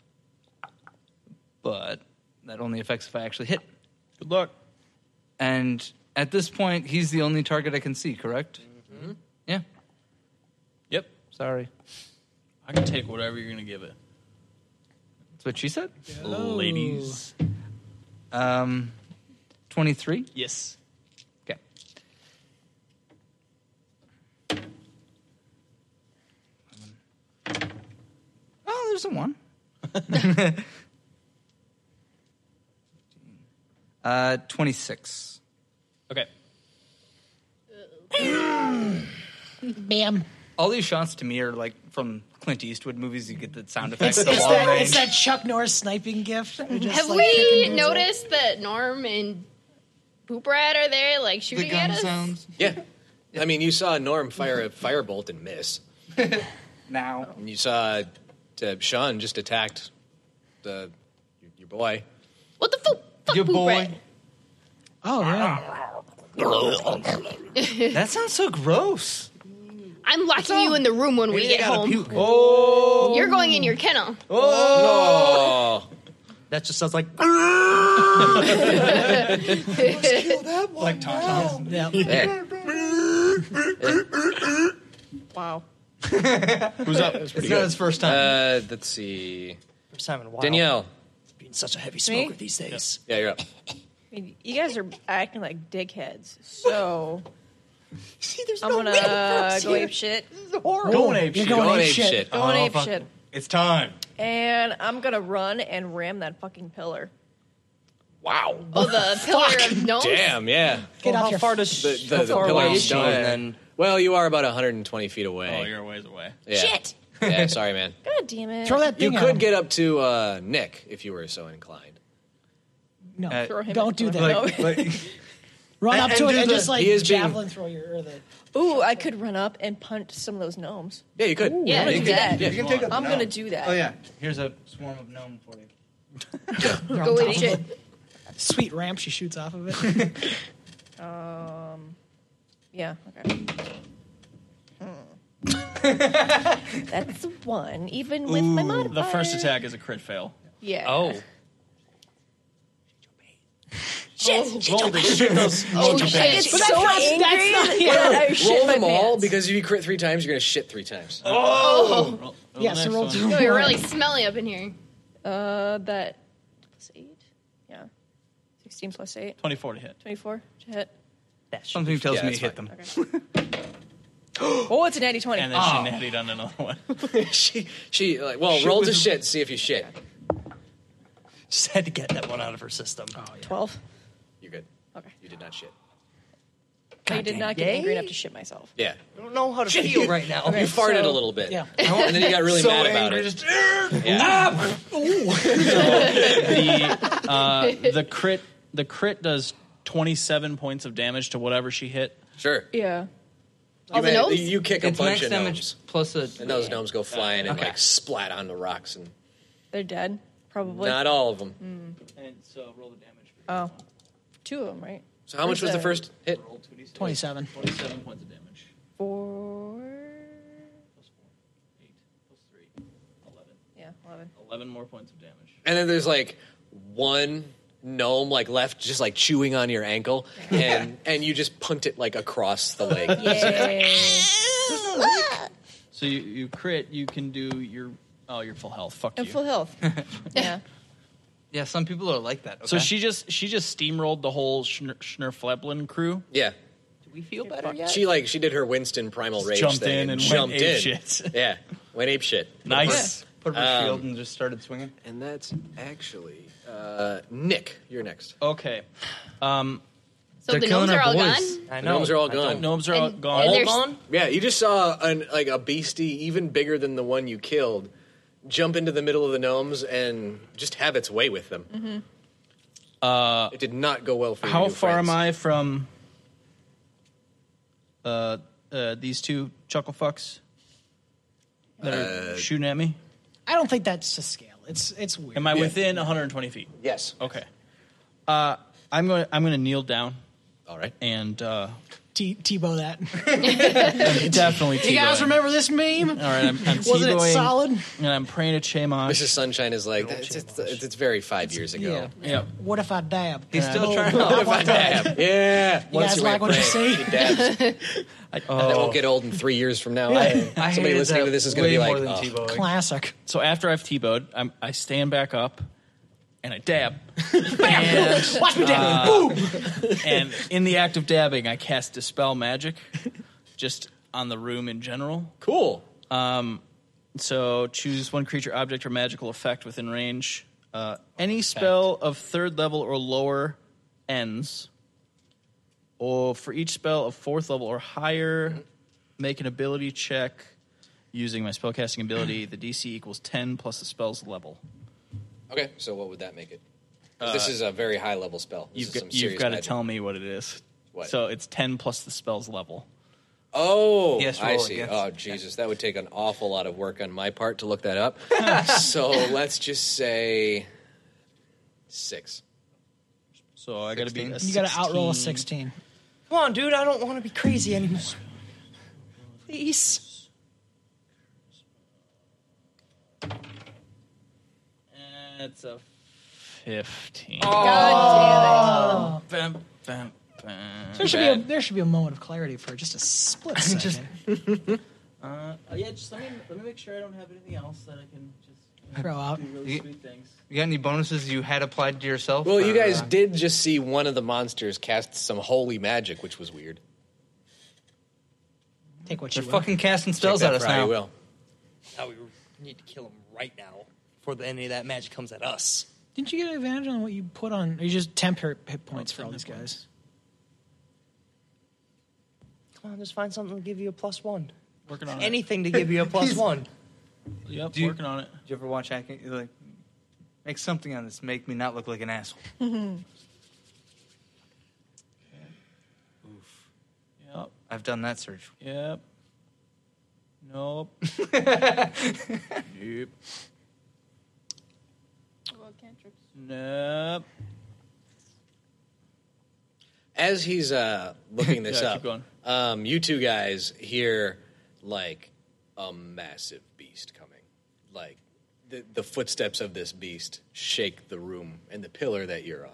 C: but that only affects if I actually hit.
F: Good luck.
C: And at this point, he's the only target I can see. Correct?
D: Mm-hmm.
C: Yeah.
F: Yep.
C: Sorry,
F: I can take whatever you're gonna give it,
C: that's what she said.
F: ladies.
C: Um, twenty-three.
F: Yes.
C: Okay. Oh, there's a one. uh, 26.
F: Okay.
D: Bam.
C: All these shots to me are like from Clint Eastwood movies. You get the sound
D: It's,
C: effects.
D: it's,
C: the long
D: that,
C: range.
D: it's that Chuck Norris sniping gift.
E: Have we noticed that Norm and Poop Rat are there, like
C: the
E: shooting at
C: gun
E: us?
C: sounds.
B: Yeah. I mean, you saw Norm fire a firebolt and miss.
C: Now.
B: And you saw uh, Sean just attacked the your boy.
E: What the fuck? Fuck
C: Your
E: poop
C: boy.
E: rat.
D: Oh yeah.
C: that sounds so gross.
E: I'm locking you in the room when we get home.
C: Oh,
E: You're going in your kennel.
C: Oh.
K: That just sounds like
D: that one. Like Tom Yeah.
I: Wow.
N: Who's up?
C: It's not his first time.
B: Uh, let's see.
K: First time in a while.
B: Danielle.
K: Being such a heavy
I: Me?
K: smoker these days.
B: Yeah, you're up.
I: I mean, you guys are acting like dickheads. So
K: See, there's
I: I'm
K: no
I: gonna
K: middle grounds
I: go
K: here.
I: ape shit.
K: This is horrible.
F: Going ape
D: You're
F: shit.
D: going
B: Going
D: ape
B: ape
D: shit.
B: shit.
I: Going
C: Oh,
I: ape
C: fuck.
I: shit.
C: It's time.
I: And I'm gonna run and ram that fucking pillar.
B: Wow.
E: Oh, the pillar of gnomes.
B: Damn, yeah.
D: Get
K: Well,
D: off
K: how
D: your
K: far does
B: The, the,
K: how
B: the
K: far
B: pillar
K: away
B: of
K: is she?
B: stone.
K: And then
B: Well, you are about 120 feet away.
F: Oh, you're a ways away.
B: yeah.
E: Shit.
B: Yeah, sorry, man.
I: God damn it.
D: Throw that
B: You
D: thing at him.
B: could get up to uh, Nick if you were so inclined.
D: no.
C: Uh,
I: Throw him
D: Don't do
I: in-
D: that.
C: Like,
I: No.
C: like,
D: Run
B: and-
D: up to
B: and
D: it and
B: do the-
D: just like
B: he is being-
D: javelin throw your or the
I: Ooh, I could run up and punch some of those gnomes.
B: Yeah, you could.
E: Yeah,
I: I'm
E: you
I: gonna do
E: could-
I: that.
B: yeah, you can take
I: I'm gonna do that.
C: oh yeah, here's a swarm of gnome for you.
E: Go ape shit.
D: sweet ramp she shoots off of it.
I: Um, yeah. Okay. Hmm. That's the one. Even with my modifier.
F: The first attack is a crit fail. Oh.
I: Yeah.
F: Holy shit, those
I: Oh, shit. I get so
D: But that's not- that's
I: angry
D: not-
I: that I shit
B: Roll
I: my
B: them all
I: pants.
B: because if you crit three times, you're going to shit three times.
F: Oh!
I: Oh.
D: yeah, so Oh! roll two.
E: No, you're really smelly up in here.
I: Uh, that plus eight. Yeah, sixteen plus eight.
F: Twenty four to hit.
I: Twenty-four to hit.
C: Something tells
B: Yeah,
C: me
B: that's
C: hit
B: fine.
C: them.
I: Oh, it's a natty twenty.
F: And then she natted on another one.
B: she, she, like, well, roll to shit, see if you shit.
K: Just had to get that one out of her system.
I: Twelve.
B: You're good.
I: Okay.
B: You did not shit.
I: I did
K: Goddamn.
I: not get
K: Yay.
I: angry enough to shit myself.
B: Yeah.
K: I don't know how to feel right now.
B: you farted
I: so-
B: a little bit.
D: Yeah.
B: And then you got really mad about it.
F: the uh, the crit the crit does twenty seven points of damage to whatever she hit.
B: Sure.
I: Yeah. Oh,
E: All the
B: Man,
E: gnomes?
B: You kick a
C: It's
B: bunch
C: max
B: of
C: damage
B: gnomes.
C: plus a.
B: And those gnomes go flying and
C: Okay.
B: like splat on the rocks and
I: They're dead. Probably. Mm,
B: not all of them.
C: And so roll the damage.
I: oh, two of them, right?
B: So how much was the
I: Where's
B: first hit?
C: Roll two d six.
D: 27.
F: Twenty seven points of damage.
I: Four.
F: Plus four, eight, plus three, eleven.
I: Yeah, eleven.
F: Eleven more points of damage.
B: And then there's like one gnome like left just like chewing on your ankle and and you just punt it like across the leg.
I: Yay.
F: So you, you crit, you can do your oh your full health. Fuck
I: and
F: you.
I: full health. yeah.
C: Yeah, some people are like that. Okay.
F: So she just she just steamrolled the whole Schner, Schnerfleblin crew.
B: Yeah.
C: Do we feel better yet?
B: She like she did her Winston primal rage
F: jumped
B: thing
F: in
B: and
F: and went
B: jumped in.
F: apeshit.
B: Yeah. Went ape shit.
F: Nice.
C: Put up her shield and just started swinging.
B: Um, And that's actually uh, Nick, you're next.
F: Okay. Um,
E: So
C: They're
E: the
C: killing
E: gnomes are
C: our
E: all
C: boys.
E: gone?
K: I
B: The gnomes are all
K: I don't
B: gone.
K: know.
F: gnomes are all
E: And-
F: gone.
E: and
K: All
E: there's-
K: gone?
B: Yeah, you just saw an like a beastie even bigger than the one you killed jump into the middle of the gnomes and just have its way with them.
I: Mm-hmm.
B: Uh, it did not go well for your
F: How
B: new
F: far
B: friends.
F: am I from uh, uh, these two chuckle fucks that
D: Uh,
F: are shooting at me?
D: I don't think that's a scale. It's it's weird.
F: Am I within 120 feet?
B: Yes.
F: Okay. Uh, I'm going. I'm going to kneel down
B: All right.
F: and uh,
D: T- Tebow that.
F: definitely.
D: You guys
F: T-boying.
D: remember this meme?
F: All right, I'm, I'm
D: Wasn't it
F: T-boying,
D: solid?
F: And I'm praying to Chemosh.
B: Mrs. Sunshine is like, it's, it's, it's, it's very five years ago.
F: Yep.
D: What if I dab?
C: He's
D: Can I-
C: still trying to.
B: What if I dab? Yeah.
D: You guys like what you see?
B: That won't get old in three years from now.
C: Oh. I
B: Somebody
C: hated
B: listening
C: that
B: to this is going to
C: way
B: be like,
C: more than
B: "Oh,
C: T-Bowing.
D: Classic.
F: So after I've T-bowed, I'm, I stand back up and I dab. uh,
D: Watch me
C: Uh,
D: dab. Boom.
F: and in the act of dabbing, I cast Dispel Magic just on the room in general.
B: cool.
F: Um, So choose one creature, object, or magical effect within range. Uh, any spell of third level or lower ends. Or for each spell of fourth level or higher, make an ability check using my spellcasting ability. The DC equals 10 plus the spell's level.
B: Okay, so what would that make it? 'Cause this is a very high level spell. This
F: Uh, You've
B: is
F: got, you've got to
B: magic.
F: tell me what it is.
B: What?
F: So it's 10 plus the spell's level.
B: Oh,
C: Yes,
B: I
C: roll it,
B: see.
C: yes.
B: Oh, Jesus, that would take an awful lot of work on my part to look that up. so let's just say six.
F: So I got to be. A
D: You got to outroll a
F: 16.
D: 16.
H: Come on, dude. I don't want to be crazy anymore. Please.
F: That's a 15.
D: God
B: Oh.
F: damn it. Bam, bam, bam.
D: There should be a, there should be a moment of clarity for just a split second.
F: Uh, yeah, just let me, let me make sure I don't have anything else that I can just
D: Throw out.
F: Do really
C: You-
F: sweet things.
C: You got any bonuses you had applied to yourself?
B: Well, you
C: or,
B: guys
C: uh,
B: did just see one of the monsters cast some holy magic, which was weird.
D: Take what
C: They're fucking casting spells
B: Take
C: at
B: that
C: us
B: for how
C: now.
B: you will.
Q: Now we need to kill him right now before the any of that magic comes at us.
D: Didn't you get advantage on what you put on? Or you just temp hit, hit points for all these guys.
H: Come on, just find something to give you a plus one.
F: Working on it.
H: Anything to give you a plus one.
F: Yep,
C: Do you-
F: working on it.
C: Did you ever watch Hacking? You're like, make something on this. Make me not look like an asshole.
I: Oh,
F: Yep,
C: I've done that search.
F: yep. Nope. nope. Nope.
B: As he's uh, looking this
F: Yeah,
B: up,
F: keep going.
B: Um, you two guys hear like a massive beast coming. Like the, the footsteps of this beast shake the room and the pillar that you're on.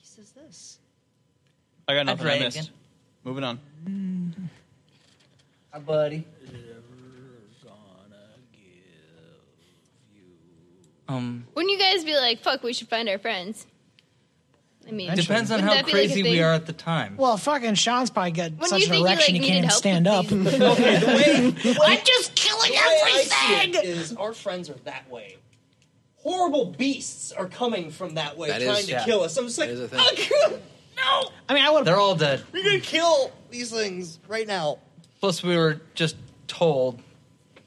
H: Jesus, this.
F: I got nothing. I
H: try
F: missed.
H: again.
F: Moving on.
H: Hi, buddy.
C: Um,
E: Wouldn't you guys be like, fuck, we should find our friends? I mean,
C: depends on
E: wouldn't
C: how
E: that be, like, a
C: crazy we
E: thing?
C: are at the time.
D: Well, fucking Sean's probably got
E: When
D: such
E: you
D: an
E: think you,
D: erection
E: like, needed
D: he can't even
E: help
D: stand
E: with
D: up.
Q: I'm just killing
H: everything!
Q: is our friends are that way. Horrible beasts are coming from that way,
B: That
Q: trying
B: is-
Q: to
B: yeah.
Q: kill us. I'm just like,
B: is a thing.
Q: "Ugh, no,
D: I mean, I would.
C: They're all dead.
Q: we're gonna kill these things right now.
C: Plus, we were just told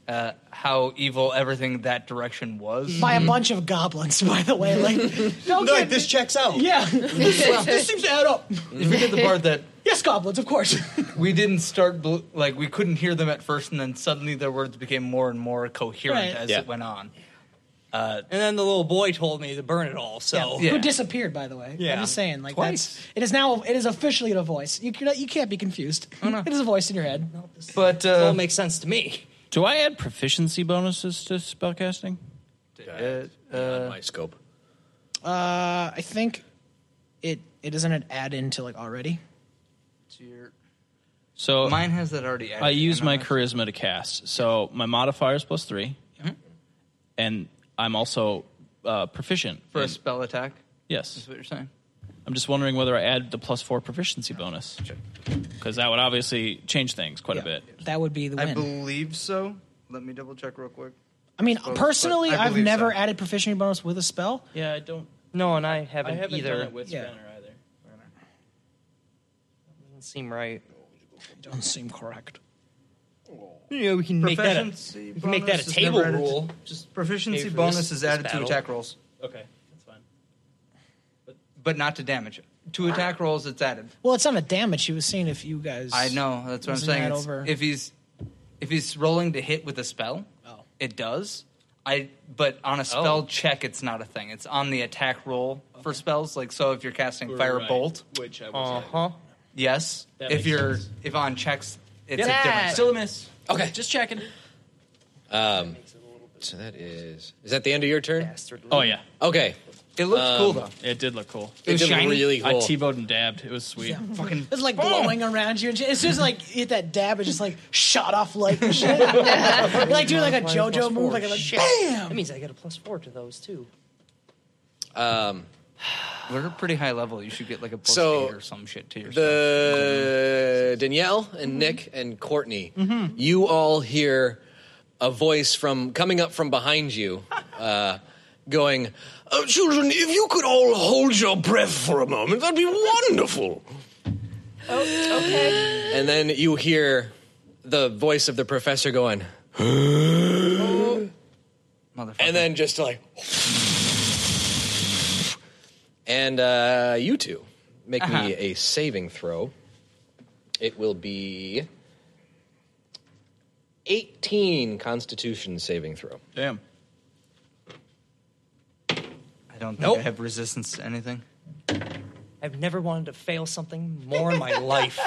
C: uh, how evil everything that direction was.
D: By a bunch of goblins, by the way. Like, don't
Q: They're
D: get
Q: like, this checks out.
D: Yeah, this, this seems to add up.
C: You forget the part that
D: Yes, goblins, of course.
C: we didn't start bel- like we couldn't hear them at first, and then suddenly their words became more and more coherent
D: Right.
C: as
B: Yeah.
C: it went on. Uh,
Q: And then the little boy told me to burn it all. So
C: Yeah.
D: Who disappeared, by the way?
Q: Yeah.
D: I'm just saying, like
C: Twice.
D: that's it is now it is officially a voice. You cannot, you can't be confused. It is a voice in your head.
C: but
Q: it all
C: uh,
Q: makes sense to me.
F: Do I add proficiency bonuses to spellcasting?
C: uh,
B: on my scope.
D: Uh, I think it it isn't an add in to like already.
F: So
C: mine has that already. Added
F: I use
C: and
F: my
C: I'm not-
F: charisma to cast. So my modifier is plus three, and I'm also uh, proficient
C: for a
Q: Mm.
F: in-
C: spell attack. Is
F: Yes,
C: what you're saying?
F: I'm just wondering whether I add the plus four proficiency bonus because that would obviously change things quite a
D: Yeah.
F: bit.
D: That would be the
C: I
D: win.
C: believe so. Let me double check real quick.
D: I mean,
C: suppose,
D: personally,
C: but I
D: I've
C: believe
D: never
C: so.
D: added proficiency bonus with a spell.
F: Yeah, I don't.
H: No, and I haven't, either.
F: with
D: Yeah. Spanner
F: either.
H: Doesn't seem right.
D: Doesn't seem correct.
H: Yeah, we can make that. A,
C: Proficiency
H: we can make
C: bonus
H: that a
C: is
H: table
C: never added to-
H: rule. Just
C: Proficiency
H: Maybe for
C: bonus
H: this-
C: is
H: this
C: added to
H: battle.
C: attack rolls,
F: Okay, that's fine.
C: but not to damage. To attack rolls, it's added.
D: Well, it's not a damage. He was saying if you guys.
C: I know. That's what I'm
D: Isn't
C: saying.
D: that
C: It's-
D: over-
C: If he's if he's rolling to hit with a spell,
D: Oh.
C: it does. I but on
F: Oh.
C: a spell check, it's not a thing. It's on the attack roll for spells. Like so, if you're casting fire bolt, Uh-huh.
F: which I
H: Uh
F: was.
H: huh.
C: yes.
F: That
C: If
F: makes
C: you're
F: sense.
C: if on checks, it's
H: Yep.
C: a different.
H: Dad.
C: Thing.
F: Still a miss.
B: Okay.
F: Just checking.
B: Um, so that is is that the end of your turn?
F: Oh yeah,
B: Okay.
C: It looks
B: Um,
C: cool though.
F: it did look cool.
B: It,
C: was
B: did
C: shiny.
B: really
F: I
B: cool.
F: t-bowed and dabbed. It was sweet.
C: Fucking
D: It's like blowing around you, and shit. as soon as like you hit that dab, it just like shot off light and shit. You're like doing like a
H: Modifier plus
D: JoJo move,
H: four.
D: like, a- like
H: Shit.
D: bam.
H: That means I get a plus four to those too.
B: um,
C: we're at pretty high level. You should get like a plus
B: So,
C: eight or some shit to yourself.
B: the Danielle and Nick and Courtney, you all hear a voice from coming up from behind you, uh, going, "Oh,
R: Uh, children, if you could all hold your breath for a moment, that'd be wonderful.
I: Okay.
B: and then you hear the voice of the professor going,
C: Motherfucker.
B: and then just like, and uh, you two make
C: Uh-huh.
B: me a saving throw. It will be eighteen Constitution saving throw.
F: Damn.
C: I don't think
B: Nope.
C: I have resistance to anything.
K: I've never wanted to fail something more in my life.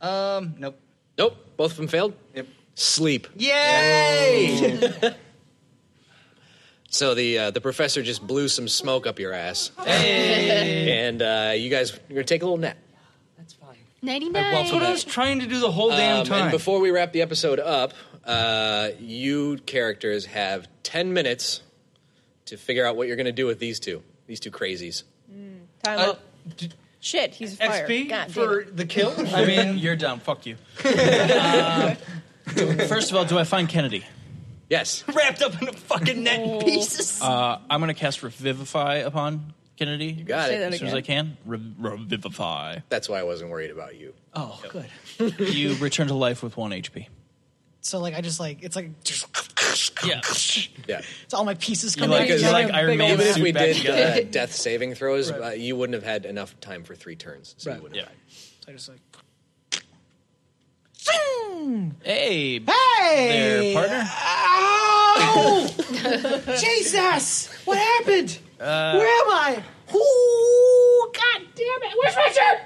C: Um, nope.
B: Nope. Both of them failed. Yep. Sleep.
K: Yay!
B: So the uh, the professor just blew some smoke up your ass, and uh, you guys you're gonna take a little nap.
E: Ninety
C: That's what I
E: nine.
C: was trying to do the whole damn
B: Um,
C: time.
B: And before we wrap the episode up, uh, you characters have ten minutes to figure out what you're gonna do with these two, these two crazies.
I: Time
C: Uh,
I: up. Shit, he's fired.
C: XP
I: God damn
C: for
I: it.
C: the kill.
F: I mean, you're dumb. Fuck you. Uh, first of all, do I find Kennedy?
B: Yes.
K: Wrapped up in a fucking net
D: Oh.
K: in pieces.
F: Uh, I'm going to cast Revivify upon Kennedy. You
B: got Say it. that
F: As soon as I can. Rev- revivify.
B: That's why I wasn't worried about you.
F: Oh, good. you return to life with one HP.
D: So like I just like it's like
F: Yeah.
B: Yeah.
D: it's all my pieces
F: You're
D: coming
F: like-
D: together.
F: you're like Iron Man
B: Even if
F: suit
B: we
F: back
B: did
F: together.
B: uh, death saving throws, uh, you wouldn't have had enough time for three turns. So you wouldn't have
D: So I just like Hey!
F: Hey. There, partner.
D: Ow! Oh! Jesus! What happened?
F: Uh,
D: Where am I? Ooh, God damn it! Where's my shirt?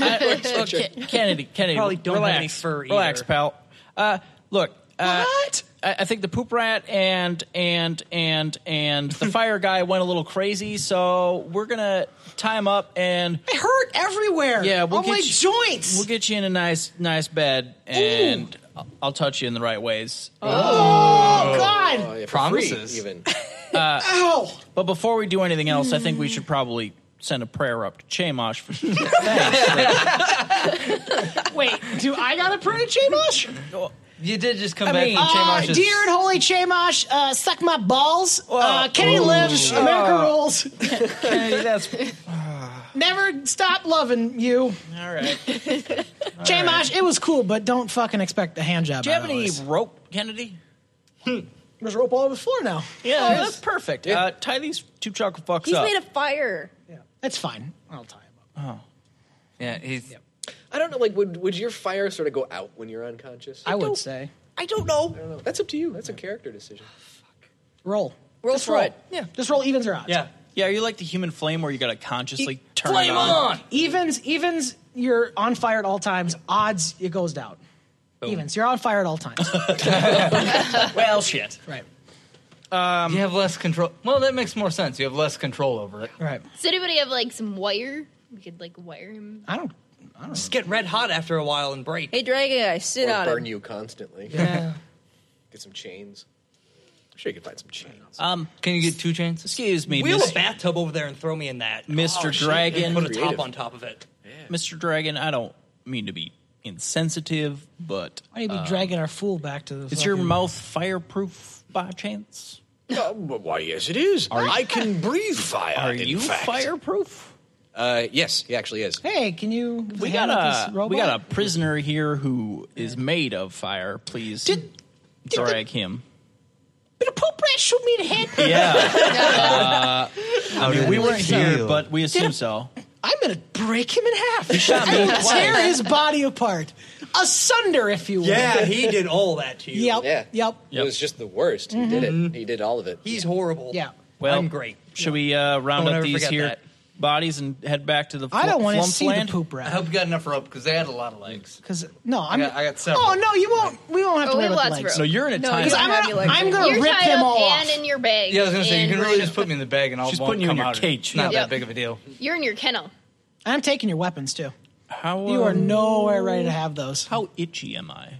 F: I, oh, Ke- Kennedy, Kennedy,
K: Probably don't have
F: relax,
K: any fur
F: relax,
K: either.
F: pal. Uh, look, uh, I, I think the poop rat and and and and the fire guy went a little crazy, so we're gonna tie him up and
D: I hurt everywhere.
F: yeah, we'll
D: on
F: get
D: my
F: you,
D: joints.
F: We'll get you in a nice nice bed, and I'll, I'll touch you in the right ways.
D: oh God!
B: Oh, yeah, for
C: Promises.
B: free, even.
D: Ow!
F: Uh, But before we do anything else, I think we should probably send a prayer up to Chamosh for
D: Wait, do I gotta print a Chemosh?
C: you did just come
F: I
C: back
F: mean,
C: from
D: Uh,
C: Chamosh's.
D: dear and holy Chemosh, uh, suck my balls. Uh, Kenny lives. America rolls.
F: Kennedy. That's
D: Never stop loving you.
F: all right.
D: Chemosh, it was cool, but don't fucking expect a hand job.
F: Do you have
D: out of
F: any
D: this.
F: rope, Kennedy?
D: Hmm. There's rope all over the floor now. Oh,
F: Yeah, that's perfect. Uh, tie these two chocolate fucks
I: He's
F: up. Oh.
I: made a fire.
D: That's fine. I'll tie him up.
C: yeah, he's
B: I don't know. Like, would would your fire sort of go out when you're unconscious?
D: I would
K: don't-
D: say
K: I don't know.
B: I don't know. That's up to you. That's a character decision.
D: roll.
I: Roll
D: Just
I: for
D: roll.
I: it.
D: Yeah. Just roll evens or odds.
F: yeah, yeah. Are you like the human flame, where you gotta consciously turn it
K: Flame
F: on?
K: on!
D: E Evens, evens, you're on fire at all times. Odds, it goes down. Evens, you're on fire at all times.
F: Well, shit.
D: right.
C: you have less control. Well, that makes more sense. You have less control over it.
D: Right.
E: Does anybody have like some wire? We could like wire him.
D: I don't.
K: Just get red hot after a while and break.
I: Hey, Dragon Guy, sit
B: Or
I: on
B: burn
I: him.
B: you constantly. Get some chains. I'm sure you could find some chains.
F: Um,
C: Can you get two chances?
F: excuse me,
K: Wheel
F: miss-
K: a bathtub over there and throw me in that.
F: Mr.
K: Oh, shit.
F: Dragon.
K: Put a top
B: Creative.
K: on top of it.
F: Mr. Dragon. I don't mean to be insensitive, but uh,
D: Why do you be dragging our fool back to the?
F: is Um, your
D: fucking-
F: mouth fireproof by chance?
G: Uh, why, yes, it is. I can breathe fire.
F: Are
G: in
F: you
G: fact.
F: fireproof?
B: Uh, yes, he actually is.
D: Hey, can you? give us
F: We
D: a
F: got
D: hand with this
F: a
D: robot?
F: we got a prisoner here who is made of fire. Please
D: Did-
F: drag him.
D: Did a poop rat shoot me in the head?
F: Yeah, Uh, I mean, we
C: it
F: weren't here,
C: feel?
F: but we assume so.
D: I'm gonna break him in half. I will tear his body apart, asunder, if you will.
K: Yeah, he did all that to you.
D: Yep.
B: Yeah.
D: Yep.
B: It was just the worst. He did it. He did all of it.
K: He's horrible.
D: Yeah.
F: Mm-hmm. Well,
K: I'm great.
F: Should we uh, round
K: Don't
F: up
K: ever
F: these
K: forget
F: here
K: that.
F: bodies and head back to the? Fl-
D: I don't want to
F: Flump
D: see
F: Land?
D: the poop
C: I
K: Uh-huh.
D: rat.
C: hope you got enough rope because they had a lot of legs.
D: Because no, I'm.
C: got- I got several.
D: oh no, you won't. We won't have to
E: Oh, we
D: worry
E: have
D: about the
E: lots of
D: legs.
E: rope.
F: No, you're in a
I: No,
F: tiny.
I: you
D: I'm
I: have
D: gonna-
I: your legs.
D: I'm gonna
E: You're
D: rip
E: tied
D: them
E: up
D: all
E: and
D: off.
E: in your bag.
C: Yeah, I was gonna say you
E: and
C: can
E: we're
C: really
E: gonna-
C: just put me in the bag and I'll.
F: She's
C: won't
F: putting you in
C: come
F: your
C: out.
F: cage.
C: It's not
E: Yeah.
C: that big of a deal.
E: You're in your kennel.
D: I'm taking your weapons too.
F: How
D: You are
F: um,
D: nowhere ready to have those.
F: How itchy am I?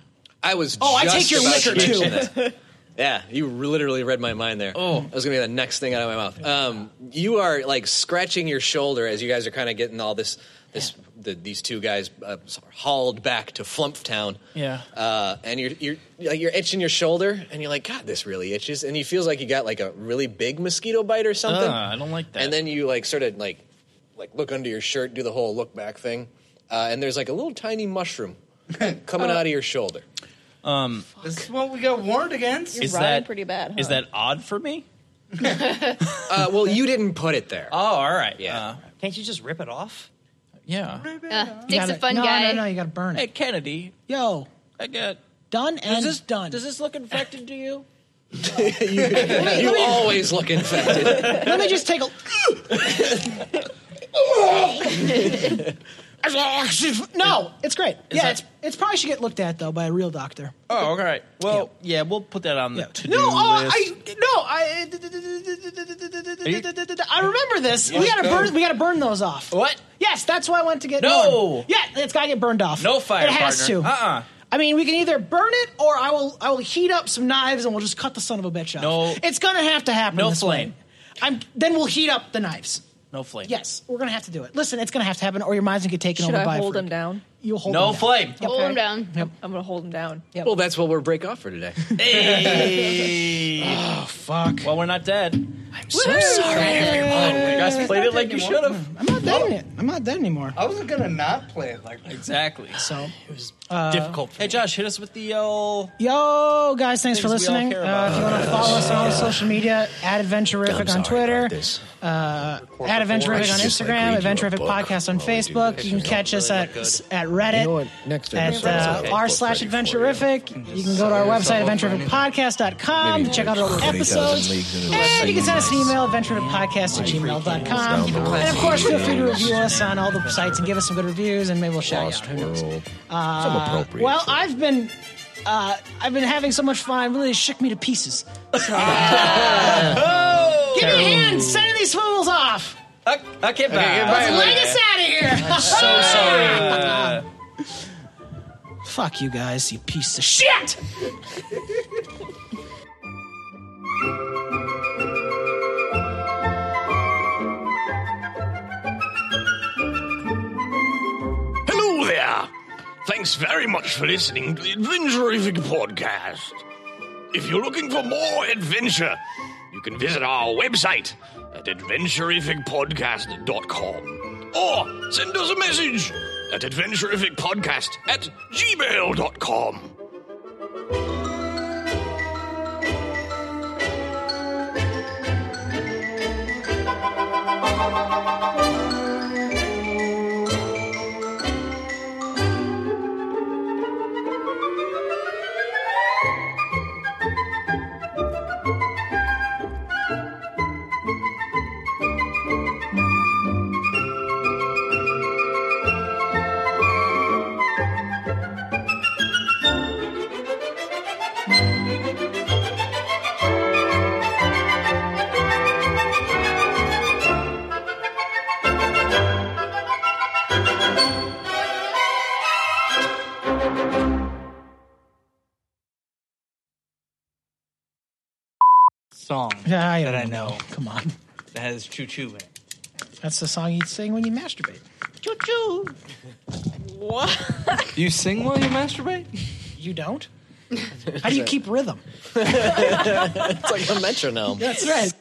B: I was.
D: Oh, I
B: just
D: take your
B: about
D: liquor
B: to mention
D: too.
B: that. Yeah, you literally read my mind there. Oh, that was gonna be the next thing out of my mouth. Um, you are like scratching your shoulder as you guys are kind of getting all this, this, the, these two guys uh, hauled back to Flumptown.
F: Yeah.
B: uh, and you're you're like you're itching your shoulder, and you're like, God, this really itches, and he feels like you got like a really big mosquito bite or something.
F: Ah, I don't like that.
B: And then you like sort of like like look under your shirt, do the whole look back thing, uh, and there's like a little tiny mushroom coming out of your shoulder.
C: Oh. This is what we got warned against.
I: You're
F: Um, Is
I: rotting
F: that
I: pretty bad,
F: Is
I: huh?
F: that odd for me?
B: Uh, well, you didn't put it there.
F: Oh, all right.
B: Yeah.
F: Uh,
K: Can't you just rip it off?
F: yeah.
E: Uh,
D: You
E: Dick's
D: gotta-
E: a fun
D: no,
E: guy.
D: No, no, you gotta burn
F: Hey,
D: it.
F: Kennedy.
D: Yo,
F: I got.
D: done and
F: Does this
D: done.
F: Does this look infected to you?
B: you always look infected.
D: Let me just take a. no, it's great.
F: Is
D: yeah,
F: that-
D: it's, it's probably should get looked at though by a real doctor.
F: Oh, okay. Well, yeah, we'll put that on the to-do
D: No, uh,
F: list.
D: I no, I I remember this. we gotta
F: Yeah.
D: burn. We gotta burn those off.
F: What?
D: Yes, that's why I went to get
F: No.
D: Norm. Yeah, it's gotta get burned off.
F: No fire,
D: It has
F: partner.
D: to.
F: Uh-uh.
D: I mean, we can either burn it or I will. I will heat up some knives and we'll just cut the son of a bitch off.
F: No.
D: it's gonna have to happen.
F: No
D: this
F: flame.
D: way. I'm. Then we'll heat up the knives.
F: no flame.
D: Yes, we're gonna have to do it. Listen, it's gonna have to happen, or your mind's gonna get taken
I: Should
D: over
I: I
D: by. a
I: hold
D: freak.
I: him down?
D: You'll hold
F: No
D: him down.
F: flame.
D: Yep.
I: Hold him
E: down.
I: I'm gonna hold him down. Yep.
B: Well, that's what we'll break off for today.
F: Hey. oh
D: fuck.
F: Well, we're not dead. I'm
D: so Woo! sorry, everyone.
F: You guys played it like you should have.
D: I'm not dead. in it. I'm not dead anymore.
A: I wasn't gonna not play it like that.
F: Exactly.
D: So it uh,
F: was
D: difficult
F: Hey, Josh, hit us with the uh, old.
D: Yo, guys, thanks for
F: Things we all
D: listening.
F: care
D: Uh,
F: about.
D: if you want to follow us on all the social media, at Adventurific on Twitter, uh, at Adventurific on
H: It's just
D: Instagram,
H: like read you a
D: Adventurific
H: book
D: Podcast on Facebook. You can catch us at at Reddit,
H: You know what? Next time,
D: at
H: we'll write
D: uh,
H: a book
D: r
H: ready
D: slash
H: for you.
D: Adventurific. You can go to our website, adventurificpodcast.com, check out our old
H: 20,000
D: episodes,
H: leagues into the
D: and you can
H: sea.
D: send us an email, adventurificpodcast at gmail.com. And of course, feel free to review us on all the sites and give us some good reviews, and maybe we'll shout you out. Who knows? Uh,
H: Some appropriate
D: Well, I've been uh, I've been having so much fun. It really shook me to pieces. Give me a hand sending these fools off.
F: Oh. Okay, bye.
D: Let's leg us out of here. Ah.
F: I'm so sorry. Uh,
D: Fuck you guys, you piece of shit.
G: Hello there! Thanks very much for listening to the Adventurific Podcast. If you're looking for more adventure, you can visit our website at adventurificpodcast.com or send us a message at adventurificpodcast at gmail.com.
C: song
D: Yeah, I
C: that
D: don't
C: I know
D: Come on,
C: that has choo choo in it.
D: that's the song you sing when you masturbate. Choo choo.
I: What?
C: You sing while you masturbate?
D: You don't. How do you keep rhythm?
B: it's like a metronome.
D: That's right.